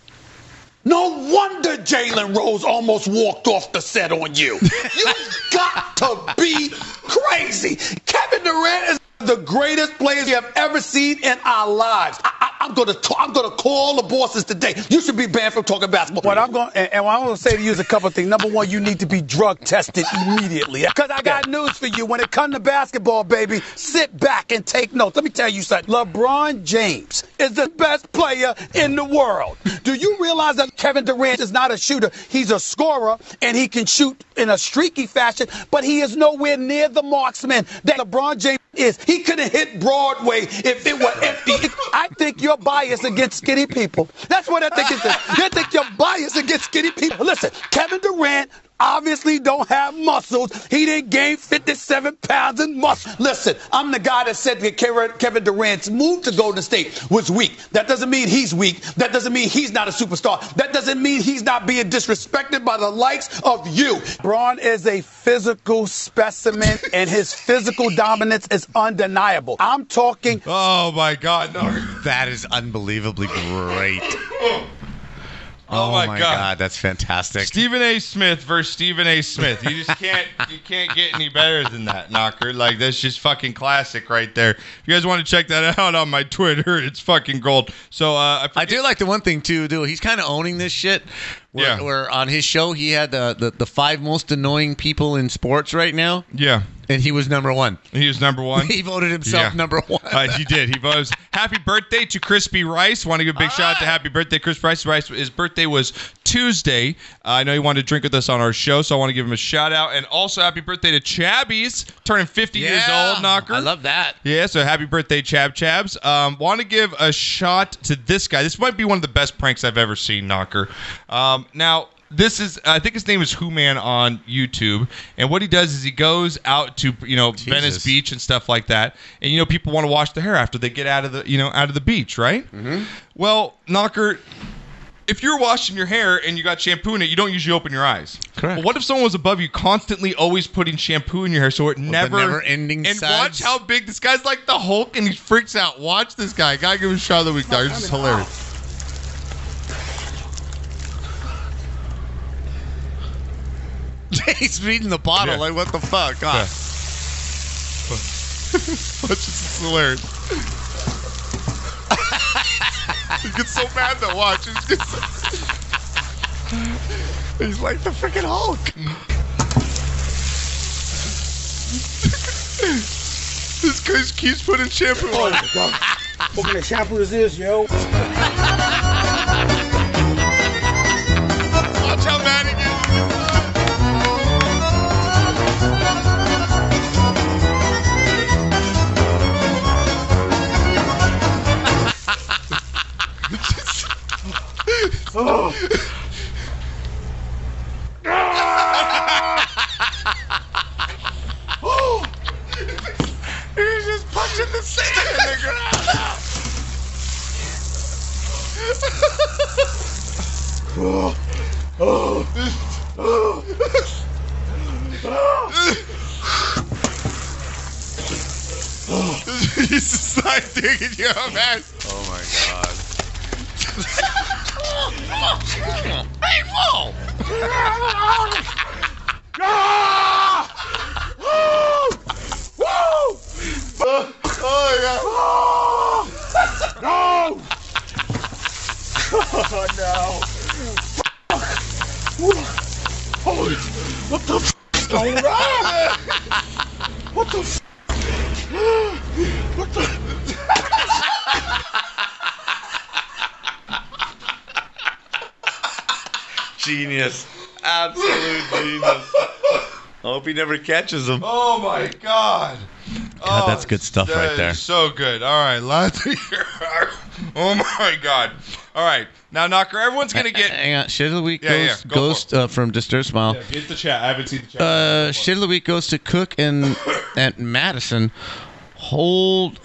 Speaker 9: No wonder Jalen Rose almost walked off the set on you. You've got to be crazy. Kevin Durant is the greatest player you have ever seen in our lives. I, I'm gonna ta- I'm gonna call the bosses today. You should be banned from talking basketball.
Speaker 10: What I'm going and, and what I'm going to say to you is a couple of things. Number one, you need to be drug tested immediately because I got news for you. When it comes to basketball, baby, sit back and take notes. Let me tell you something. LeBron James is the best player in the world. Do you realize that Kevin Durant is not a shooter? He's a scorer and he can shoot in a streaky fashion, but he is nowhere near the marksman that LeBron James is. He couldn't hit Broadway if it were empty. I think you're biased against skinny people. That's what I think it is. You think you're biased against skinny people. Listen, Kevin Durant obviously don't have muscles. He didn't gain 57 pounds in muscle. Listen, I'm the guy that said that Kevin Kevin Durant's move to Golden State was weak. That doesn't mean he's weak. That doesn't mean he's not a superstar. That doesn't mean he's not being disrespected by the likes of you. Braun is a physical specimen, and his physical dominance is undeniable. I'm talking.
Speaker 2: Oh my God, no.
Speaker 3: That is unbelievably great.
Speaker 2: Oh, my, God.
Speaker 3: that's fantastic.
Speaker 2: Stephen A. Smith versus Stephen A. Smith. You just can't you can't get any better than that, knocker. Like that's just fucking classic right there. If you guys want to check that out on my Twitter, it's fucking gold. So uh, I,
Speaker 3: I
Speaker 2: forget-
Speaker 3: do like the one thing too, dude. He's kind of owning this shit. Where,
Speaker 2: Yeah.
Speaker 3: where on his show he had the, the the five most annoying people in sports right now,
Speaker 2: Yeah,
Speaker 3: and he was number one.
Speaker 2: he was number one.
Speaker 3: He voted himself
Speaker 2: Yeah.
Speaker 3: number one.
Speaker 2: Uh, he did. He was happy birthday to Crispy Rice. Want to give a big shout out to Happy Birthday, Chris Rice. Rice. His birthday was Tuesday. Uh, I know he wanted to drink with us on our show, so I want to give him a shout out. And also, happy birthday to Chabby's, turning 50 years old, knocker.
Speaker 3: I love that.
Speaker 2: Yeah, so happy birthday, Chab Chabs. Um, Want to give a shot to this guy. This might be one of the best pranks I've ever seen, Knocker. Um, now, this is, I think his name is Who Man on YouTube. And what he does is he goes out to, you know, Venice Beach and stuff like that. And, you know, people want to wash their hair after they get out of the, you know, out of the beach, right? Mm-hmm. Well, Knocker, if you're washing your hair and you got shampoo in it, you don't usually open your eyes.
Speaker 3: Correct.
Speaker 2: But what if someone was above you, constantly always putting shampoo in your hair, so it never
Speaker 3: never-ending
Speaker 2: And
Speaker 3: suds.
Speaker 2: watch how big this guy's like the Hulk, and he freaks out. Watch this guy. Gotta give him a shot of the week, dog. This is hilarious.
Speaker 3: He's reading the bottle.
Speaker 2: Yeah.
Speaker 3: Like what the fuck? Ah. God.
Speaker 2: Watch this. This is hilarious. he gets so mad though. Watch. It's just.
Speaker 3: He's like the freaking Hulk.
Speaker 2: This guy keeps putting shampoo on.
Speaker 10: Oh, What kind of shampoo is this, yo?
Speaker 2: Watch how mad he gets.
Speaker 3: He's just punching the sand in the ground.
Speaker 2: He's just like digging you up, man.
Speaker 3: Oh my god. hey, whoa!
Speaker 6: Genius. Absolute genius. I hope he never catches him.
Speaker 2: Oh my god.
Speaker 3: God, that's good stuff
Speaker 2: Oh, that
Speaker 3: right
Speaker 2: is
Speaker 3: there.
Speaker 2: So good. All right, last year. Oh my god. All right, now Knocker, everyone's gonna get.
Speaker 3: Hang on. Shit of the week
Speaker 2: Yeah, yeah,
Speaker 3: goes,
Speaker 2: go
Speaker 3: goes uh, from Disturbed Smile.
Speaker 2: Get the chat. I haven't seen the chat.
Speaker 3: Uh, shit of the week goes to Cook and at Madison. Hold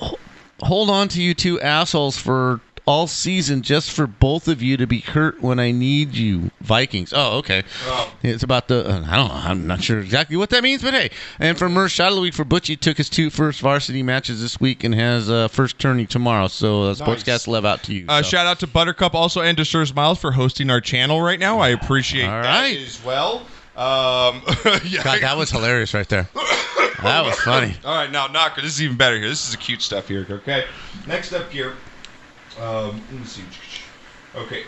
Speaker 3: hold on to you two assholes for all season, just for both of you to be hurt when I need you. Vikings. Oh, okay. It's about the uh, I don't know. I'm not sure exactly what that means, but hey. And for Mersh, shot of the week for Butchie took his two first varsity matches this week and has uh, first tourney tomorrow. So uh, sportscast love out to you.
Speaker 2: Uh,
Speaker 3: so.
Speaker 2: Shout out to Buttercup also and to Sir Miles for hosting our channel right now. I appreciate
Speaker 3: All
Speaker 2: that
Speaker 3: right.
Speaker 2: as well. Um, yeah.
Speaker 3: God, that was hilarious right there. That was funny.
Speaker 2: All right, now Knocker, this is even better here. This is the cute stuff here. Okay, next up here, Um, let me see. Okay.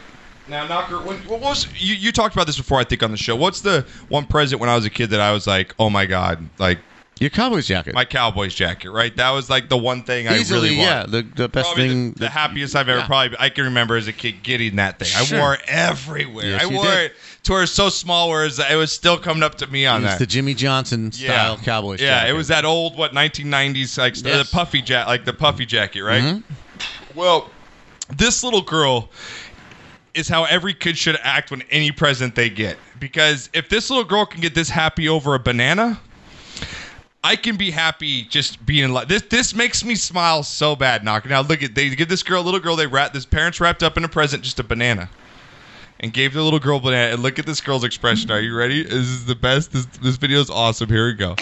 Speaker 2: Now, Knocker, when, what was you, you talked about this before? I think on the show. What's the one present when I was a kid that I was like, oh my god, like
Speaker 3: your Cowboys jacket,
Speaker 2: my Cowboys jacket, right? That was like the one thing I
Speaker 3: Easily,
Speaker 2: really
Speaker 3: yeah,
Speaker 2: wanted.
Speaker 3: the, the best
Speaker 2: Probably
Speaker 3: thing.
Speaker 2: the happiest I've ever
Speaker 3: yeah.
Speaker 2: probably I can remember as a kid getting that thing.
Speaker 3: Sure.
Speaker 2: I wore it everywhere.
Speaker 3: Yes,
Speaker 2: I
Speaker 3: you
Speaker 2: wore
Speaker 3: did.
Speaker 2: it to where it's so small, where it was still coming up to me on
Speaker 3: it's
Speaker 2: that.
Speaker 3: the Jimmy Johnson style Cowboys
Speaker 2: Yeah,
Speaker 3: jacket.
Speaker 2: it was that old what 1990s like st-
Speaker 3: Yes.
Speaker 2: the puffy jacket, like the puffy jacket, right?
Speaker 3: Mhm.
Speaker 2: Well, this little girl is how every kid should act when any present they get. Because if this little girl can get this happy over a banana, I can be happy just being like this. This makes me smile so bad, Knocker. Now look at they give this girl, little girl, they wrap this parents wrapped up in a present, just a banana, and gave the little girl banana. And look at this girl's expression. Are you ready? This is the best. This this video is awesome. Here we go.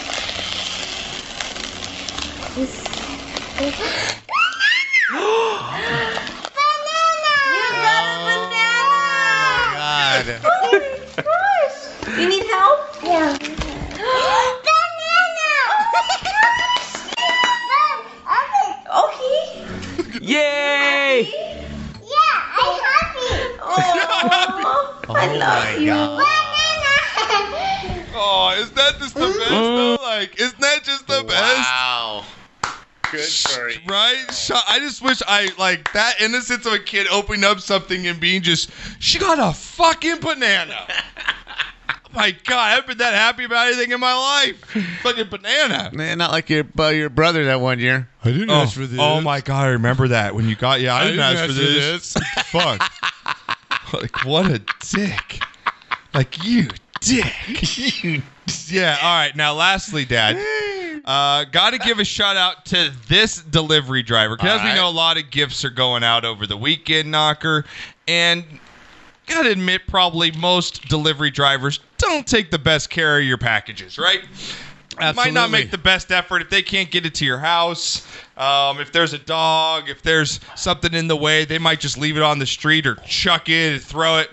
Speaker 3: God.
Speaker 2: Oh
Speaker 1: You need help? Yeah. Yay!
Speaker 2: I love you. Oh, is that just the best? Though? Like, isn't that just the best?
Speaker 3: Wow.
Speaker 11: Good for you.
Speaker 2: Right? Sh- I just wish I like that innocence of a kid opening up something and being just. She got a fucking banana. My God, I haven't been that happy about anything in my life. Fucking banana.
Speaker 3: Man, not like your bu- your brother that one year. I didn't
Speaker 2: Oh, oh my God, I remember that when you got. Yeah, I, didn't, ask, for this. Fuck. like, what a dick. Like, you dick. you Yeah, all right. Now, lastly, Dad, uh, got to give a shout out to this delivery driver because we know a lot of gifts are going out over the weekend, Knocker. And got to admit, probably most delivery drivers don't take the best care of your packages, right? Might not
Speaker 3: Absolutely.
Speaker 2: make the best effort if they can't get it to your house. Um, if there's a dog, if there's something in the way, they might just leave it on the street or chuck it and throw it.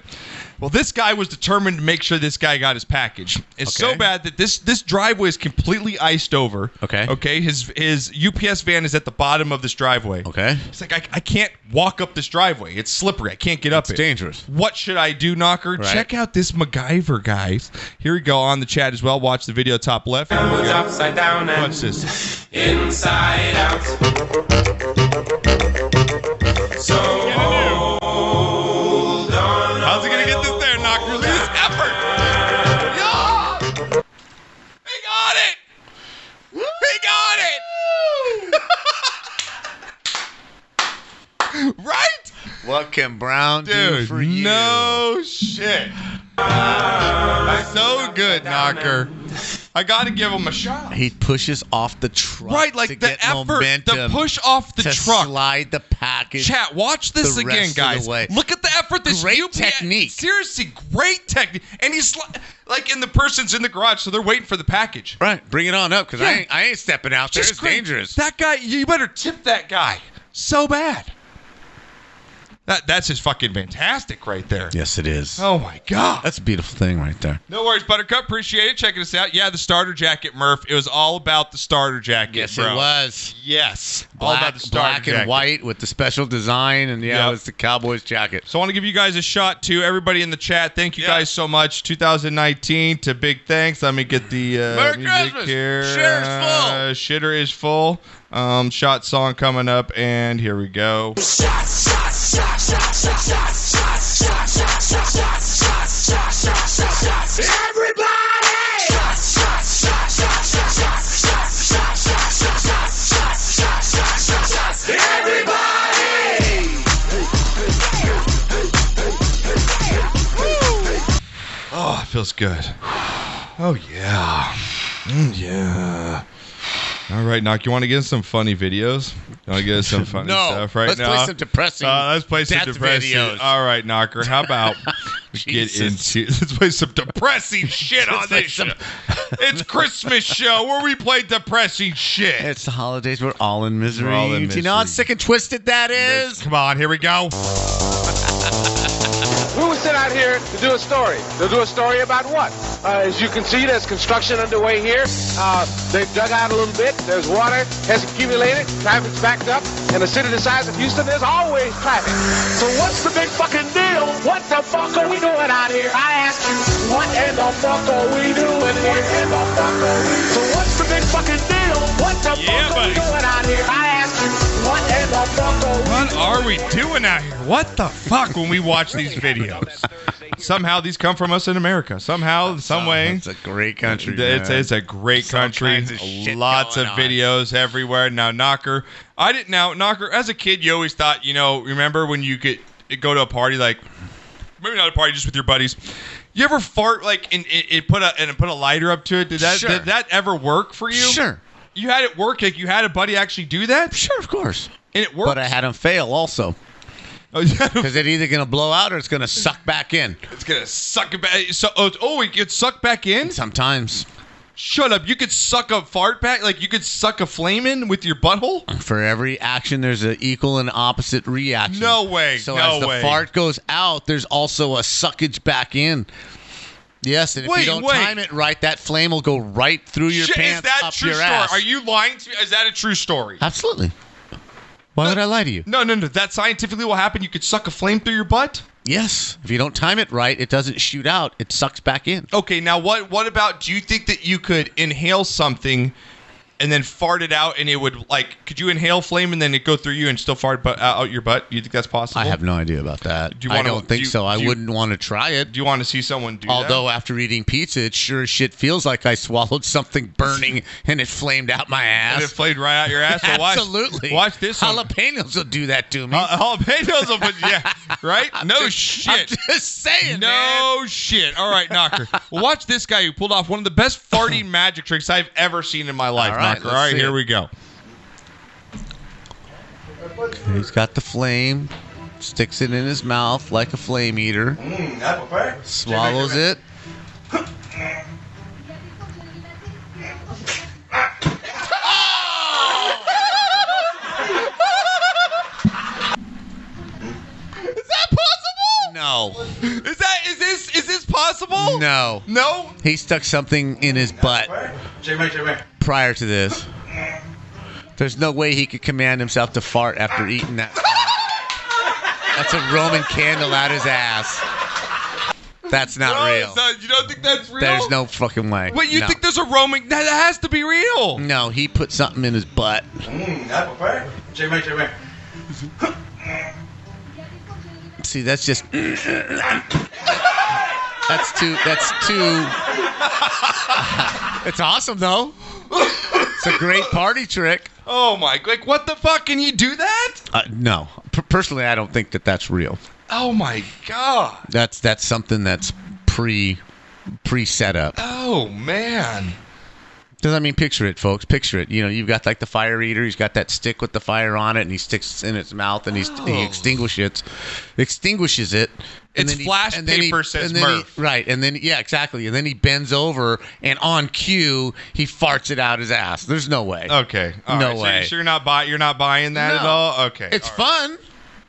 Speaker 2: Well, this guy was determined to make sure this guy got his package. It's so bad that this this driveway is completely iced over.
Speaker 3: Okay.
Speaker 2: Okay. His his UPS van is at the bottom of this driveway.
Speaker 3: Okay.
Speaker 2: It's like I, I can't walk up this driveway. It's slippery. I can't get up
Speaker 3: It's
Speaker 2: it.
Speaker 3: dangerous.
Speaker 2: What should I do, Knocker?
Speaker 3: Right.
Speaker 2: Check out this MacGyver guy. Here we go on the chat as well. Watch the video top left.
Speaker 1: upside down and
Speaker 2: Watch this.
Speaker 1: inside out. So hold on.
Speaker 2: How's he gonna get this there, Knocker? Look at this effort. Yeah! He got it. He got it. right?
Speaker 3: What can Brown do
Speaker 2: Dude,
Speaker 3: for you?
Speaker 2: no shit. So good, Knocker. I got to give him a shot.
Speaker 3: He pushes off the truck.
Speaker 2: Right, like
Speaker 3: to
Speaker 2: the
Speaker 3: get
Speaker 2: effort, the
Speaker 3: momentum
Speaker 2: push off the
Speaker 3: to
Speaker 2: truck.
Speaker 3: slide the package.
Speaker 2: Chat, watch this
Speaker 3: the
Speaker 2: again,
Speaker 3: rest of the
Speaker 2: guys.
Speaker 3: way.
Speaker 2: Look at the effort this
Speaker 3: Great
Speaker 2: UPS
Speaker 3: technique.
Speaker 2: Seriously, great technique. And he's sli- like, in the person's in the garage, so they're waiting for the package.
Speaker 3: Right, bring it on up because I,
Speaker 2: Yeah.
Speaker 3: ain't, I ain't stepping out there. It's
Speaker 2: great.
Speaker 3: dangerous.
Speaker 2: That guy, you better tip that guy so bad. That that's just fucking fantastic right there.
Speaker 3: yes, it is.
Speaker 2: Oh my god.
Speaker 3: That's a beautiful thing right there.
Speaker 2: No worries, Buttercup. Appreciate it. Checking us out. Yeah, the starter jacket, Murph. It was all about the starter jacket,
Speaker 3: Yes,
Speaker 2: bro.
Speaker 3: it was.
Speaker 2: Yes, all
Speaker 3: Black,
Speaker 2: about the starter
Speaker 3: black
Speaker 2: jacket.
Speaker 3: and white with the special design, and yeah,
Speaker 2: Yep.
Speaker 3: it was the Cowboys jacket.
Speaker 2: So I want to give you guys a shot too. Everybody in the chat, thank you guys so much. 2019 to big thanks. Let me get the uh,
Speaker 3: Merry
Speaker 2: music
Speaker 3: Christmas.
Speaker 2: here.
Speaker 3: Shitter's full.
Speaker 2: Uh, shitter is full. Um, shot song coming up, and here we go. Oh, it feels good. Oh yeah, Mm, yeah. All right, knock. You want to get some funny videos? You want to get some funny
Speaker 3: No,
Speaker 2: stuff right
Speaker 3: let's
Speaker 2: now?
Speaker 3: play some depressing.
Speaker 2: Uh, let's play some
Speaker 3: death
Speaker 2: depressing.
Speaker 3: videos.
Speaker 2: All right, Knocker. How about we get
Speaker 3: Jesus.
Speaker 2: into let's play some depressing shit on
Speaker 3: Let's play
Speaker 2: this
Speaker 3: some-
Speaker 2: show. It's Christmas show where we play depressing shit.
Speaker 3: It's the holidays. We're all in misery.
Speaker 2: all in
Speaker 3: Do you know how
Speaker 2: misery.
Speaker 3: sick and twisted that is?
Speaker 2: Come on, here we go.
Speaker 11: We were sent out here to do a story. To do a story about what?
Speaker 12: Uh, as you can see, there's construction underway here. Uh, they've dug out a little bit. There's water has accumulated. Traffic's backed up. In a city the size of Houston, there's always traffic. So what's the big fucking deal? What the fuck are we doing out here? I ask you, what in the fuck are we doing here? What in the fuck are we So what's the big fucking deal? What the fuck are we doing out here? I ask you, what in the fuck are we
Speaker 2: What are we doing out here? What the fuck when we watch these videos? Somehow these come from us in America. Somehow, some way. It's
Speaker 3: a great country.
Speaker 2: It's,
Speaker 3: man.
Speaker 2: it's a great country.
Speaker 3: kinds of shit
Speaker 2: Lots of
Speaker 3: going on.
Speaker 2: videos everywhere. Now, Knocker, I didn't. Now, Knocker, as a kid, you always thought, you know, remember when you could go to a party, like maybe not a party, just with your buddies. You ever fart like and it, it put a and put a lighter up to it? Did that
Speaker 3: Sure.
Speaker 2: did that ever work for you?
Speaker 3: Sure.
Speaker 2: You had it work. Like you had a buddy actually do that.
Speaker 3: Sure, of course.
Speaker 2: And it worked. Oh,
Speaker 3: But I had them fail also. Because it's either going to blow out or it's going to suck back in.
Speaker 2: It's gonna suck it back. So, oh, it's- oh, it gets sucked back in.
Speaker 3: Sometimes.
Speaker 2: Shut up! You could suck a fart back, like you could suck a flame in with your butthole.
Speaker 3: For every action, there's an equal and opposite reaction.
Speaker 2: No way!
Speaker 3: So
Speaker 2: no
Speaker 3: as the
Speaker 2: way!
Speaker 3: fart goes out, there's also a suckage back in. Yes, and if
Speaker 2: Wait,
Speaker 3: you don't
Speaker 2: wait.
Speaker 3: time it right, that flame will go right through your
Speaker 2: Shit,
Speaker 3: pants
Speaker 2: is that
Speaker 3: up
Speaker 2: true
Speaker 3: your
Speaker 2: story?
Speaker 3: ass.
Speaker 2: Are you lying to me? Is that a true story?
Speaker 3: Absolutely. Why would I lie to you?
Speaker 2: No, no, no. That scientifically will happen. You could suck a flame through your butt.
Speaker 3: Yes. If you don't time it right, it doesn't shoot out. It sucks back in.
Speaker 2: Okay, now what? What about? Do you think that you could inhale something and then fart it out, and it would like? Could you inhale flame and then it go through you and still fart but uh, out your butt? You think that's possible?
Speaker 3: I have no idea about that.
Speaker 2: Do you
Speaker 3: I
Speaker 2: wanna-
Speaker 3: don't think
Speaker 2: do you-
Speaker 3: so. I
Speaker 2: do you-
Speaker 3: wouldn't want to try it.
Speaker 2: Do you want to see someone do that?
Speaker 3: Although after eating pizza, it sure as shit feels like I swallowed something burning and it flamed out my ass.
Speaker 2: And it flamed right out your ass. So watch-
Speaker 3: Absolutely.
Speaker 2: watch this one.
Speaker 3: Jalapenos will do that to me.
Speaker 2: Uh, jalapenos will put yeah, right? No shit.
Speaker 3: I'm just saying.
Speaker 2: No shit. All right, Knocker. Well, watch this guy who pulled off one of the best farting magic tricks I've ever seen in my life,
Speaker 3: All right,
Speaker 2: Knocker. All
Speaker 3: let's
Speaker 2: right,
Speaker 3: see
Speaker 2: here
Speaker 3: it.
Speaker 2: we go.
Speaker 3: He's got the flame, sticks it in his mouth like a flame eater,
Speaker 1: apple pie.
Speaker 3: swallows it.
Speaker 2: Is that possible?
Speaker 3: No.
Speaker 2: Is that is this is this possible?
Speaker 3: No.
Speaker 2: No.
Speaker 3: He stuck something in his butt
Speaker 2: J-Mac, J-Mac.
Speaker 3: prior to this. There's no way he could command himself to fart after eating that. That's a Roman candle out his ass. That's not
Speaker 2: No,
Speaker 3: real.
Speaker 2: it's not- you don't think that's real?
Speaker 3: There's no fucking way.
Speaker 2: Wait, you
Speaker 3: No. Mm.
Speaker 2: think there's a Roman? That has to be real.
Speaker 3: No, he put something in his butt.
Speaker 2: Mm,
Speaker 1: apple pie. J-Mac, J-Mac.
Speaker 3: See, that's just that's too that's too. it's awesome though. It's a great party trick.
Speaker 2: Oh my! Like, what the fuck? Can you do that?
Speaker 3: Uh, no, P- personally, I don't think that that's real.
Speaker 2: Oh my god!
Speaker 3: That's that's something that's pre pre setup.
Speaker 2: Oh man!
Speaker 3: Does I mean picture it, folks? Picture it. You know, you've got like the fire eater. He's got that stick with the fire on it, and he sticks it in his mouth, and he's, he
Speaker 2: Oh.
Speaker 3: extinguishes it. Extinguishes it. and
Speaker 2: It's
Speaker 3: then he-
Speaker 2: flash
Speaker 3: and then he-
Speaker 2: paper, says
Speaker 3: and then he-
Speaker 2: Murph.
Speaker 3: right, and then yeah, exactly. And then he bends over, and on cue, he farts it out his ass. There's no way.
Speaker 2: Okay. All
Speaker 3: no
Speaker 2: right, So
Speaker 3: way.
Speaker 2: you're, so you're not buy, you're not buying that at
Speaker 3: No.
Speaker 2: all. Okay.
Speaker 3: it's
Speaker 2: all right.
Speaker 3: fun,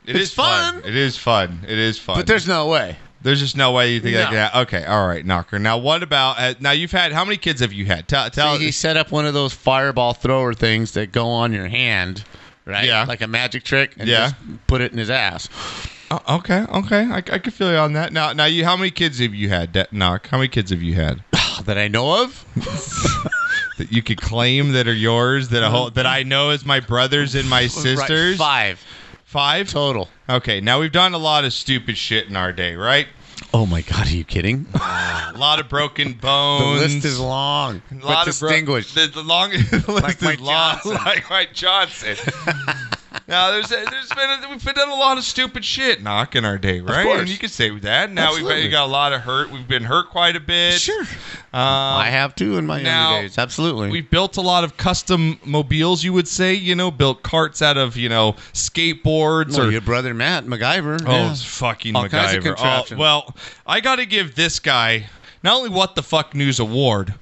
Speaker 2: It
Speaker 3: it's
Speaker 2: is fun. It is fun. It is fun.
Speaker 3: but there's no way.
Speaker 2: there's just no way you think like
Speaker 3: No.
Speaker 2: that. Okay. All right, Knocker. Now what about uh, now? You've had how many kids have you had? Tell tell.
Speaker 3: he set up one of those fireball thrower things that go on your hand, right?
Speaker 2: Yeah.
Speaker 3: Like a magic trick. And
Speaker 2: Yeah.
Speaker 3: Just put it in his ass.
Speaker 2: Oh, okay. Okay. I, I can feel you on that. Now now you how many kids have you had? De- Knock. How many kids have you had
Speaker 3: that I know of?
Speaker 2: that you could claim that are yours that a whole, that I know as my brothers and my sisters.
Speaker 3: Right, five.
Speaker 2: Five
Speaker 3: total.
Speaker 2: Okay. Now we've done a lot of stupid shit in our day, right?
Speaker 3: Oh my god, are you kidding?
Speaker 2: A lot of broken
Speaker 3: The
Speaker 2: bones.
Speaker 3: list is long.
Speaker 2: A
Speaker 3: but
Speaker 2: lot of bro-
Speaker 3: distinguished.
Speaker 2: the, the long the list
Speaker 3: Like
Speaker 2: is
Speaker 3: Mike
Speaker 2: long,
Speaker 3: Johnson.
Speaker 2: like Mike Johnson. now there's there's been a, we've been done a lot of stupid shit knock in our day, right?
Speaker 3: course.
Speaker 2: And you could say that. Now
Speaker 3: Absolutely.
Speaker 2: we've got a lot of hurt. We've been hurt quite a bit. Sure.
Speaker 3: I have two in my
Speaker 2: now,
Speaker 3: younger days. Absolutely.
Speaker 2: We've built a lot of custom mobiles, you would say. You know, built carts out of you know skateboards
Speaker 3: Well,
Speaker 2: or
Speaker 3: your brother Matt MacGyver.
Speaker 2: Oh,
Speaker 3: Oh, yeah.
Speaker 2: it's fucking
Speaker 3: All
Speaker 2: MacGyver.
Speaker 3: kinds of
Speaker 2: Oh,
Speaker 3: contraptions.
Speaker 2: well, I got to give this guy not only what the fuck news award,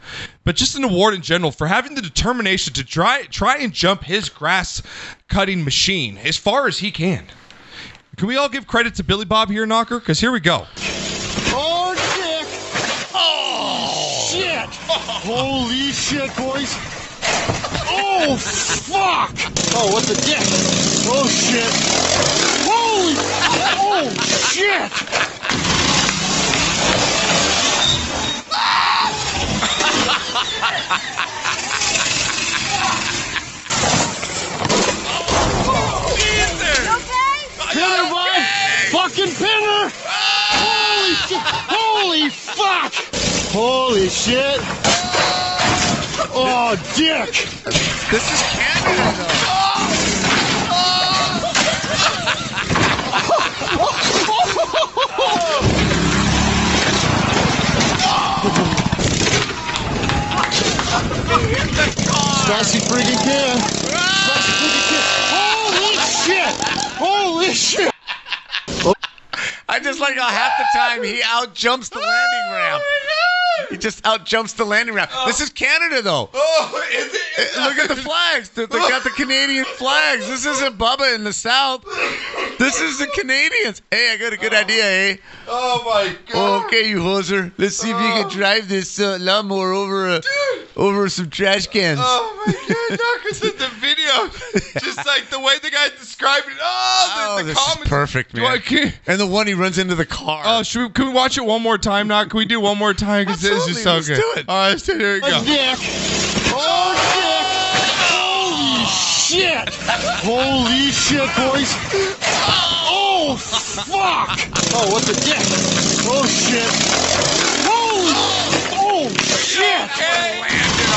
Speaker 2: but just an award in general for having the determination to try try and jump his grass cutting machine as far as he can. Can we all give credit to Billy Bob here, Knocker? Because here we go.
Speaker 1: Oh, dick. Oh. Holy shit, boys! Oh fuck! Oh, what's a dick? Oh shit! Holy! Oh shit! Pinner, bud! Fucking pinner! Holy shit! Holy fuck! Holy shit! Oh, dick! This is Canada, though. Sassy freaking can. Sassy freaking can. Holy shit! Holy shit!
Speaker 3: I just like how half the time he out jumps the landing
Speaker 2: Oh,
Speaker 3: ramp. He just out jumps the landing ramp. This is Canada, though.
Speaker 2: Oh, is
Speaker 3: Uh, Look at the flags. They they got the Canadian flags. This isn't Bubba in the South. This is the Canadians. Hey, I got a good idea, eh?
Speaker 2: Oh my Oh.
Speaker 3: god. Okay, you hoser. Let's see if you can drive this uh, lawnmower over uh, over some trash cans.
Speaker 2: Oh my god, Knocker's in the video. Just like the way the guy described it. Oh, the, the
Speaker 3: this is
Speaker 2: comments.
Speaker 3: perfect, man. and the one he runs into the car.
Speaker 2: Oh, should we, can we watch it one more time, Knock? Can we do one more time? Because this is so
Speaker 3: Absolutely,
Speaker 2: good.
Speaker 3: let's do it.
Speaker 2: All right, let's do it. Here we go.
Speaker 1: A dick. Oh, dick. Holy shit. Holy shit, boys. Oh, fuck. Oh, what's a dick? Oh, shit. Holy. Oh, shit.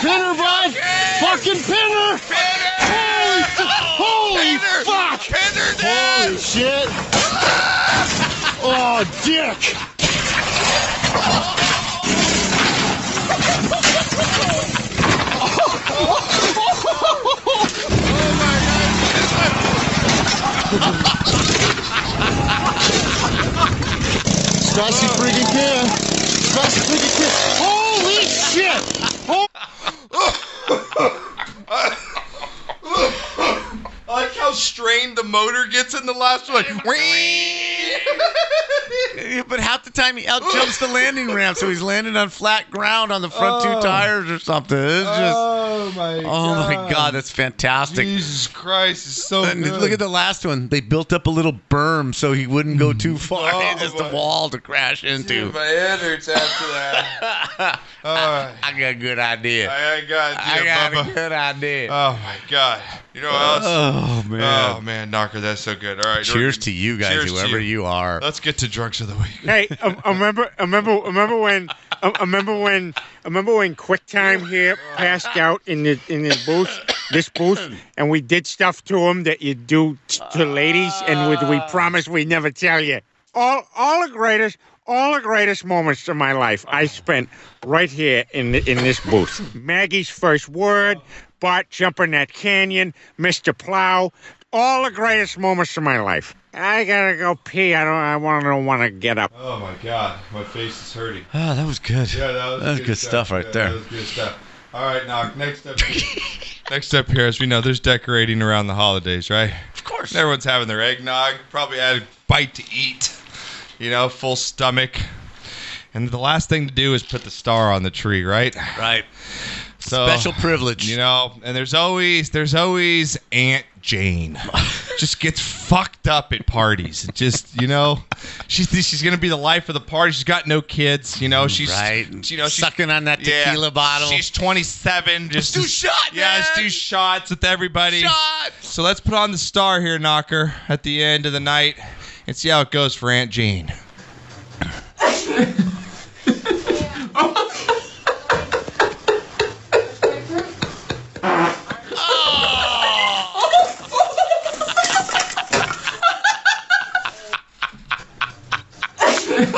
Speaker 1: Pinner, bud! Fucking pinner! Holy, holy fuck! Holy shit! oh, dick! Sassy freaking can! Sassy freaking can! Holy shit! Oh-
Speaker 2: I like how strained the motor gets in the last one.
Speaker 3: Yeah, But half the time he out jumps the landing ramp, so he's landing on flat ground on the front
Speaker 2: Oh.
Speaker 3: two tires or something. It's just,
Speaker 2: oh my
Speaker 3: oh my god, that's fantastic.
Speaker 2: Jesus Christ, it's so
Speaker 3: And
Speaker 2: good.
Speaker 3: look at the last one. They built up a little berm so he wouldn't go too far.
Speaker 2: Oh,
Speaker 3: just
Speaker 2: my-
Speaker 3: a wall to crash into.
Speaker 2: Dude, my head hurts after that. All right.
Speaker 3: I got a good idea.
Speaker 2: I, I got,
Speaker 3: I
Speaker 2: yeah,
Speaker 3: got a
Speaker 2: Bubba.
Speaker 3: good idea.
Speaker 2: Oh my god! You know what else?
Speaker 3: Oh, man.
Speaker 2: Oh man, Knocker, that's so good. All right.
Speaker 3: Cheers to you guys,
Speaker 2: Cheers to
Speaker 3: whoever
Speaker 2: you.
Speaker 3: you. are.
Speaker 2: Let's get to drugs of the week.
Speaker 11: hey, I, I remember, I remember, I remember when, I, I remember when, I remember when QuickTime here passed out in the in the booth, this booth, and we did stuff to him that you do t- to ladies, and with
Speaker 3: Ah.
Speaker 11: we promise we never tell you. All, all the greatest, all the greatest moments of my life
Speaker 3: Uh-huh.
Speaker 11: I spent right here in the, in this booth. Maggie's first word, Bart jumping that canyon, Mister Plow, all the greatest moments of my life. I gotta go pee. I don't. I want to want to get up.
Speaker 2: Oh my god, my face is hurting.
Speaker 3: Oh, that was good.
Speaker 2: Yeah, that was,
Speaker 3: good, stuff, right
Speaker 2: Yeah,
Speaker 3: there.
Speaker 2: That was good stuff. All right, knock. Next up. Next up here, as we know, there's decorating around the holidays, right? Of course. Everyone's having their eggnog. Probably had a bite to eat. You know, full stomach. And the last thing to do is put the star on the tree, right?
Speaker 3: Right.
Speaker 2: So
Speaker 3: Special privilege.
Speaker 2: You know, and there's always there's always Aunt Jane. just gets fucked up at parties. It just you know, she's she's gonna be the life of the party. She's got no kids. You know, she's
Speaker 3: Right.
Speaker 2: You know, she's,
Speaker 3: Sucking on that
Speaker 2: Yeah.
Speaker 3: tequila bottle.
Speaker 2: She's 27. Just
Speaker 3: do shot,
Speaker 2: Yeah, let's
Speaker 3: man.
Speaker 2: do shots with everybody.
Speaker 3: Shot.
Speaker 2: So let's put on the star here, Knocker, at the end of the night, and see how it goes for Aunt Jane.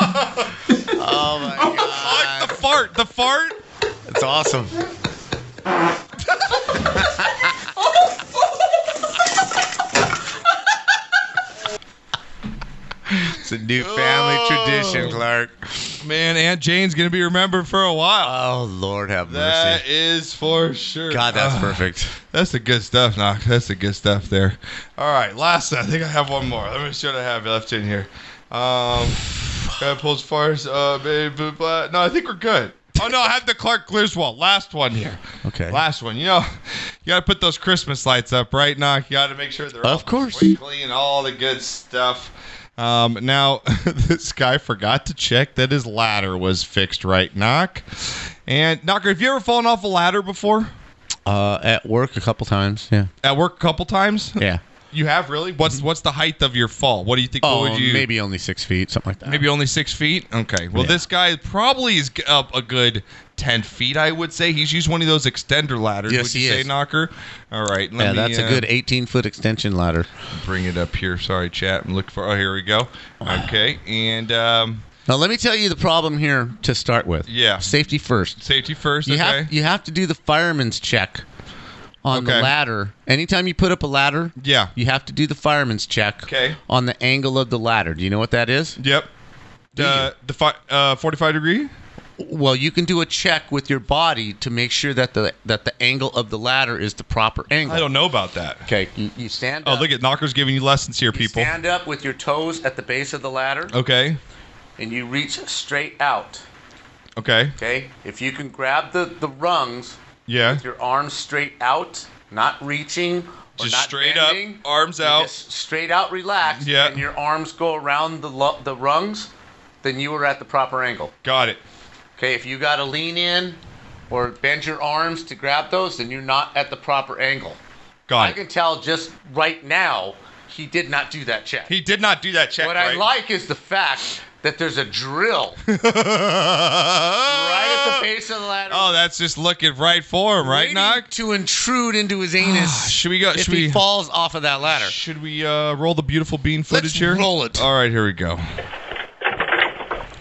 Speaker 3: Oh my god.
Speaker 2: The fart, the fart.
Speaker 3: That's
Speaker 2: Oh.
Speaker 3: awesome.
Speaker 2: Oh.
Speaker 3: it's a new family tradition, Clark.
Speaker 2: Man, Aunt Jane's gonna be remembered for a while.
Speaker 3: Oh Lord, have
Speaker 2: That is for sure.
Speaker 3: God, that's
Speaker 2: Ah,
Speaker 3: perfect.
Speaker 2: That's the good stuff, Knox. That's the good stuff there. All right, last. I think I have one more. Let me see what I have left in here. Um, guy pulls fires. Uh, baby, blah, blah. no, I think we're good. Oh no, I have the Clark Griswold. Last one here.
Speaker 3: Okay.
Speaker 2: Last one. You know, you gotta put those Christmas lights up, right, Knock? You gotta make sure they're
Speaker 3: Of
Speaker 2: all
Speaker 3: course.
Speaker 2: twinkly and all the good stuff. Um, now, this guy forgot to check that his ladder was fixed right, Knock. And Knocker, have you ever fallen off a ladder before?
Speaker 3: Uh, at work a couple times. Yeah.
Speaker 2: At work a couple times?
Speaker 3: Yeah.
Speaker 2: You have really? What's what's the height of your fall? What do you think? what
Speaker 3: Oh,
Speaker 2: would you,
Speaker 3: Mm-hmm. maybe only six feet, something like that.
Speaker 2: Maybe only six feet. Okay. Well,
Speaker 3: Yeah.
Speaker 2: this guy probably is g- up a good ten feet. I would say he's used one of those extender ladders.
Speaker 3: Yes,
Speaker 2: would you
Speaker 3: he
Speaker 2: say,
Speaker 3: is.
Speaker 2: Knocker? All right. let
Speaker 3: yeah,
Speaker 2: me,
Speaker 3: that's
Speaker 2: uh,
Speaker 3: a good 18 foot extension ladder.
Speaker 2: Bring it up here. Sorry, chat. I'm looking for. Oh, here we go. Okay. And um,
Speaker 3: Now let me tell you the problem here to start with.
Speaker 2: Yeah.
Speaker 3: Safety first.
Speaker 2: safety first.
Speaker 3: You
Speaker 2: okay.
Speaker 3: have you have to do the fireman's check on the
Speaker 2: Okay.
Speaker 3: ladder. Anytime you put up a ladder,
Speaker 2: yeah,
Speaker 3: you have to do the fireman's check
Speaker 2: Okay.
Speaker 3: on the angle of the ladder. Do you know what that is?
Speaker 2: Yep. The the fi- uh, 45 degree.
Speaker 3: Well, you can do a check with your body to make sure that the that the angle of the ladder is the proper angle.
Speaker 2: I don't know about that.
Speaker 3: Okay. You, you stand
Speaker 2: Oh,
Speaker 3: up.
Speaker 2: look at Knocker's giving you lessons here, people. Oh.
Speaker 3: Stand up with your toes at the base of the ladder
Speaker 2: Okay.
Speaker 3: and you reach straight out.
Speaker 2: Okay.
Speaker 3: Okay? If you can grab the, the rungs
Speaker 2: Yeah.
Speaker 3: with your arms straight out, not reaching, or
Speaker 2: Just
Speaker 3: not
Speaker 2: straight
Speaker 3: bending,
Speaker 2: up, arms
Speaker 3: you
Speaker 2: out.
Speaker 3: just straight out, relaxed,
Speaker 2: Yeah.
Speaker 3: and your arms go around the lo- the rungs, then you are at the proper angle.
Speaker 2: Got it.
Speaker 3: Okay, if you got to lean in or bend your arms to grab those, then you're not at the proper angle.
Speaker 2: Got
Speaker 3: I
Speaker 2: it.
Speaker 3: can tell just right now he did not do that check.
Speaker 2: He did not do that check.
Speaker 3: what I
Speaker 2: right?
Speaker 3: like is the fact that there's a drill right at the base of the ladder.
Speaker 2: Oh, that's just looking right for him, right,
Speaker 3: waiting
Speaker 2: Knock?
Speaker 3: to intrude into his anus.
Speaker 2: Should we go?
Speaker 3: if
Speaker 2: Should
Speaker 3: he
Speaker 2: we?
Speaker 3: falls off of that ladder.
Speaker 2: Should we uh, roll the beautiful bean footage here?
Speaker 3: roll it.
Speaker 2: All right, here we go.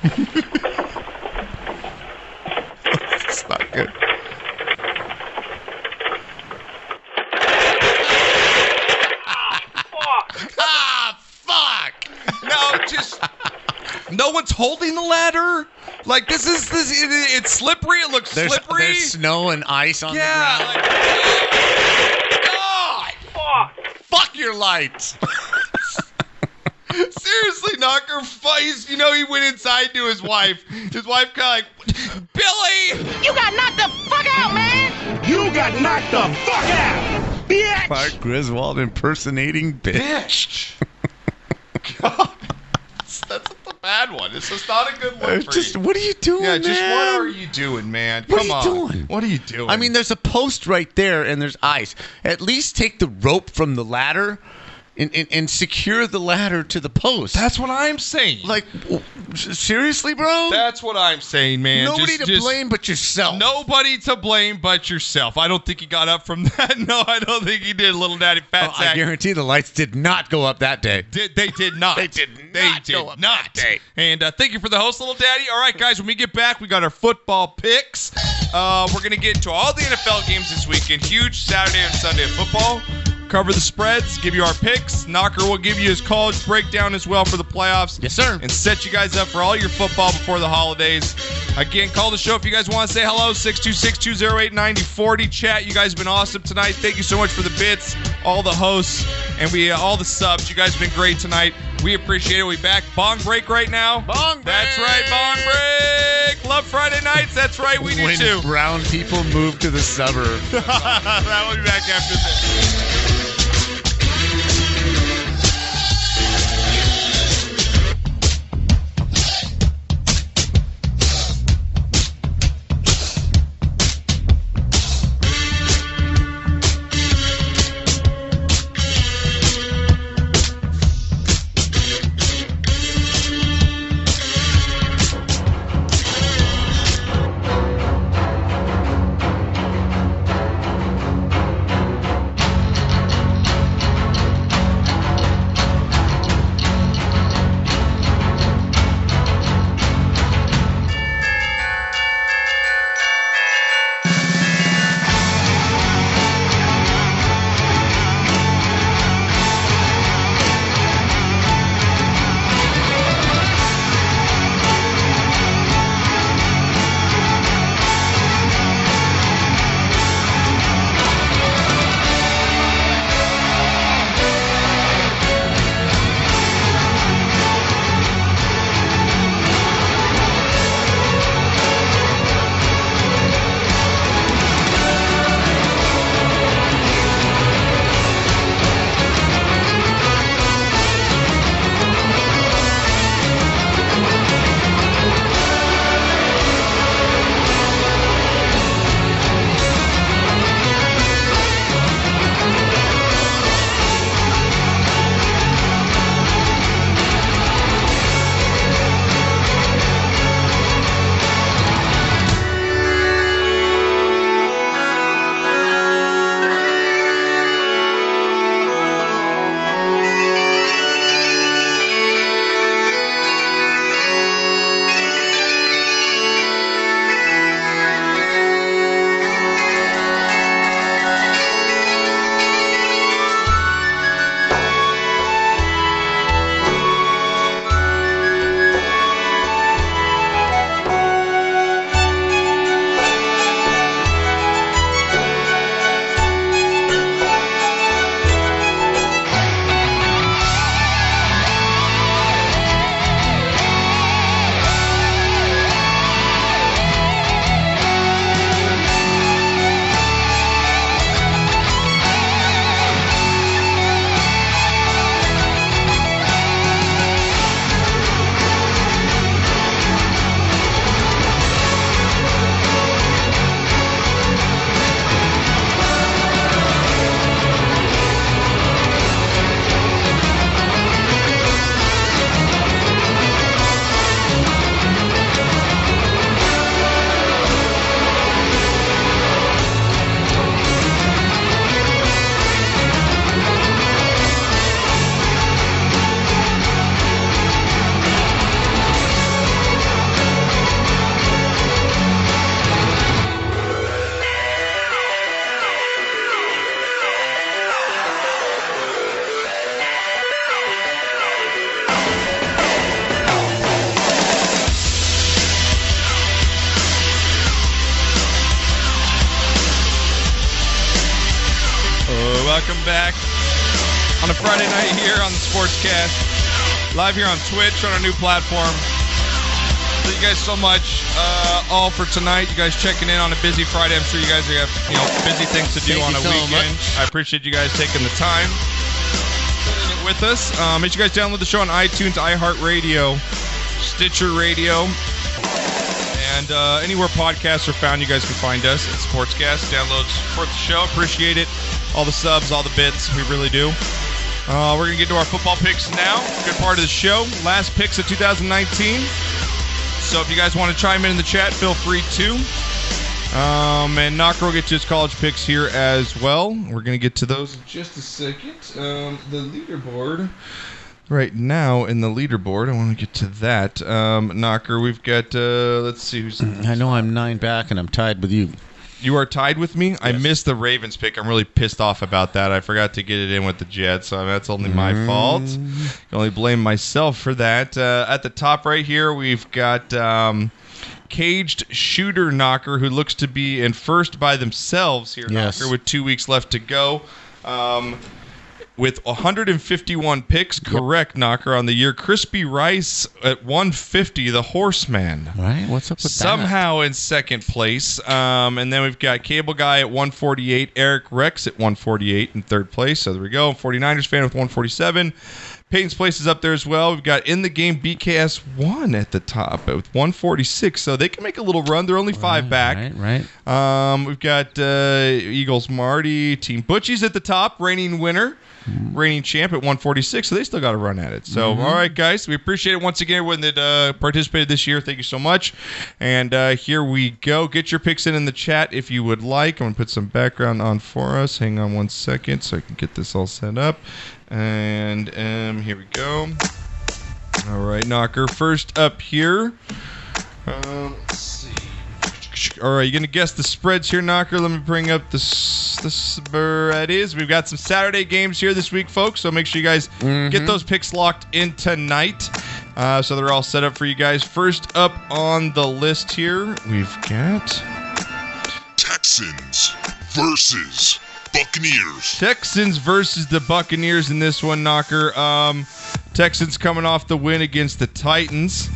Speaker 2: it's not good.
Speaker 3: Ah, fuck!
Speaker 2: No, just no one's holding the ladder. Like this is this. It, it's slippery. It looks
Speaker 3: There's,
Speaker 2: slippery.
Speaker 3: there's snow and ice on
Speaker 2: yeah.
Speaker 3: the ground.
Speaker 2: like-
Speaker 3: God! Fuck your lights!
Speaker 2: Seriously, Knocker, fu- he's, you know, he went inside to his wife. His wife kind of like, Billy!
Speaker 1: You got knocked the fuck out, man! You got knocked the fuck out! Bitch!
Speaker 3: Mark Griswold impersonating
Speaker 2: Bitch! That's, that's a bad one. This is not a good one for
Speaker 3: Just
Speaker 2: you.
Speaker 3: what are you doing,
Speaker 2: Yeah, just
Speaker 3: man?
Speaker 2: what are you doing, man?
Speaker 3: What
Speaker 2: Come
Speaker 3: are
Speaker 2: on.
Speaker 3: you doing?
Speaker 2: What are you doing?
Speaker 3: I mean, there's a post right there, and there's ice. At least take the rope from the ladder, and, and, and secure the ladder to the post.
Speaker 2: that's what I'm saying.
Speaker 3: like, w- s- seriously, bro?
Speaker 2: that's what I'm saying, man.
Speaker 3: Nobody
Speaker 2: Just-
Speaker 3: to
Speaker 2: just-
Speaker 3: blame but yourself.
Speaker 2: Nobody to blame but yourself. I don't think he got up from that. No, I don't think he did, little daddy fat
Speaker 3: Oh, I
Speaker 2: sack.
Speaker 3: guarantee the lights did not go up that day.
Speaker 2: Did, they did not.
Speaker 3: They did
Speaker 2: They
Speaker 3: not
Speaker 2: did
Speaker 3: go up
Speaker 2: not.
Speaker 3: that day.
Speaker 2: And uh, thank you for the host, little daddy. All right, guys, when we get back, we got our football picks. Uh, we're gonna get into all the NFL games this weekend. Huge Saturday and Sunday of football. Cover the spreads. Give you our picks. Knocker will give you his college breakdown as well for the playoffs.
Speaker 3: Yes, sir.
Speaker 2: And set you guys up for all your football before the holidays. Again, call the show if you guys want to say hello. 626 208 9040. Chat, you guys have been awesome tonight. Thank you so much for the bits, all the hosts, and we uh, all the subs. You guys have been great tonight. We appreciate it. We back. Bong break right now.
Speaker 3: Bong
Speaker 2: That's
Speaker 3: break.
Speaker 2: right, bong break. Love Friday nights. That's right, we do
Speaker 3: when
Speaker 2: too.
Speaker 3: brown people move to the suburb.
Speaker 2: that will be back after this. Welcome back on a Friday night here on the Sportscast, live here on Twitch on our new platform. Thank you guys so much, uh, all for tonight. You guys checking in on a busy Friday. I'm sure you guys have you know busy things to do
Speaker 3: Thank
Speaker 2: on
Speaker 3: you
Speaker 2: a
Speaker 3: so
Speaker 2: weekend. I appreciate you guys taking the time spending it with us. Um, make sure you guys download the show on iTunes, iHeartRadio, Stitcher Radio, and uh, anywhere podcasts are found, you guys can find us at Sportscast. Download, support the show. Appreciate it. All the subs, all the bits. We really do. Uh, we're going to get to our football picks now. Good part of the show. Last picks of 2019. So if you guys want to chime in in the chat, feel free to. Um, and Knocker will get to his college picks here as well. We're going to get to those in just a second. Um, the leaderboard. Right now in the leaderboard, I want to get to that. Um, Knocker, we've got. Uh, let's see who's.
Speaker 3: I know I'm nine back and I'm tied with you.
Speaker 2: You are tied with me. I missed the Ravens pick. I'm really pissed off about that. I forgot to get it in with the Jets, so that's only my fault. Can only blame myself for that. Uh, at the top right here, we've got um, Caged Shooter Knocker, who looks to be in first by themselves here,
Speaker 3: Yes.
Speaker 2: Knocker, with two weeks left to go. Um, with 151 picks, correct, Knocker, on the year. Crispy Rice at 150, the Horseman.
Speaker 3: Right? What's up with that?
Speaker 2: Somehow in second place. Um, and then we've got Cable Guy at 148, Eric Rex at 148 in third place. So there we go. 49ers fan with 147. Peyton's place is up there as well. We've got in the game BKS1 at the top with 146. So they can make a little run. They're only five back.
Speaker 3: Right?
Speaker 2: Um, we've got uh, Eagles Marty, Team Butchie's at the top, reigning winner, reigning champ at 146. So they still got to run at it. So
Speaker 3: Mhm.
Speaker 2: all right, guys, we appreciate it once again everyone that uh, participated this year. Thank you so much. And uh, here we go. Get your picks in in the chat if you would like. I'm gonna put some background on for us. Hang on one second so I can get this all set up. And um, here we go. All right, Knocker. First up here. Um, let's see. All right, you gonna guess the spreads here, Knocker? Let me bring up the s- the spread is. We've got some Saturday games here this week, folks. So make sure you guys get those picks locked in tonight. Uh, so they're all set up for you guys. First up on the list here, we've got
Speaker 5: Texans versus Buccaneers.
Speaker 2: Texans versus the Buccaneers in this one, Knocker. Um, Texans coming off the win against the Titans.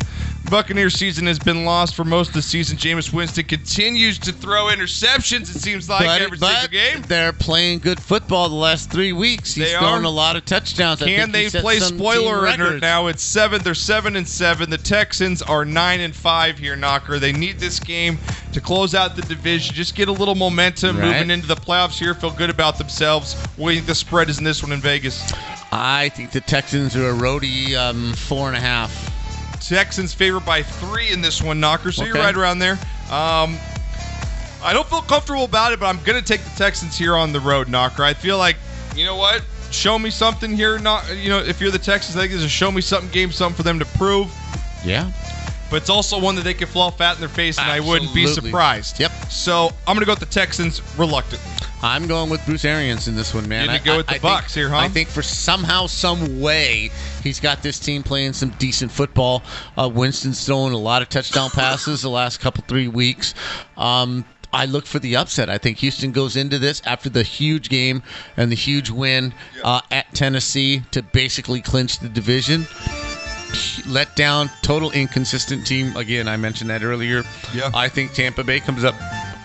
Speaker 2: Buccaneers season has been lost for most of the season. Jameis Winston continues to throw interceptions. It seems like
Speaker 3: But-
Speaker 2: every
Speaker 3: but
Speaker 2: single game.
Speaker 3: They're playing good football the last three weeks. He's
Speaker 2: They are.
Speaker 3: thrown a lot of touchdowns. I
Speaker 2: Can
Speaker 3: think he
Speaker 2: they
Speaker 3: set
Speaker 2: play
Speaker 3: some team
Speaker 2: spoiler alert
Speaker 3: records.
Speaker 2: now? It's seven. They're seven and seven. The Texans are nine and five here, Knocker. They need this game to close out the division. Just get a little momentum
Speaker 3: Right.
Speaker 2: moving into the playoffs here. Feel good about themselves. What do you think the spread is in this one in Vegas?
Speaker 3: I think the Texans are a roadie um, four and a half.
Speaker 2: Texans favored by three in this one, Knocker. So you're
Speaker 3: Okay.
Speaker 2: right around there. Um, I don't feel comfortable about it, but I'm going to take the Texans here on the road, Knocker. I feel like, you know what? Show me something here. Not, you know, if you're the Texans, I think it's a show me something game, something for them to prove.
Speaker 3: Yeah.
Speaker 2: But it's also one that they could fall fat in their face, and I wouldn't be
Speaker 3: Absolutely.
Speaker 2: surprised.
Speaker 3: Yep.
Speaker 2: So I'm going to go with the Texans reluctantly.
Speaker 3: I'm going with Bruce Arians in this one, man.
Speaker 2: You're gonna
Speaker 3: I-
Speaker 2: go
Speaker 3: I-
Speaker 2: with the
Speaker 3: I think-
Speaker 2: Bucs here, huh?
Speaker 3: I think for somehow, some way, he's got this team playing some decent football. Uh, Winston's throwing a lot of touchdown passes the last couple three weeks. Um, I look for the upset. I think Houston goes into this after the huge game and the huge win uh, at Tennessee to basically clinch the division. Let down, total inconsistent team. Again, I mentioned that earlier. Yeah. I think Tampa Bay comes up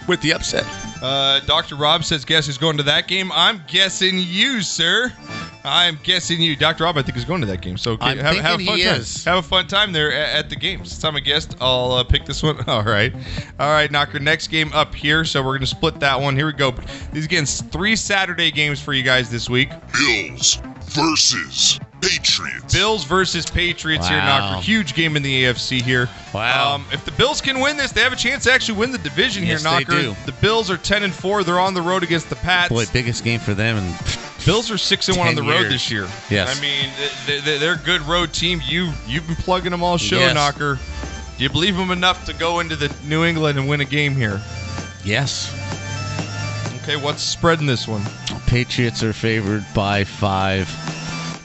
Speaker 3: with the upset.
Speaker 2: Uh, Dr. Rob says, guess who's going to that game? I'm guessing you, sir. I'm guessing you. Dr. Rob, I think, is going to that game. So
Speaker 3: I'm
Speaker 2: have, have a
Speaker 3: thinking
Speaker 2: fun
Speaker 3: he
Speaker 2: time.
Speaker 3: is.
Speaker 2: Have a fun time there a- at, the game. Since I'm a guest, I'll uh, pick this one. All right. All right, Knocker. Next game up here. So we're going to split that one. Here we go. These, again, s- three Saturday games for you guys this week.
Speaker 5: Bills versus Patriots.
Speaker 2: Bills versus Patriots here,
Speaker 5: Wow.
Speaker 2: Knocker. Huge game in the AFC here. Wow. Um, if the Bills can win this, they have a chance to actually win the division
Speaker 3: Yes,
Speaker 2: here,
Speaker 3: they
Speaker 2: Knocker.
Speaker 3: do.
Speaker 2: The Bills are 10 and 4. They're on the road against the Pats.
Speaker 3: Boy, biggest game for them. And
Speaker 2: Bills are six and one on the
Speaker 3: 10
Speaker 2: road
Speaker 3: years.
Speaker 2: this year.
Speaker 3: Yes.
Speaker 2: I mean they, they, they're a good road team. You you've been plugging them all show,
Speaker 3: Yes.
Speaker 2: knocker. Do you believe them enough to go into the New England and win a game here?
Speaker 3: Yes.
Speaker 2: Okay, what's spreading this one?
Speaker 3: Patriots are favored by five.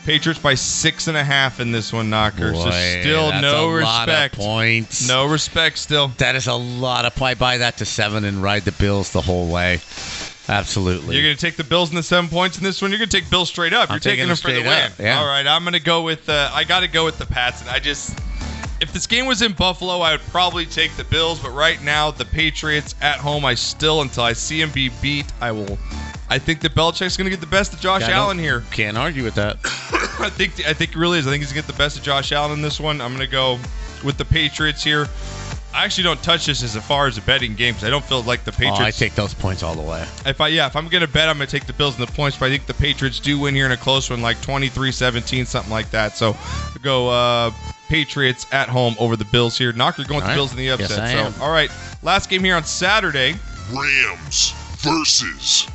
Speaker 2: Patriots by six and a half in this one, knocker. so
Speaker 3: Boy,
Speaker 2: still
Speaker 3: that's
Speaker 2: no
Speaker 3: a lot of
Speaker 2: respect.
Speaker 3: points.
Speaker 2: No respect still.
Speaker 3: That is a lot of. I buy that to seven and ride the Bills the whole way. Absolutely.
Speaker 2: You're going to take the Bills in the seven points in this one. You're going to take Bills straight up.
Speaker 3: I'm
Speaker 2: You're taking, them
Speaker 3: taking them
Speaker 2: for the
Speaker 3: straight
Speaker 2: win.
Speaker 3: up, yeah.
Speaker 2: All right, I'm going to go with. Uh, I got to go with the Pats, and I just. If this game was in Buffalo, I would probably take the Bills, but right now the Patriots at home, I still until I see them be beat, I will. I think that Belichick's going to get the best of Josh
Speaker 3: I don't-
Speaker 2: Allen here.
Speaker 3: Can't argue with that. Oh,
Speaker 2: I think I think it really is. I think he's gonna get the best of Josh Allen in this one. I'm gonna go with the Patriots here. I actually don't touch this as far as a betting game because I don't feel like the Patriots.
Speaker 3: Oh, I take those points all the way.
Speaker 2: If I yeah, if I'm gonna bet, I'm gonna take the Bills and the points. But I think the Patriots do win here in a close one, like 23-17, something like that. So I'll go uh, Patriots at home over the Bills here. Knocker going with
Speaker 5: All
Speaker 2: the
Speaker 5: right.
Speaker 2: Bills in the upset.
Speaker 5: Yes, I
Speaker 2: so
Speaker 5: am.
Speaker 2: all right, last game here on Saturday.
Speaker 5: Rams versus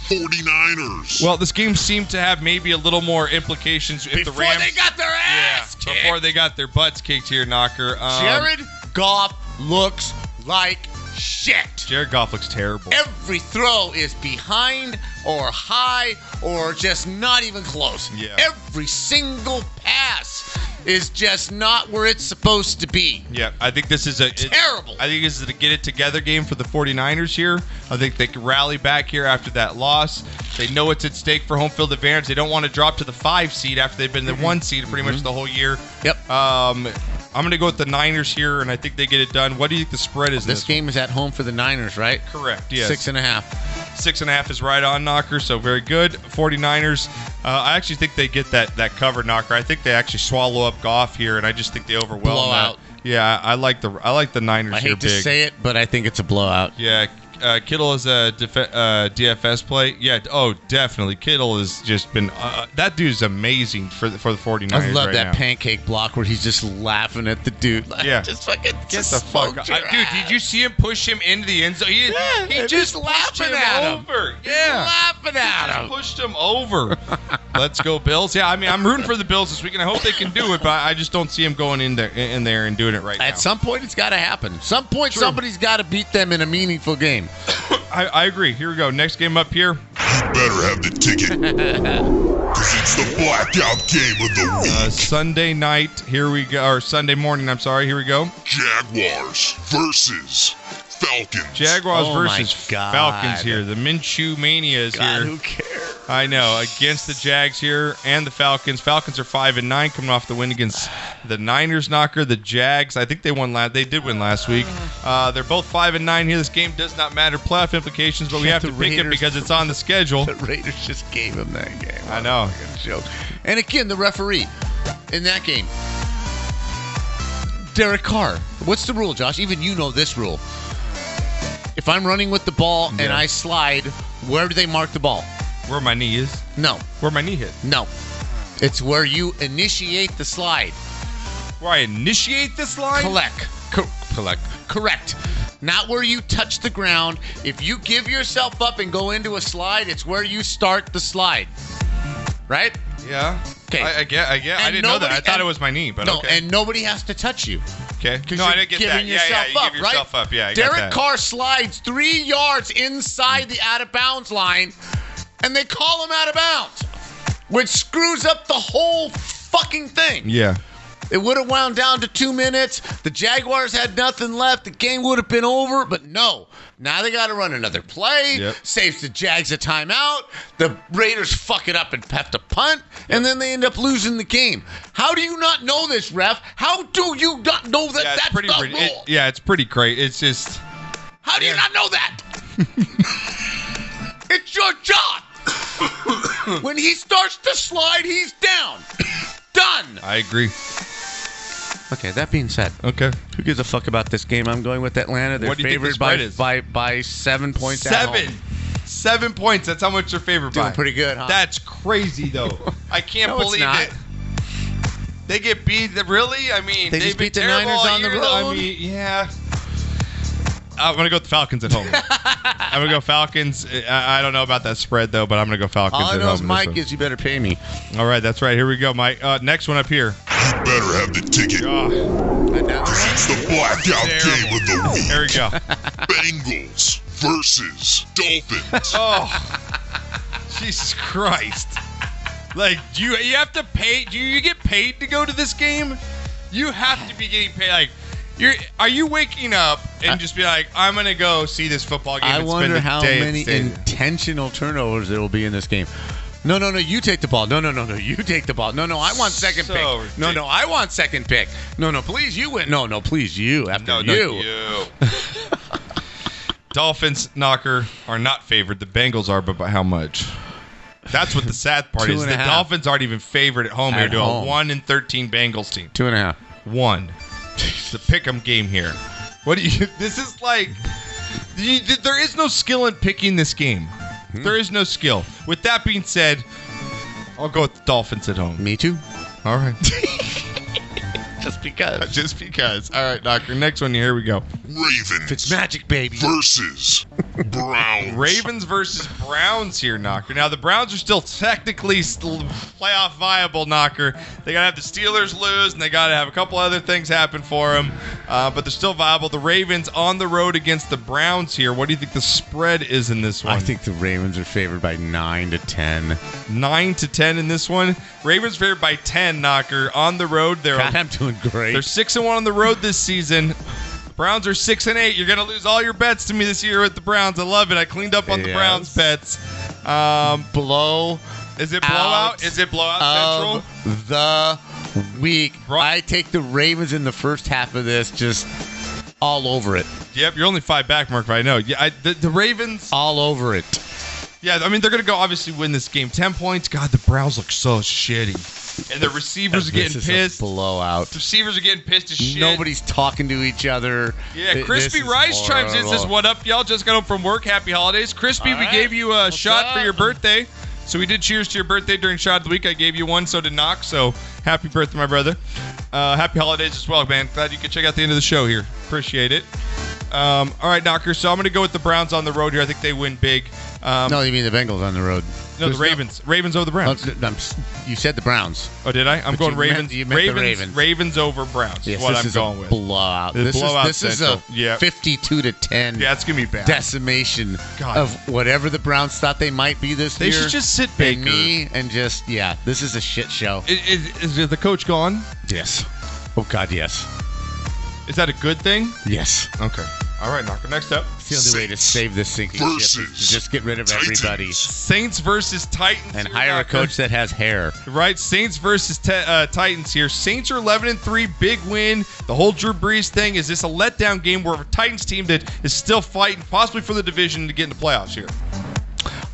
Speaker 5: 49ers.
Speaker 2: Well, this game seemed to have maybe a little more implications if the Rams
Speaker 3: got their ass
Speaker 2: before they got their butts kicked here, Knocker. Um,
Speaker 3: Jared Goff looks like shit.
Speaker 2: Jared Goff looks terrible.
Speaker 3: Every throw is behind or high or just not even close.
Speaker 2: Yeah.
Speaker 3: Every single pass is just not where it's supposed to be.
Speaker 2: Yeah, I think this is a
Speaker 3: terrible.
Speaker 2: I think this is a get it together game for the 49ers here. I think they can rally back here after that loss. They know it's at stake for home field advantage. They don't want to drop to the five seed after they've
Speaker 3: Mm-hmm.
Speaker 2: been the one seed pretty much the whole year.
Speaker 3: Yep.
Speaker 2: Um, I'm going to go with the Niners here, and I think they get it done. What do you think the spread is? in
Speaker 3: This,
Speaker 2: This,
Speaker 3: game is at home for the Niners, right?
Speaker 2: correct. Yes.
Speaker 3: Six and a half.
Speaker 2: Six and a half is right on Knocker, so very good. 49ers, uh, I actually think they get that that cover Knocker. I think they actually swallow up Goff here, and I just think they overwhelm
Speaker 3: Blowout.
Speaker 2: that. Yeah, I like the I like the Niners
Speaker 3: I
Speaker 2: here
Speaker 3: hate to
Speaker 2: big.
Speaker 3: say it, but I think it's a blowout.
Speaker 2: Yeah, uh, Kittle is a def- uh, DFS play. Yeah, oh, definitely. Kittle has just been uh, that dude's amazing for the, for the 49ers.
Speaker 3: I love
Speaker 2: right
Speaker 3: that
Speaker 2: now.
Speaker 3: pancake block where he's just laughing at the dude. Like,
Speaker 2: Yeah.
Speaker 3: Just fucking
Speaker 2: Get
Speaker 3: just
Speaker 2: the fuck
Speaker 3: smoked
Speaker 2: out.
Speaker 3: your
Speaker 2: Uh, dude, did you see him push him into the end zone? He,
Speaker 3: Yeah,
Speaker 2: he
Speaker 3: he's
Speaker 2: just pushed
Speaker 3: laughing
Speaker 2: him
Speaker 3: at him.
Speaker 2: over.
Speaker 3: He's
Speaker 2: Yeah.
Speaker 3: laughing at
Speaker 2: He just
Speaker 3: him.
Speaker 2: pushed him over. Let's go, Bills. Yeah, I mean, I'm rooting for the Bills this week, and I hope they can do it, but I just don't see him going in there, in there and doing it right now.
Speaker 3: At some point, it's got to happen. Some point, somebody's got to beat them in a meaningful game.
Speaker 2: I, I agree. Here we go. Next game up here. You
Speaker 5: better have the ticket. Because it's the blackout game of the week.
Speaker 2: Uh, Sunday night. Here we go. Or Sunday morning. I'm sorry. Here we go.
Speaker 5: Jaguars versus Falcons.
Speaker 2: Jaguars
Speaker 5: Oh my
Speaker 2: versus
Speaker 5: God.
Speaker 2: Falcons here. The Minshew Mania is here. Who
Speaker 3: cares?
Speaker 2: I know. Against the Jags here and the Falcons. Falcons are five and nine, coming off the win against the Niners knocker. The Jags. I think they won last. They did win last week. Uh, they're both five and nine here. This game does not matter playoff implications, but we have
Speaker 3: The
Speaker 2: to pick it
Speaker 3: Raiders-
Speaker 2: because it's on the schedule.
Speaker 3: The Raiders just gave him that game.
Speaker 2: I know.
Speaker 3: Joke. And again, the referee in that game, Derek Carr. What's the rule, Josh? Even you know this rule. If I'm running with the ball and
Speaker 2: Yeah.
Speaker 3: I slide, where do they mark the ball?
Speaker 2: Where my knee is?
Speaker 3: No.
Speaker 2: Where my knee hit?
Speaker 3: No. It's where you initiate the slide.
Speaker 2: Where I initiate this line?
Speaker 3: Collect. Co- collect. Correct. Not where you touch the ground. If you give yourself up and go into a slide, it's where you start the slide. Right?
Speaker 2: Yeah.
Speaker 3: Okay.
Speaker 2: I, I get. I get. I
Speaker 3: And
Speaker 2: didn't know that.
Speaker 3: nobody-
Speaker 2: I thought it
Speaker 3: and-
Speaker 2: was my knee, but
Speaker 3: no,
Speaker 2: okay.
Speaker 3: and nobody has to touch you.
Speaker 2: okay.
Speaker 3: 'cause
Speaker 2: No, I
Speaker 3: you're
Speaker 2: didn't get
Speaker 3: giving
Speaker 2: that. Yeah, yeah.
Speaker 3: yourself
Speaker 2: You
Speaker 3: up,
Speaker 2: give yourself
Speaker 3: right?
Speaker 2: up. Yeah. I got
Speaker 3: Derek
Speaker 2: that.
Speaker 3: Carr slides three yards inside the out of bounds line, and they call him out of bounds, which screws up the whole fucking thing.
Speaker 2: Yeah.
Speaker 3: It would have wound down to two minutes. The Jaguars had nothing left. The game would have been over, but no. Now they got to run another play.
Speaker 2: Yep.
Speaker 3: Saves the Jags a timeout. The Raiders fuck it up and have to punt, and then they end up losing the game. How do you not know this, ref? How do you not know that that's
Speaker 2: pretty
Speaker 3: the
Speaker 2: rid-
Speaker 3: rule?
Speaker 2: it- yeah, it's pretty great. It's just
Speaker 3: How do you not know that? it's your job. when he starts to slide, he's down. Done.
Speaker 2: I agree.
Speaker 3: Okay, that being said,
Speaker 2: okay,
Speaker 3: who gives a fuck about this game? I'm going with Atlanta. They're
Speaker 2: What do you think the
Speaker 3: favored by,
Speaker 2: spread is?
Speaker 3: by by seven points. at home.
Speaker 2: seven, seven points. That's how much you're favored
Speaker 3: Doing
Speaker 2: by.
Speaker 3: pretty good, huh?
Speaker 2: That's crazy though. I can't
Speaker 3: No, it's
Speaker 2: believe
Speaker 3: not.
Speaker 2: it. They get beat. Really? I mean,
Speaker 3: They
Speaker 2: they've
Speaker 3: just
Speaker 2: been
Speaker 3: beat the
Speaker 2: terrible
Speaker 3: Niners
Speaker 2: all
Speaker 3: on the
Speaker 2: year, though. I
Speaker 3: road.
Speaker 2: mean, yeah. I'm gonna go with the Falcons at home. I'm gonna go Falcons. I, I don't know about that spread though, but I'm gonna go Falcons
Speaker 3: All I
Speaker 2: at
Speaker 3: know
Speaker 2: home.
Speaker 3: is
Speaker 2: in this
Speaker 3: Mike
Speaker 2: one.
Speaker 3: is you better pay me.
Speaker 2: All right, that's right. Here we go, Mike. Uh, next one up here. Ah,
Speaker 5: You better have the ticket. Because it's the blackout game of the week.
Speaker 2: There we go.
Speaker 5: Bengals versus Dolphins.
Speaker 2: Oh, Jesus Christ! Like, do you you have to pay? Do you get paid to go to this game? You have to be getting paid. Like, You're, are you waking up and just be like, I'm gonna go see this football game?
Speaker 3: I
Speaker 2: and
Speaker 3: wonder
Speaker 2: spend a
Speaker 3: how
Speaker 2: day at the
Speaker 3: many
Speaker 2: stadium?
Speaker 3: intentional turnovers there will be in this game. No, no, no, you take the ball. No, no, no, no, you take the ball. No, no, I want second
Speaker 2: So
Speaker 3: pick. No, no, I want second pick. No, no, please, you win. No, no, please, you. After
Speaker 2: No, no,
Speaker 3: you.
Speaker 2: you. Dolphins knocker are not favored. The Bengals are, but by how much? That's what the sad part
Speaker 3: Two
Speaker 2: is.
Speaker 3: and
Speaker 2: The
Speaker 3: a half.
Speaker 2: Dolphins aren't even favored at home
Speaker 3: At
Speaker 2: here to
Speaker 3: home.
Speaker 2: a one and thirteen Bengals team.
Speaker 3: Two and a half.
Speaker 2: One. It's the pick'em game here. What do you? This is like you, th- there is no skill in picking this game.
Speaker 3: Hmm.
Speaker 2: There is no skill. With that being said, I'll go with the Dolphins at home.
Speaker 3: Me too.
Speaker 2: All right.
Speaker 3: Just because.
Speaker 2: Just because. All right, Doctor. Next one. Here we go.
Speaker 5: Ravens.
Speaker 3: It's magic, baby.
Speaker 5: Versus Browns.
Speaker 2: Ravens versus Browns here, Knocker. Now the Browns are still technically still playoff viable, Knocker. They gotta have the Steelers lose, and they gotta have a couple other things happen for them, uh, but they're still viable. The Ravens on the road against the Browns here. What do you think the spread is in this one?
Speaker 3: I think the Ravens are favored by nine to ten.
Speaker 2: Nine to ten in this one. Ravens favored by ten, Knocker. On the road, they're
Speaker 3: God, I'm doing great.
Speaker 2: they're six and one on the road this season. Browns are six and eight. You're gonna lose all your bets to me this year with the Browns. I love it. I cleaned up on the
Speaker 3: Yes.
Speaker 2: Browns bets. Um,
Speaker 3: blow.
Speaker 2: Is it blowout?
Speaker 3: out
Speaker 2: Is it blowout central?
Speaker 3: of the week. I take the Ravens in the first half of this, just all over it,
Speaker 2: Yep, you're only five back, Mark. But I know. Yeah, I, the, the Ravens.
Speaker 3: all over it.
Speaker 2: Yeah, I mean they're gonna go obviously win this game. Ten points. God, the Browns look so shitty, and the receivers are
Speaker 3: This
Speaker 2: getting
Speaker 3: is a
Speaker 2: pissed.
Speaker 3: blowout.
Speaker 2: receivers are getting pissed as shit.
Speaker 3: Nobody's talking to each other.
Speaker 2: Yeah,
Speaker 3: Th-
Speaker 2: Crispy
Speaker 3: this is
Speaker 2: Rice chimes in and says,
Speaker 3: horrible.
Speaker 2: What up, y'all? Just got home from work. Happy holidays. Crispy,
Speaker 3: All
Speaker 2: we
Speaker 3: right.
Speaker 2: gave you a
Speaker 3: What's
Speaker 2: shot for
Speaker 3: up?
Speaker 2: your birthday. So we did cheers to your birthday during Shot of the Week. I gave you one, so did Knock. So happy birthday, my brother. Uh, happy holidays as well, man. Glad you could check out the end of the show here. Appreciate it. Um, all right, Knocker. So I'm going to go with the Browns on the road here. I think they win big. Um,
Speaker 3: No, you mean the Bengals on the road?
Speaker 2: no, the Ravens. Ravens over the Browns.
Speaker 3: Oh, I'm s- you said the Browns.
Speaker 2: Oh, did I? I'm going
Speaker 3: But you meant-
Speaker 2: Ravens.
Speaker 3: you meant the
Speaker 2: Ravens,
Speaker 3: Ravens.
Speaker 2: over Browns.
Speaker 3: Yes,
Speaker 2: is what
Speaker 3: this
Speaker 2: I'm
Speaker 3: is
Speaker 2: going
Speaker 3: a
Speaker 2: with.
Speaker 3: blowout.
Speaker 2: This
Speaker 3: This,
Speaker 2: blowout
Speaker 3: is this is a
Speaker 2: central. Yeah.
Speaker 3: 52 to 10
Speaker 2: Yeah, it's gonna be bad.
Speaker 3: decimation
Speaker 2: God.
Speaker 3: of whatever the Browns thought they might be this
Speaker 2: They
Speaker 3: year.
Speaker 2: should just sit
Speaker 3: They
Speaker 2: Baker.
Speaker 3: me and just yeah, this is a shit show.
Speaker 2: Is, is, is the coach gone?
Speaker 3: Yes. Oh God, yes,
Speaker 2: Is that a good thing?
Speaker 3: yes.
Speaker 2: Okay. All right, Knocker. Next up.
Speaker 3: It's the only way to save this sinking ship is
Speaker 2: Versus
Speaker 3: to just get rid of everybody
Speaker 2: Saints versus Titans.
Speaker 3: and
Speaker 2: here,
Speaker 3: hire a
Speaker 2: Knocker.
Speaker 3: coach that has hair.
Speaker 2: Right, Saints versus t- uh, Titans here. Saints are 11 and 3, big win. The whole Drew Brees thing is this a letdown game where a Titans team that is still fighting, possibly for the division to get in the playoffs here?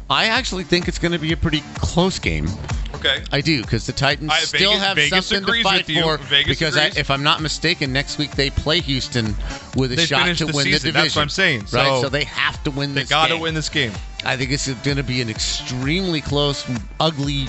Speaker 3: I actually think it's going to be a pretty close game.
Speaker 2: Okay.
Speaker 3: I do because the Titans
Speaker 2: I-
Speaker 3: still
Speaker 2: Vegas-
Speaker 3: have
Speaker 2: Vegas
Speaker 3: something to
Speaker 2: agrees
Speaker 3: fight
Speaker 2: with you.
Speaker 3: for.
Speaker 2: Vegas
Speaker 3: because I,
Speaker 2: agrees.
Speaker 3: if I'm not mistaken, next week they play Houston with a
Speaker 2: They
Speaker 3: shot
Speaker 2: finish
Speaker 3: to
Speaker 2: the
Speaker 3: win
Speaker 2: season.
Speaker 3: the division.
Speaker 2: That's what I'm saying.
Speaker 3: right?
Speaker 2: So-
Speaker 3: So they have to win
Speaker 2: They
Speaker 3: this.
Speaker 2: got to
Speaker 3: game.
Speaker 2: win this game.
Speaker 3: I think it's going to be an extremely close, ugly,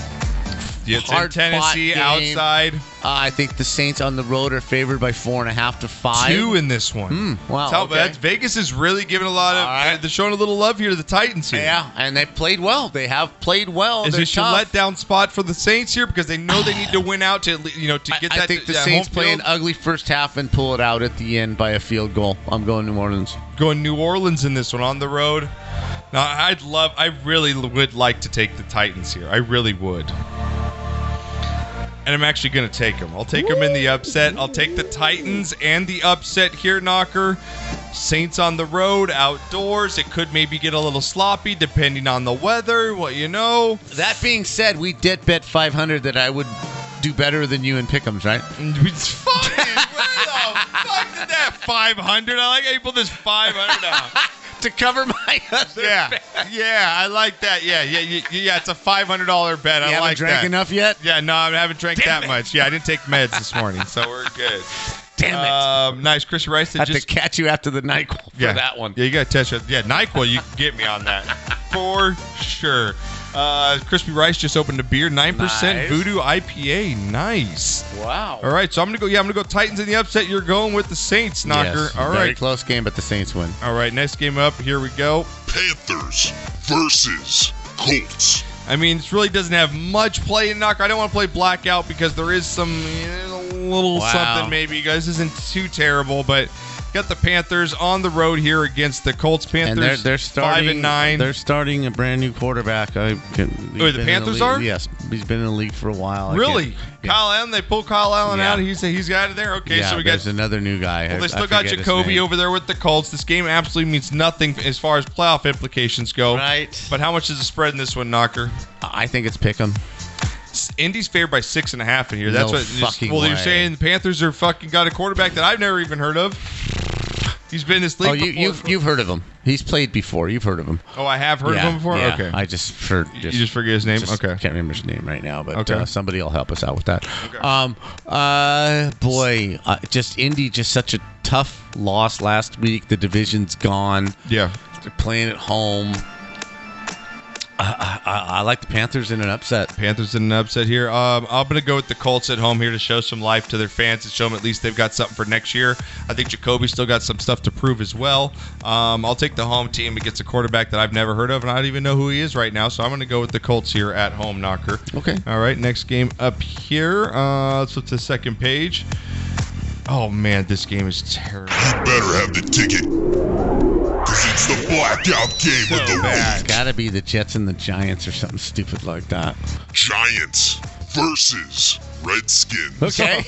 Speaker 2: Yeah, it's in
Speaker 3: hard
Speaker 2: Tennessee, outside.
Speaker 3: I think the Saints on the road are favored by four and a half to five.
Speaker 2: Two in this one.
Speaker 3: Hmm, wow,
Speaker 2: Tell-
Speaker 3: okay.
Speaker 2: that's- Vegas is really giving a lot of. uh, They're showing a little love here to the Titans here.
Speaker 3: Yeah, and they played well. They have played well.
Speaker 2: Is
Speaker 3: They're
Speaker 2: this your
Speaker 3: tough.
Speaker 2: letdown spot for the Saints here because they know they need to win out to at le- you know to get
Speaker 3: I
Speaker 2: that?
Speaker 3: think the
Speaker 2: that
Speaker 3: Saints
Speaker 2: home
Speaker 3: play
Speaker 2: field?
Speaker 3: an ugly first half and pull it out at the end by a field goal. I'm going New Orleans.
Speaker 2: going New Orleans in this one on the road. Now I'd love, I really l- would like to take the Titans here. I really would. And I'm actually going to take them. I'll take them in the upset. I'll take the Titans and the upset here, Knocker. Saints on the road, outdoors. It could maybe get a little sloppy depending on the weather. What you know.
Speaker 3: That being said, we did bet 500 that I would do better than you in Pickums, right?
Speaker 2: It's fucking. Where the fuck did that 500? I like how you pulled this 500 out.
Speaker 3: to cover my other
Speaker 2: yeah,
Speaker 3: bet.
Speaker 2: yeah, I like that. Yeah, yeah, yeah. yeah it's a five hundred dollar bet.
Speaker 3: You
Speaker 2: I
Speaker 3: haven't
Speaker 2: like
Speaker 3: drank
Speaker 2: that.
Speaker 3: enough yet?
Speaker 2: Yeah, no, I haven't drank that much. Yeah, I didn't take meds this morning, so we're good. Damn it! Um, nice, Chris Rice.
Speaker 3: I
Speaker 2: did
Speaker 3: have
Speaker 2: just
Speaker 3: to catch you after the NyQuil for
Speaker 2: yeah.
Speaker 3: that one.
Speaker 2: Yeah, you got to touch it. Yeah, NyQuil, you can get me on that for sure. Uh, Crispy Rice just opened a beer, nine percent
Speaker 3: Nice.
Speaker 2: Voodoo IPA. Nice.
Speaker 3: Wow.
Speaker 2: All right, so I'm gonna go. Yeah, I'm gonna go Titans in the upset. You're going with the Saints, Knocker.
Speaker 3: Yes,
Speaker 2: All
Speaker 3: very
Speaker 2: right.
Speaker 3: close game, but the Saints win.
Speaker 2: All right. Next game up. Here we go.
Speaker 5: Panthers versus Colts.
Speaker 2: I mean, it really doesn't have much play in knocker. I don't want to play blackout because there is some you know, a eh, little
Speaker 3: Wow.
Speaker 2: something maybe. Guys, this isn't too terrible, but Got the Panthers on the road here against the Colts. Panthers
Speaker 3: and they're, they're starting
Speaker 2: five and nine.
Speaker 3: They're starting a brand new quarterback. I can, he's
Speaker 2: the
Speaker 3: been in
Speaker 2: Panthers
Speaker 3: league-
Speaker 2: are?
Speaker 3: Yes, he's been in the league for a while. I
Speaker 2: Really?
Speaker 3: can't-
Speaker 2: Kyle Allen, they pull Kyle Allen
Speaker 3: Yeah.
Speaker 2: out. He's he's out of there. Okay,
Speaker 3: yeah,
Speaker 2: so we got
Speaker 3: there's another new guy.
Speaker 2: Well,
Speaker 3: I-
Speaker 2: they
Speaker 3: I
Speaker 2: still got
Speaker 3: forget his
Speaker 2: Jacoby
Speaker 3: name.
Speaker 2: over there with the Colts. This game absolutely means nothing as far as playoff implications go.
Speaker 3: Right.
Speaker 2: But how much is the spread in this one, Knocker?
Speaker 3: I think it's Pickham.
Speaker 2: Indy's favored by six and a half in here. That's
Speaker 3: No
Speaker 2: what.
Speaker 3: fucking
Speaker 2: well, you're
Speaker 3: way.
Speaker 2: saying the Panthers are fucking got a quarterback that I've never even heard of. He's been in this league.
Speaker 3: Oh, you,
Speaker 2: before.
Speaker 3: you've you've heard of him. He's played before. You've heard of him.
Speaker 2: Oh, I have heard
Speaker 3: Yeah,
Speaker 2: of him before.
Speaker 3: yeah.
Speaker 2: Okay.
Speaker 3: I just for just, you
Speaker 2: just forget his name.
Speaker 3: okay, can't remember his name right now, but
Speaker 2: Okay.
Speaker 3: uh, somebody will help us out with that. Um, uh, boy, uh, just Indy, just such a tough loss last week. The division's gone.
Speaker 2: Yeah,
Speaker 3: they're playing at home. I, I, I like the Panthers in an upset.
Speaker 2: Panthers in an upset here. Um, I'm going to go with the Colts at home here to show some life to their fans and show them at least they've got something for next year. I think Jacoby's still got some stuff to prove as well. Um, I'll take the home team against a quarterback that I've never heard of, and I don't even know who he is right now. So I'm going to go with the Colts here at home, knocker.
Speaker 3: Okay.
Speaker 2: All right, next game up here. Uh, let's flip to the second page. Oh, man, this game is terrible.
Speaker 5: Better have the ticket. Cause it's the blackout game of the
Speaker 3: It's got to be the Jets and the Giants or something stupid like that.
Speaker 5: week. Giants versus Redskins.
Speaker 3: Okay.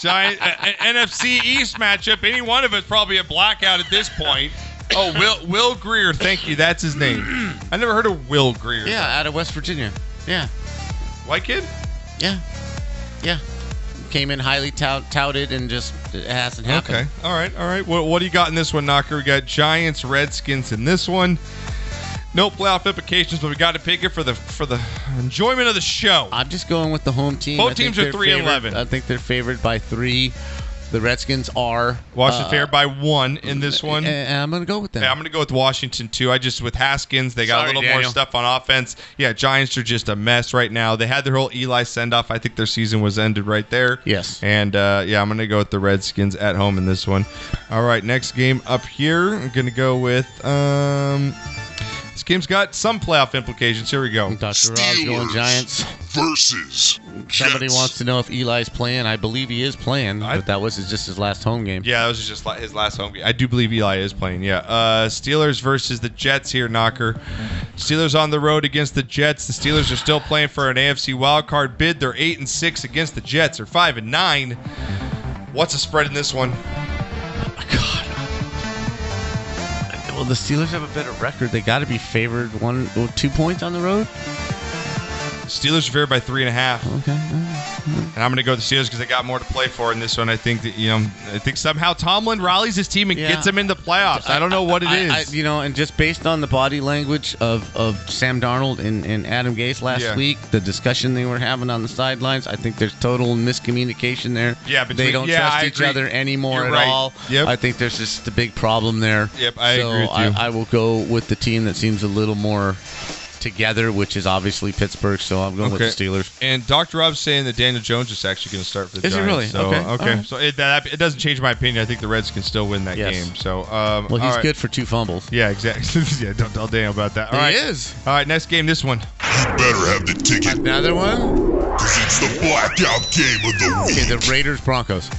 Speaker 2: Giant uh, uh, NFC East matchup. Any one of us probably a blackout at this point. Oh, Will Will Greer. Thank you. That's his name. I never heard of Will Greer.
Speaker 3: Yeah, out of West Virginia. Yeah,
Speaker 2: White kid.
Speaker 3: yeah, yeah. Came in highly tout- touted and just it hasn't happened.
Speaker 2: Okay. All right. All right. What, what do you got in this one, Knocker? We got Giants, Redskins in this one. No playoff implications, but we got to pick it for the for the enjoyment of the show.
Speaker 3: I'm just going with the home team.
Speaker 2: Both
Speaker 3: I think
Speaker 2: teams are
Speaker 3: they're
Speaker 2: 3 and
Speaker 3: favored-
Speaker 2: 11.
Speaker 3: I think they're favored by three. The Redskins are
Speaker 2: Washington
Speaker 3: uh,
Speaker 2: fair by one in this one.
Speaker 3: And I'm going to go with them.
Speaker 2: Yeah, I'm going to go with Washington too. I just with Haskins, they got
Speaker 3: Sorry,
Speaker 2: a little more
Speaker 3: Daniel.
Speaker 2: stuff on offense. Yeah, Giants are just a mess right now. They had their whole Eli send off. I think their season was ended right there.
Speaker 3: Yes.
Speaker 2: And uh, yeah, I'm going to go with the Redskins at home in this one. All right, next game up here. I'm going to go with um, this game's got some playoff implications. Here we go.
Speaker 3: Dr. Rob going Giants.
Speaker 5: Versus.
Speaker 3: Somebody
Speaker 5: Jets.
Speaker 3: wants to know if Eli's playing. I believe he is playing, but that was his- just his last home game.
Speaker 2: Yeah, that was just la- his last home game. I do believe Eli is playing. Yeah. Uh, Steelers versus the Jets here, Knocker. Steelers on the road against the Jets. The Steelers are still playing for an AFC wild card bid. They're eight and six against the Jets. They're five and nine. What's the spread in this one?
Speaker 3: Well, the Steelers have a better record. They got to be favored one or two points on the road.
Speaker 2: Steelers are favored by three and a half.
Speaker 3: Okay.
Speaker 2: And I'm going to go with the Steelers because they got more to play for in this one. I think that you know, I think somehow Tomlin rallies his team and
Speaker 3: Yeah.
Speaker 2: gets them in the playoffs. I, don't know what it
Speaker 3: I-
Speaker 2: is.
Speaker 3: I- you know, and just based on the body language of, of Sam Darnold and, and Adam Gase last
Speaker 2: Yeah.
Speaker 3: week, the discussion they were having on the sidelines, I think there's total miscommunication there.
Speaker 2: Yeah,
Speaker 3: they
Speaker 2: between-
Speaker 3: don't
Speaker 2: yeah,
Speaker 3: trust
Speaker 2: I
Speaker 3: each
Speaker 2: agree.
Speaker 3: other anymore
Speaker 2: You're
Speaker 3: at
Speaker 2: right.
Speaker 3: all.
Speaker 2: Yep.
Speaker 3: I think there's just a big problem there.
Speaker 2: Yep, I
Speaker 3: So
Speaker 2: agree with you.
Speaker 3: I, I will go with the team that seems a little more together, which is obviously Pittsburgh. So I'm going
Speaker 2: Okay.
Speaker 3: with the Steelers.
Speaker 2: And Dr. Rob's saying that Daniel Jones is actually going to start for the
Speaker 3: Is he
Speaker 2: Giants.
Speaker 3: really?
Speaker 2: So,
Speaker 3: Okay.
Speaker 2: Okay.
Speaker 3: All right.
Speaker 2: So it, that, it doesn't change my opinion. I think the Reds can still win that
Speaker 3: Yes.
Speaker 2: game. So um,
Speaker 3: Well,
Speaker 2: all
Speaker 3: he's
Speaker 2: right.
Speaker 3: good for two fumbles.
Speaker 2: Yeah, exactly. yeah, don't tell Daniel about that. All
Speaker 3: He
Speaker 2: right.
Speaker 3: is.
Speaker 2: All right, next game. This one.
Speaker 5: Better have the ticket.
Speaker 3: Another one?
Speaker 5: Cause it's the blackout game of the
Speaker 3: Okay,
Speaker 5: week.
Speaker 3: the Raiders Broncos.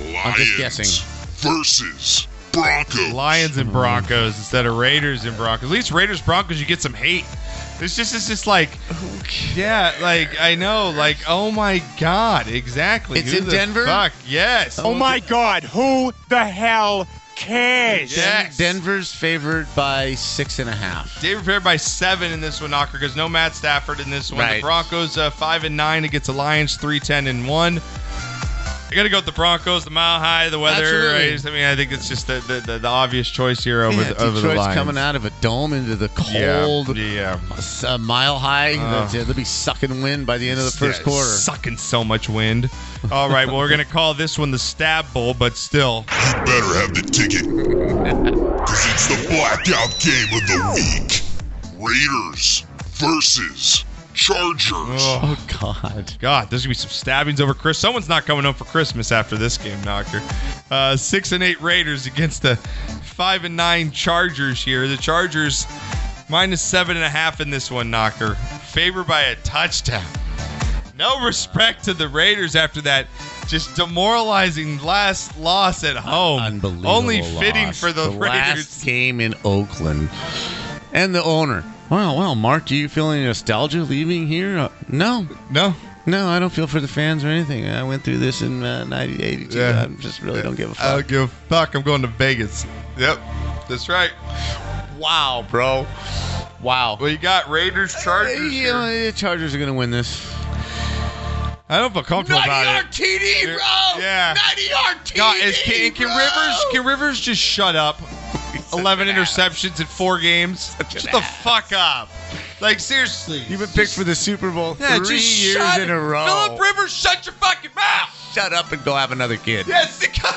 Speaker 3: I'm just
Speaker 5: Lions
Speaker 3: guessing.
Speaker 5: Versus Broncos.
Speaker 2: Lions and Broncos instead of Raiders and Broncos. At least Raiders Broncos, you get some hate. It's just, it's just like, yeah, like I know, like oh my god, exactly.
Speaker 3: It's
Speaker 2: Who
Speaker 3: in
Speaker 2: the
Speaker 3: Denver?
Speaker 2: Fuck yes.
Speaker 11: Oh my God! Who the hell cares?
Speaker 3: Den- Denver's favored by six and a half.
Speaker 2: They prepared by seven in this one, Knocker, because no Matt Stafford in this one. The
Speaker 3: Right.
Speaker 2: Broncos uh, five and nine against the Lions three ten and one. I gotta go with the Broncos, the mile high, the weather. I,
Speaker 3: Absolutely.
Speaker 2: just- I mean, I think it's just the the, the, the obvious choice here over
Speaker 3: Yeah,
Speaker 2: the, over
Speaker 3: Detroit's
Speaker 2: the Lions.
Speaker 3: coming out of a dome into the
Speaker 2: Yeah,
Speaker 3: cold,
Speaker 2: yeah.
Speaker 3: uh, mile high.
Speaker 2: Oh.
Speaker 3: They'll- They'll be sucking wind by the end of the first
Speaker 2: Yeah,
Speaker 3: quarter.
Speaker 2: sucking so much wind. All right, well we're gonna call this one the Stab Bowl, but still,
Speaker 5: Better have the ticket. Cause it's the blackout game of the week. Raiders versus Chargers.
Speaker 3: Oh God!
Speaker 2: God, there's gonna be some stabbings over Chris. Someone's not coming home for Christmas after this game, Knocker. Uh, six and eight Raiders against the five and nine Chargers here. The Chargers minus seven and a half in this one, Knocker. Favored by a touchdown. No respect to the Raiders after that Just demoralizing last loss at home.
Speaker 3: Unbelievable.
Speaker 2: Only fitting
Speaker 3: loss.
Speaker 2: for the, Raiders.
Speaker 3: last game in Oakland, and the owner. Wow, well, Mark, do you feel any nostalgia leaving here? Uh, no,
Speaker 2: no,
Speaker 3: no. I don't feel for the fans or anything. I went through this in uh, 90, 82.
Speaker 2: Yeah. Uh,
Speaker 3: I just really don't give a
Speaker 2: I
Speaker 3: fuck.
Speaker 2: don't give a fuck. I'm going to Vegas. Yep, that's right. Wow, bro.
Speaker 3: Wow.
Speaker 2: Well, you got Raiders, Chargers.
Speaker 3: You know, the Chargers are gonna win this.
Speaker 2: I don't feel comfortable about it.
Speaker 3: TD, bro.
Speaker 2: Yeah.
Speaker 3: 90 yard
Speaker 2: God, is, can, can Rivers can Rivers just shut up? Eleven interceptions in four games. Shut the fuck up! Like seriously,
Speaker 3: You've been picked for the Super Bowl
Speaker 2: Yeah,
Speaker 3: three
Speaker 2: just
Speaker 3: years
Speaker 2: shut-
Speaker 3: in a row.
Speaker 2: Philip Rivers, shut your fucking mouth!
Speaker 3: Shut up and go have another kid.
Speaker 2: Yes, it co-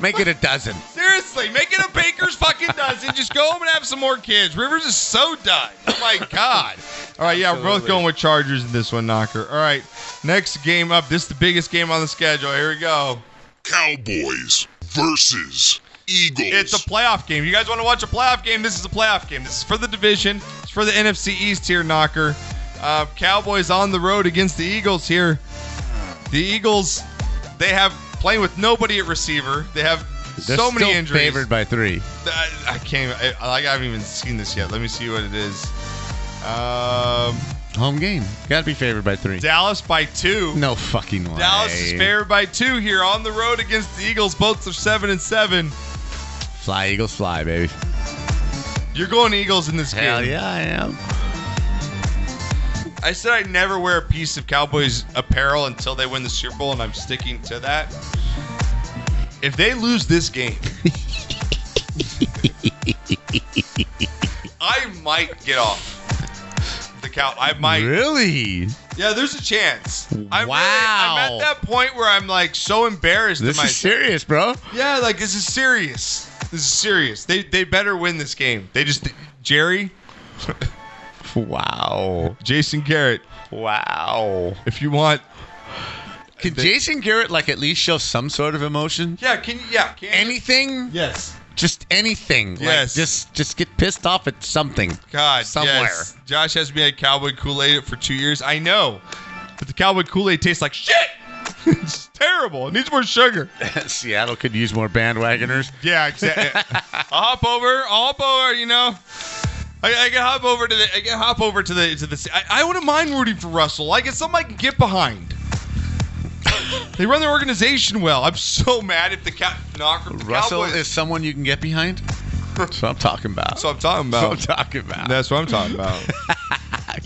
Speaker 3: Make it a dozen.
Speaker 2: seriously, make it a Baker's fucking dozen. Just go home and have some more kids. Rivers is so done. Oh my god! All right, yeah, we're both
Speaker 3: Absolutely.
Speaker 2: going with Chargers in this one, Knocker. All right, next game up. This is the biggest game on the schedule. Here we go.
Speaker 5: Cowboys versus Eagles.
Speaker 2: It's a playoff game. You guys want to watch a playoff game? This is a playoff game. This is for the division. It's for the NFC East here, Knocker. Uh, Cowboys on the road against the Eagles here. The Eagles, they have playing with nobody at receiver. They have
Speaker 3: They're
Speaker 2: so many
Speaker 3: still
Speaker 2: injuries.
Speaker 3: Favored by three.
Speaker 2: I, I can't. even- I, I haven't even seen this yet. Let me see what it is. Um,
Speaker 3: Home game. Got to be favored by three.
Speaker 2: Dallas by two.
Speaker 3: No fucking way.
Speaker 2: Dallas is favored by two here on the road against the Eagles. Both are seven and seven.
Speaker 3: Fly Eagles, fly, baby.
Speaker 2: You're going Eagles in this
Speaker 3: Hell
Speaker 2: game.
Speaker 3: yeah, I am.
Speaker 2: I said I never wear a piece of Cowboys apparel until they win the Super Bowl, and I'm sticking to that. If they lose this game, I might get off the cow. I might.
Speaker 3: Really?
Speaker 2: Yeah, there's a chance. I'm really- I'm at
Speaker 3: Wow.
Speaker 2: that point where I'm like so embarrassed.
Speaker 3: This
Speaker 2: of myself.
Speaker 3: is serious, bro.
Speaker 2: Yeah, like this is serious. This is serious. They they better win this game. They just Jerry,
Speaker 3: Wow.
Speaker 2: Jason Garrett.
Speaker 3: Wow.
Speaker 2: If you want,
Speaker 3: Can Jason Garrett like at least show some sort of emotion?
Speaker 2: yeah, can you? Yeah, can
Speaker 3: Anything?
Speaker 2: Yes.
Speaker 3: Just anything.
Speaker 2: Yes.
Speaker 3: Like, just just get pissed off at something.
Speaker 2: God,
Speaker 3: Somewhere.
Speaker 2: yes. Josh has been at Cowboy Kool Aid for two years. I know, but the Cowboy Kool Aid tastes like shit. it's terrible. It needs more sugar.
Speaker 3: Seattle could use more bandwagoners.
Speaker 2: Yeah, exactly. I'll hop over. I'll hop over. You know, I, I can hop over to the. I can hop over to the to the. I, I wouldn't mind rooting for Russell. Like it's something I can get behind. they run their organization well. I'm so mad if the cat knocker the
Speaker 3: Russell
Speaker 2: Cowboys.
Speaker 3: is someone you can get behind. That's what I'm talking about.
Speaker 2: That's what I'm talking
Speaker 3: That's
Speaker 2: about.
Speaker 3: what I'm talking about.
Speaker 2: That's what I'm talking about.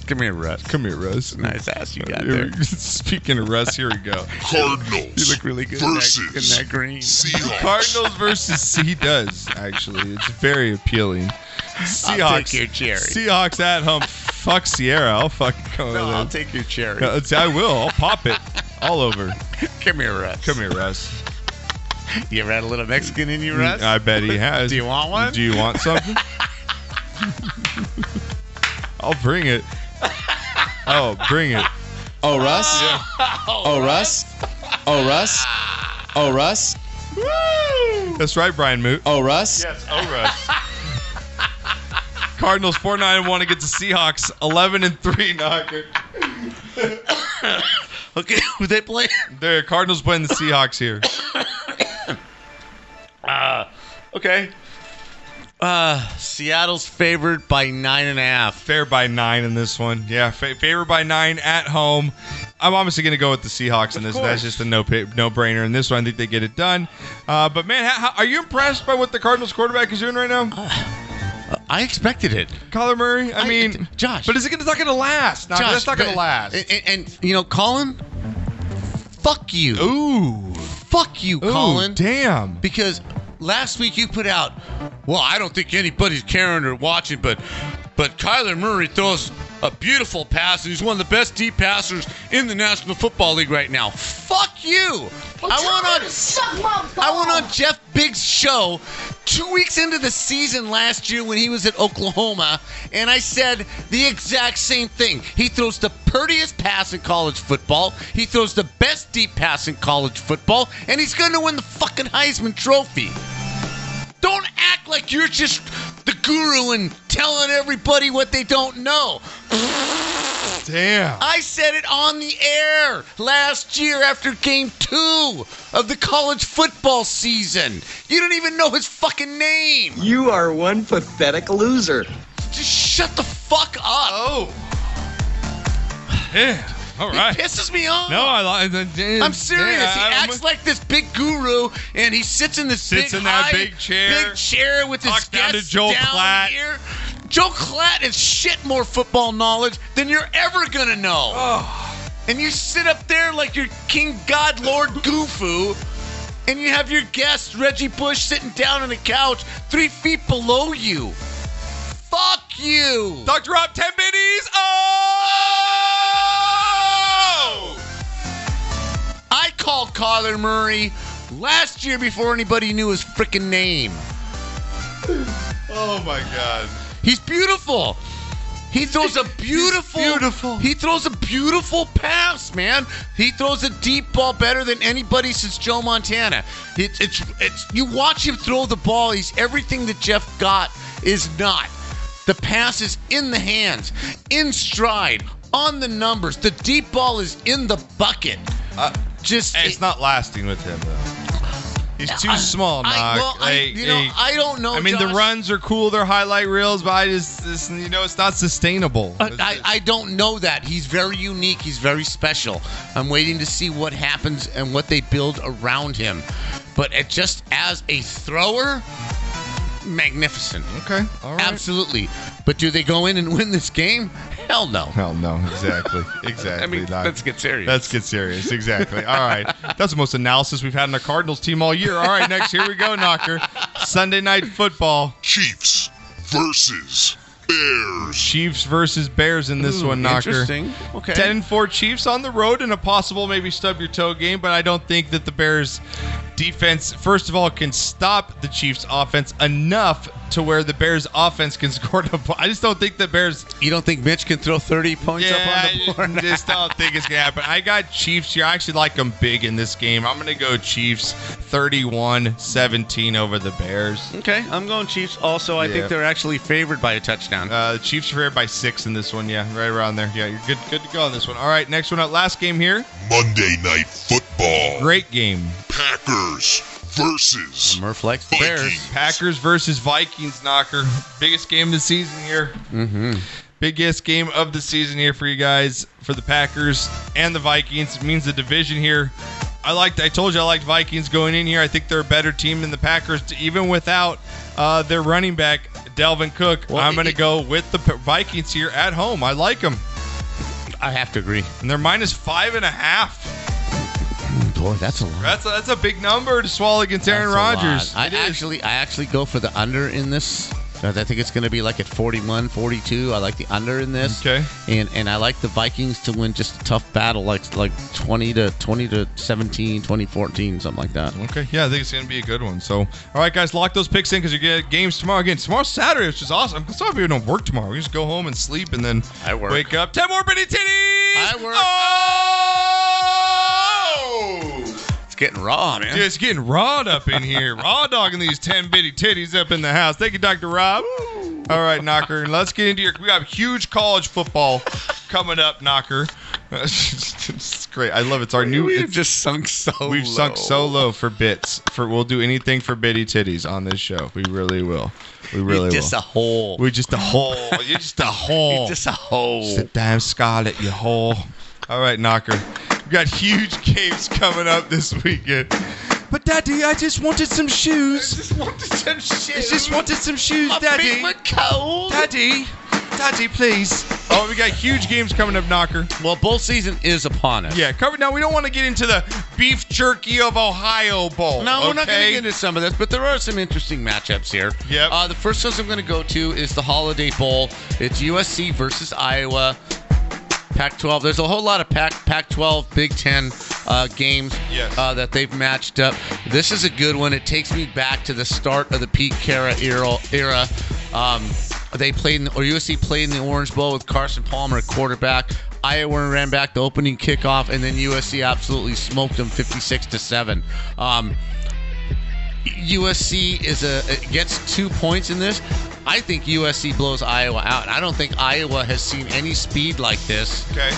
Speaker 3: Come here, Russ.
Speaker 2: Come here, Russ.
Speaker 3: Nice ass you got there.
Speaker 2: Speaking of Russ, here we go.
Speaker 3: You
Speaker 5: Cardinals
Speaker 3: look really good in that, in
Speaker 5: versus
Speaker 3: that green.
Speaker 5: Seahawks.
Speaker 2: Cardinals versus C he does actually. It's very appealing. Seahawks.
Speaker 3: I'll take your cherry.
Speaker 2: Seahawks at home. Fuck Sierra. I'll fucking go.
Speaker 3: no,
Speaker 2: over
Speaker 3: I'll
Speaker 2: there.
Speaker 3: take your cherry.
Speaker 2: No, it's- I will. I'll pop it all over.
Speaker 3: Come here, Russ.
Speaker 2: Come here, Russ.
Speaker 3: You ever had a little Mexican in you, Russ?
Speaker 2: Mm, I bet he has.
Speaker 3: Do you want one?
Speaker 2: Do you want something? I'll bring it. Oh, bring it.
Speaker 13: Oh, Russ? Oh, Russ? Oh, Russ? Oh, Russ?
Speaker 2: That's right, Brian Moot.
Speaker 13: Oh, Russ?
Speaker 2: Yes, oh, Russ. Cardinals 4 9 1 against the Seahawks 11 and 3 knocker.
Speaker 3: okay, who they play?
Speaker 2: The Cardinals playing the Seahawks here.
Speaker 3: Okay. Uh, Seattle's favored by nine and a half.
Speaker 2: Fair by nine in this one. Yeah, fa- favor by nine at home. I'm obviously going to go with the Seahawks in this. That's just a no no brainer in this one. I think they get it done. Uh, but man, how, how- are you impressed by what the Cardinals quarterback is doing right now,
Speaker 3: I expected it.
Speaker 2: Kyler Murray? I,
Speaker 3: Uh, I-
Speaker 2: mean,
Speaker 3: Josh.
Speaker 2: But is it? gonna- It's not going to last. No,
Speaker 3: Josh,
Speaker 2: that's not going
Speaker 3: but-
Speaker 2: to last.
Speaker 3: And, and- and, you know, Colin, fuck you.
Speaker 2: Ooh,
Speaker 3: Fuck you,
Speaker 2: ooh,
Speaker 3: Colin.
Speaker 2: damn.
Speaker 3: because last week you put out, well, I don't think anybody's caring or watching, but but Kyler Murray throws a beautiful pass, and he's one of the best deep passers in the National Football League right now. Fuck you! I went on I went on Jeff Biggs' show two weeks into the season last year when he was at Oklahoma, and I said the exact same thing. He throws the purtiest pass in college football. He throws the best deep pass in college football, and he's going to win the fucking Heisman Trophy. Don't act like you're just the guru and telling everybody what they don't know.
Speaker 2: Damn.
Speaker 3: I said it on the air last year after game two of the college football season. You don't even know his fucking name.
Speaker 14: You are one pathetic loser.
Speaker 3: Just shut the fuck up. Oh.
Speaker 2: Yeah. All right.
Speaker 3: He pisses me off.
Speaker 2: No, I, I, I
Speaker 3: I'm serious.
Speaker 2: Yeah,
Speaker 3: he
Speaker 2: I don't-
Speaker 3: acts like this big guru, and he sits in this
Speaker 2: Sits
Speaker 3: big
Speaker 2: in that
Speaker 3: high,
Speaker 2: big chair.
Speaker 3: big chair with his
Speaker 2: Talks down to
Speaker 3: guests
Speaker 2: Joe
Speaker 3: down
Speaker 2: Klatt.
Speaker 3: here. Joe Klatt has shit more football knowledge than you're ever gonna know. And you sit up there like your King God Lord Goofu, and you have your guest Reggie Bush sitting down on the couch three feet below you. Fuck you,
Speaker 2: Dr. Rob. Ten biddies. Oh!
Speaker 3: I called Kyler Murray last year before anybody knew his freaking name.
Speaker 2: Oh my God.
Speaker 3: He's beautiful. He throws a beautiful, beautiful. He throws a beautiful pass, man. He throws a deep ball better than anybody since Joe Montana. It's it's it's. You watch him throw the ball. He's everything that Jeff got is not. The pass is in the hands, in stride, on the numbers. The deep ball is in the bucket. Just
Speaker 2: Hey, it's not lasting with him though. He's too small,
Speaker 3: I-
Speaker 2: Knock.
Speaker 3: well, I-
Speaker 2: Like,
Speaker 3: you know,
Speaker 2: hey,
Speaker 3: I don't know,
Speaker 2: I mean, the
Speaker 3: Josh.
Speaker 2: runs are cool; they're highlight reels, but I just, this, you know, it's not sustainable.
Speaker 3: But I, I don't know that. He's very unique. He's very special. I'm waiting to see what happens and what they build around him. But it just as a thrower, magnificent.
Speaker 2: Okay. All right.
Speaker 3: Absolutely. But do they go in and win this game? Hell no.
Speaker 2: Hell no. Exactly. Exactly. Knock.
Speaker 3: let's get serious.
Speaker 2: Let's get serious. Exactly. All right. That's the most analysis we've had on the Cardinals team all year. All right, next here we go, Knocker. Sunday night football.
Speaker 5: Chiefs versus Bears.
Speaker 2: Chiefs versus Bears in this
Speaker 5: Ooh,
Speaker 2: one, Knocker.
Speaker 5: interesting. Okay.
Speaker 2: 10 and 4 Chiefs on the road in a possible maybe stub your toe game, but I don't think that the Bears defense, first of all, can stop the Chiefs offense enough to where the Bears offense can score the ball. I just don't think the Bears.
Speaker 3: You don't think Mitch can throw 30 points
Speaker 2: yeah,
Speaker 3: up on the board?
Speaker 2: I just don't think it's going to happen. I got Chiefs here. I actually like them big in this game. I'm going to go Chiefs 31 17 over the Bears.
Speaker 6: Okay, I'm going Chiefs. Also, I
Speaker 2: Yeah.
Speaker 6: think they're
Speaker 3: actually favored by a touchdown.
Speaker 2: Uh, the Chiefs are favored by six in this one. Yeah, right around there. Yeah, you're good. Good to go on this one. All right, next one up. Last game here.
Speaker 5: Monday Night Football.
Speaker 2: Great game.
Speaker 5: Packers versus
Speaker 3: Murph likes
Speaker 5: the Bears.
Speaker 2: Packers versus Vikings. Knocker. Biggest game of the season here.
Speaker 3: Mm-hmm.
Speaker 2: Biggest game of the season here for you guys, for the Packers and the Vikings. It means the division here. I liked. I told you I liked Vikings going in here. I think they're a better team than the Packers, t- even without uh, their running back Delvin Cook. I'm going to go with the P- Vikings here at home. I like them.
Speaker 3: I have to agree.
Speaker 2: And they're minus five and a half.
Speaker 3: Boy, that's a lot.
Speaker 2: That's a, that's a big number to swallow against Aaron
Speaker 3: That's a
Speaker 2: Rodgers.
Speaker 3: lot. I actually I actually go for the under in this. I think it's going to be like at 41, 42. I like the under in this.
Speaker 2: Okay.
Speaker 3: And and I like the Vikings to win just a tough battle like like 20 to 20 to 17, 20 14, something like that.
Speaker 2: Okay, yeah, I think it's going to be a good one. So, all right, guys, lock those picks in because you get games tomorrow. Again, tomorrow's Saturday, which is awesome. Some of you don't work tomorrow. You just go home and sleep and then I work. wake up. 10 more bitty titties! I work. Oh!
Speaker 3: It's getting raw, man.
Speaker 2: Dude, it's getting rawed up in here. Raw dogging these 10 bitty titties up in the house. Thank you, Dr. Rob. All right, Knocker. and Let's get into your. We got huge college football coming up, Knocker. it's great. I love it. It's our new.
Speaker 3: We've
Speaker 2: it's-
Speaker 3: just sunk so
Speaker 2: We've sunk
Speaker 3: low.
Speaker 2: so low for bits. For we'll do anything for bitty titties on this show. We really will. We really
Speaker 3: just
Speaker 2: will.
Speaker 3: a hole.
Speaker 2: We're just a hole. You're just a hole.
Speaker 3: You're just a hole.
Speaker 2: Just a damn scarlet, you hole. All right, knocker. We got huge games coming up this weekend. But Daddy, I just wanted some shoes. I just wanted some shoes. I just wanted some shoes,
Speaker 3: My
Speaker 2: Daddy.
Speaker 3: feet were cold.
Speaker 2: Daddy, Daddy, please. Oh, we got huge games coming up, knocker.
Speaker 3: Well, bowl season is upon us.
Speaker 2: Yeah, cover. Now we don't want to get into the beef jerky of Ohio Bowl.
Speaker 3: No, we're not going to
Speaker 2: Oh, okay?
Speaker 3: get into some of this, but there are some interesting matchups here.
Speaker 2: Yep.
Speaker 3: Uh, the first ones I'm going to go to is the Holiday Bowl. It's USC versus Iowa. Pac-12. There's a whole lot of Pac Pac-12, Big Ten uh, games
Speaker 2: Yes.
Speaker 3: uh, that they've matched up. This is a good one. It takes me back to the start of the Pete Carroll era. era. Um, they played in, or USC played in the Orange Bowl with Carson Palmer at quarterback. Iowa ran back the opening kickoff, and then USC absolutely smoked them 56 to seven. Um, USC is a gets two points in this. I think USC blows Iowa out. I don't think Iowa has seen any speed like this.
Speaker 2: Okay.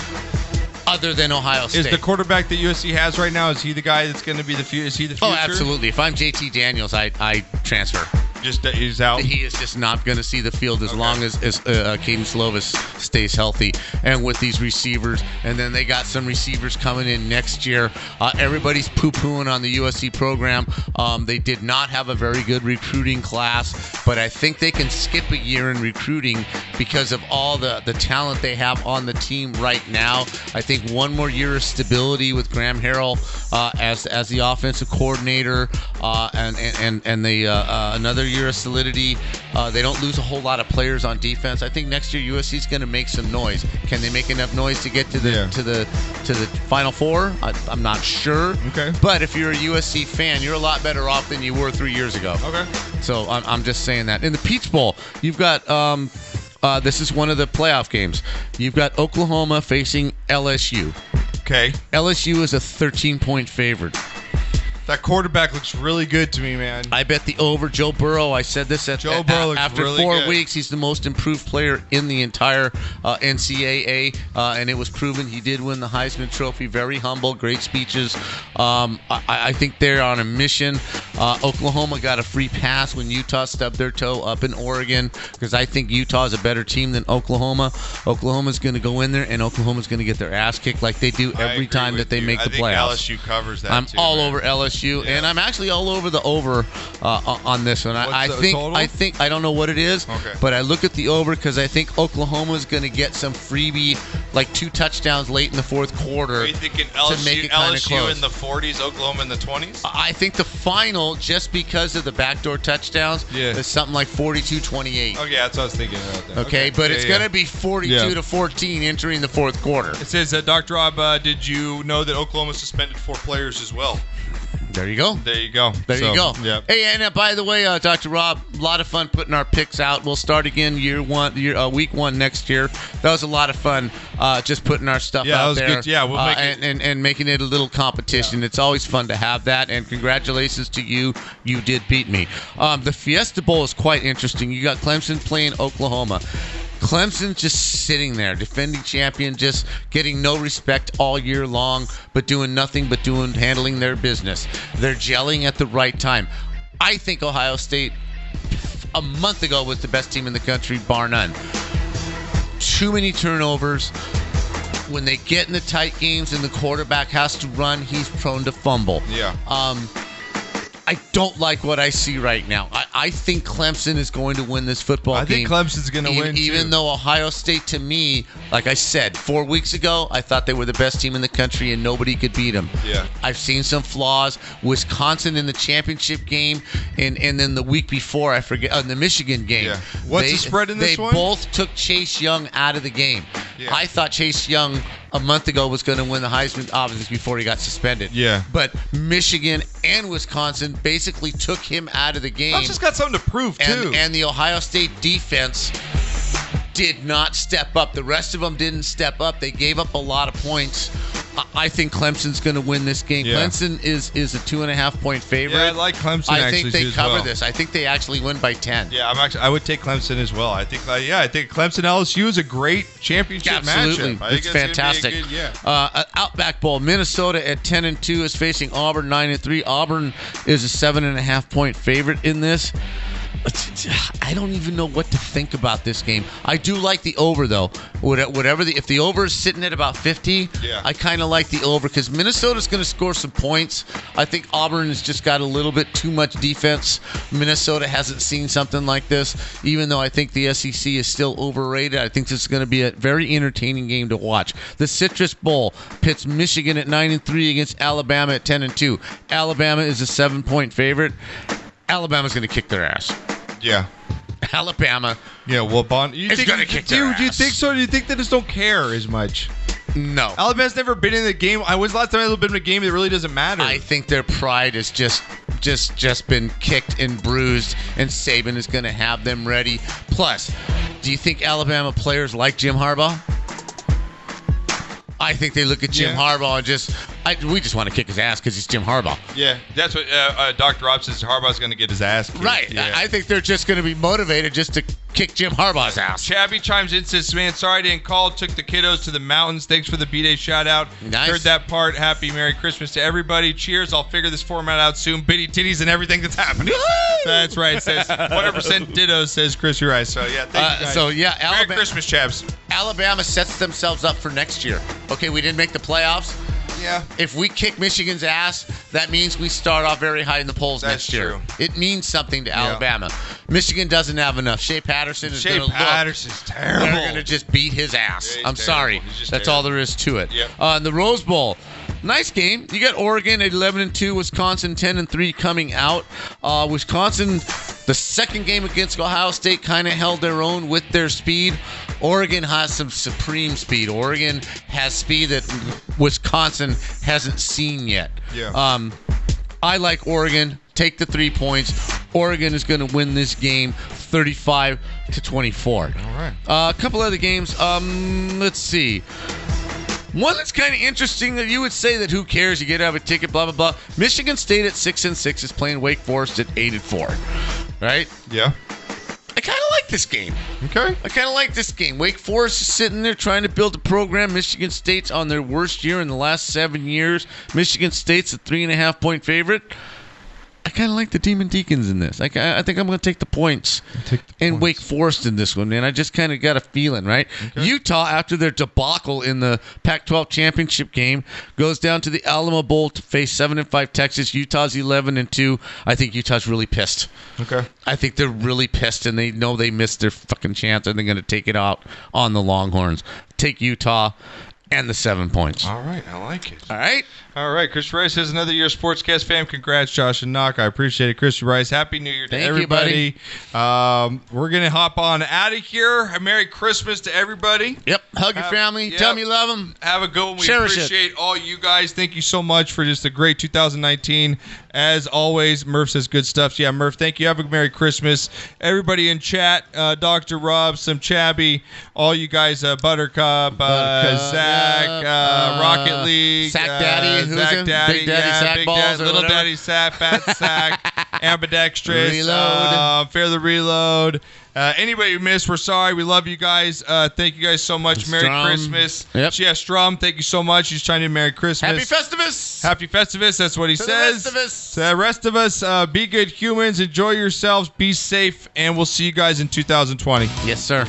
Speaker 3: Other than Ohio State.
Speaker 2: Is the quarterback that USC has right now? Is he the guy that's going to be the future? Is he the future?
Speaker 3: Oh, absolutely. If I'm JT Daniels, I, I transfer.
Speaker 2: Just that he's out.
Speaker 3: He is just not going to see the field as long as, as uh, Caden Slovis stays healthy and with these receivers. And then they got some receivers coming in next year. Uh, everybody's poo pooing on the USC program. Um, they did not have a very good recruiting class, but I think they can skip a year in recruiting because of all the, the talent they have on the team right now. I think one more year of stability with Graham Harrell uh, as, as the offensive coordinator uh, and, and, and, and the, uh, uh, another year of solidity. Uh, they don't lose a whole lot of players on defense. I think next year USC is going to make some noise. Can they make enough noise to get to the to the to the Final Four? I, I'm not sure.
Speaker 2: Okay.
Speaker 3: But if you're a USC fan, you're a lot better off than you were three years ago.
Speaker 2: Okay.
Speaker 3: So I'm, I'm just saying that. In the Peach Bowl, you've got. Um, uh, this is one of the playoff games. You've got Oklahoma facing LSU.
Speaker 2: Okay.
Speaker 3: LSU is a 13 point favorite.
Speaker 2: That quarterback looks really good to me, man.
Speaker 3: I bet the over Joe Burrow. I said this at,
Speaker 2: Joe Burrow
Speaker 3: a-
Speaker 2: looks
Speaker 3: after
Speaker 2: really
Speaker 3: four
Speaker 2: good.
Speaker 3: weeks. He's the most improved player in the entire uh, NCAA, uh, and it was proven. He did win the Heisman Trophy. Very humble, great speeches. Um, I, I think they're on a mission. Uh, Oklahoma got a free pass when Utah stubbed their toe up in Oregon because I think Utah's a better team than Oklahoma. Oklahoma's going to go in there, and Oklahoma's going to get their ass kicked like they do every time that they make
Speaker 2: I
Speaker 3: the
Speaker 2: think
Speaker 3: playoffs.
Speaker 2: LSU covers that.
Speaker 3: I'm
Speaker 2: too,
Speaker 3: all
Speaker 2: man.
Speaker 3: over LSU, and I'm actually all over the over uh, on this one. I, I
Speaker 2: the
Speaker 3: think
Speaker 2: total?
Speaker 3: I think I don't know what it is,
Speaker 2: Okay.
Speaker 3: but I look at the over because I think Oklahoma's going to get some freebie, like two touchdowns late in the fourth quarter.
Speaker 2: Are you thinking
Speaker 3: to
Speaker 2: LSU,
Speaker 3: make it kind of
Speaker 2: LSU
Speaker 3: close.
Speaker 2: in the 40s, Oklahoma in the 20s?
Speaker 3: I think the final, just because of the backdoor touchdowns,
Speaker 2: Yeah.
Speaker 3: is something like 42-28.
Speaker 2: Oh, yeah, that's what I was thinking about that.
Speaker 3: Okay, but it's
Speaker 2: yeah,
Speaker 3: going to be 42
Speaker 2: Yeah.
Speaker 3: to 14 entering the fourth quarter.
Speaker 2: It says, uh, Dr. Rob, uh, did you know that Oklahoma suspended four players as well?
Speaker 3: There you go.
Speaker 2: There you go.
Speaker 3: There
Speaker 2: So,
Speaker 3: you go.
Speaker 2: Yeah.
Speaker 3: Hey, and uh, by the way, uh, Dr. Rob, a lot of fun putting our picks out. We'll start again year one, year uh, week one next year. That was a lot of fun, uh, just putting our stuff
Speaker 2: Yeah, that
Speaker 3: out
Speaker 2: was
Speaker 3: there.
Speaker 2: good. Yeah, we'll
Speaker 3: uh,
Speaker 2: make it-
Speaker 3: and, and and making it a little competition. It's always fun to have that. And congratulations to you. You did beat me. Um, the Fiesta Bowl is quite interesting. You got Clemson playing Oklahoma. Clemson just sitting there, defending champion, just getting no respect all year long, but doing nothing but doing handling their business. They're gelling at the right time. I think Ohio State a month ago was the best team in the country, bar none. Too many turnovers when they get in the tight games and the quarterback has to run, he's prone to fumble.
Speaker 2: Yeah.
Speaker 3: Um, I don't like what I see right now. I, I think Clemson is going to win this football
Speaker 2: I
Speaker 3: game.
Speaker 2: think Clemson's going to
Speaker 3: Even-
Speaker 2: win.
Speaker 3: Even
Speaker 2: too.
Speaker 3: though Ohio State, to me, like I said four weeks ago, I thought they were the best team in the country and nobody could beat them.
Speaker 2: Yeah.
Speaker 3: I've seen some flaws. Wisconsin in the championship game, and and then the week before, I forget, on the Michigan game.
Speaker 2: Yeah. What's
Speaker 3: they-
Speaker 2: the spread in this
Speaker 3: they
Speaker 2: one?
Speaker 3: both took Chase Young out of the game.
Speaker 2: Yeah.
Speaker 3: I thought Chase Young a month ago was going to win the Heisman, obviously before he got suspended.
Speaker 2: Yeah.
Speaker 3: But Michigan and Wisconsin basically took him out of the game.
Speaker 2: Clemson's got something to prove, too.
Speaker 3: And, and the Ohio State defense did not step up. The rest of them didn't step up. They gave up a lot of points. I- I think Clemson's going to win this game.
Speaker 2: Yeah.
Speaker 3: Clemson is is a two and a half point favorite.
Speaker 2: Yeah, I like Clemson
Speaker 3: I
Speaker 2: actually,
Speaker 3: think
Speaker 2: too,
Speaker 3: they
Speaker 2: as
Speaker 3: cover
Speaker 2: well.
Speaker 3: this. I think they actually win by ten.
Speaker 2: Yeah, I'm actually. I would take Clemson as well. I think. Uh, yeah, I think Clemson LSU is a great championship
Speaker 3: Absolutely,
Speaker 2: matchup. I think
Speaker 3: it's
Speaker 2: gonna be a
Speaker 3: fantastic.
Speaker 2: good- yeah.
Speaker 3: Uh, Outback Bowl, Minnesota at ten and two is facing Auburn nine and three. Auburn is a seven and a half point favorite in this. I don't even know what to think about this game. I do like the over though. What- Whatever the if the over is sitting at about fifty,
Speaker 2: Yeah.
Speaker 3: I kind of like the over because Minnesota's going to score some points. I think Auburn has just got a little bit too much defense. Minnesota hasn't seen something like this, even though I think the SEC is still overrated. I think this is going to be a very entertaining game to watch. The Citrus Bowl pits Michigan at nine and three against Alabama at ten and two. Alabama is a seven point favorite. Alabama's going to kick their ass.
Speaker 2: Yeah.
Speaker 3: Alabama.
Speaker 2: Yeah. Well, Bond. You
Speaker 3: It's
Speaker 2: think,
Speaker 3: gonna
Speaker 2: you-
Speaker 3: kick
Speaker 2: do, you-
Speaker 3: their
Speaker 2: Do you
Speaker 3: ass.
Speaker 2: think so? Do you think they just don't care as much?
Speaker 3: No.
Speaker 2: Alabama's never been in a game. I was last time I've been in a game. It really doesn't matter.
Speaker 3: I think their pride has just just just been kicked and bruised, and Saban is going to have them ready. Plus, do you think Alabama players like Jim Harbaugh? I I think they look at Jim
Speaker 2: Yeah.
Speaker 3: Harbaugh and just, I, we just want to kick his ass because he's Jim Harbaugh.
Speaker 2: Yeah, that's what uh, uh, Dr. Rob says. Harbaugh's going to get his ass kicked.
Speaker 3: Right.
Speaker 2: Yeah.
Speaker 3: I, I think they're just going to be motivated just to kick Jim Harbaugh's ass.
Speaker 2: Chabby chimes in says, "Man, sorry I didn't call. Took the kiddos to the mountains. Thanks for the b-day shout out.
Speaker 3: Nice.
Speaker 2: Heard that part. Happy Merry Christmas to everybody. Cheers. I'll figure this format out soon. Bitty titties and everything that's happening. That's right. It says 100 percent ditto. Says Chris Rice. So yeah. Thank
Speaker 3: Uh,
Speaker 2: you guys.
Speaker 3: so yeah, Alabama, Merry
Speaker 2: Christmas, chaps.
Speaker 3: Alabama sets themselves up for next year. Okay, we didn't make the playoffs.
Speaker 2: Yeah.
Speaker 3: If we kick Michigan's ass, that means we start off very high in the polls
Speaker 2: That's
Speaker 3: next year.
Speaker 2: true.
Speaker 3: It means something to Alabama. Michigan doesn't have enough. Shea Patterson is
Speaker 2: Shea
Speaker 3: going to
Speaker 2: Patterson's terrible.
Speaker 3: They're going to just beat his ass.
Speaker 2: Yeah, he's
Speaker 3: I'm
Speaker 2: terrible.
Speaker 3: sorry.
Speaker 2: He's
Speaker 3: That's
Speaker 2: just
Speaker 3: all
Speaker 2: terrible.
Speaker 3: there is to it.
Speaker 2: Yep.
Speaker 3: Uh, and the Rose Bowl. Nice game. You got Oregon at 11 and 2, Wisconsin 10 and 3 coming out. Uh, Wisconsin, the second game against Ohio State, kind of held their own with their speed. Oregon has some supreme speed. Oregon has speed that Wisconsin hasn't seen yet.
Speaker 2: Yeah.
Speaker 3: Um, I like Oregon. Take the three points. Oregon is going to win this game 35 to 24. All
Speaker 2: right.
Speaker 3: Uh, a couple other games. Um, let's see. One that's kind of interesting that you would say that who cares? You get out of a ticket, blah blah blah. Michigan State at six and six is playing Wake Forest at eight and four, right?
Speaker 2: Yeah.
Speaker 3: I kind of like this game.
Speaker 2: Okay.
Speaker 3: I kind of like this game. Wake Forest is sitting there trying to build a program. Michigan State's on their worst year in the last seven years. Michigan State's a three and a half point favorite. I kind of like the Demon Deacons in this. I, I I think I'm going to take the points and Wake Forest in this one, man. I just kind of got a feeling, right? Utah, after their debacle in the Pac-12 championship game, goes down to the Alamo Bowl to face seven and five Texas. Utah's 11 and two. I think Utah's really pissed.
Speaker 2: Okay.
Speaker 3: I think they're really pissed and they know they missed their fucking chance and they're going to take it out on the Longhorns. Take Utah and the seven points.
Speaker 2: All right, I like it.
Speaker 3: All right.
Speaker 2: All right. Chris Rice says another year of sportscast fam. Congrats, Josh and Knock. I appreciate it. Chris Rice, happy new year to
Speaker 3: Thank you,
Speaker 2: everybody. Um, we're gonna hop on out of here. Merry Christmas to everybody.
Speaker 3: Yep. Hug your
Speaker 2: Have-
Speaker 3: family.
Speaker 2: yep.
Speaker 3: Tell 'em you love them.
Speaker 2: Have a good one. We
Speaker 3: Cherish it.
Speaker 2: appreciate all you guys. Thank you so much for just a great 2019. As always, Murph says good stuff. So yeah, Murph, thank you. Have a Merry Christmas. Everybody in chat, uh, Dr. Rob, some Chabby, all you guys, uh, Buttercup, uh, Zach, uh, Rocket League,
Speaker 3: Sack
Speaker 2: uh,
Speaker 3: Daddy, who's
Speaker 2: Zach
Speaker 3: in?
Speaker 2: Daddy,
Speaker 3: Big Daddy
Speaker 2: yeah,
Speaker 3: Sack
Speaker 2: Big
Speaker 3: Balls
Speaker 2: Daddy,
Speaker 3: or
Speaker 2: Little
Speaker 3: whatever.
Speaker 2: Daddy Sack, Fat Sack, Ambidextrous,
Speaker 3: Reload.
Speaker 2: uh, Fear the Reload. Uh, anybody we missed, we're sorry. We love you guys. Uh, thank you guys so much. Merry
Speaker 3: Strum.
Speaker 2: Christmas.
Speaker 3: Yep.
Speaker 2: Yeah, Strum, thank you so much. He's trying to Merry Christmas.
Speaker 3: Happy Festivus.
Speaker 2: Happy Festivus. That's what he
Speaker 3: To the
Speaker 2: says.
Speaker 3: rest of us.
Speaker 2: To the rest of us, uh, be good humans. Enjoy yourselves. Be safe. And we'll see you guys in 2020.
Speaker 3: Yes, sir.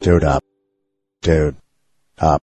Speaker 15: Dude up. Dude up.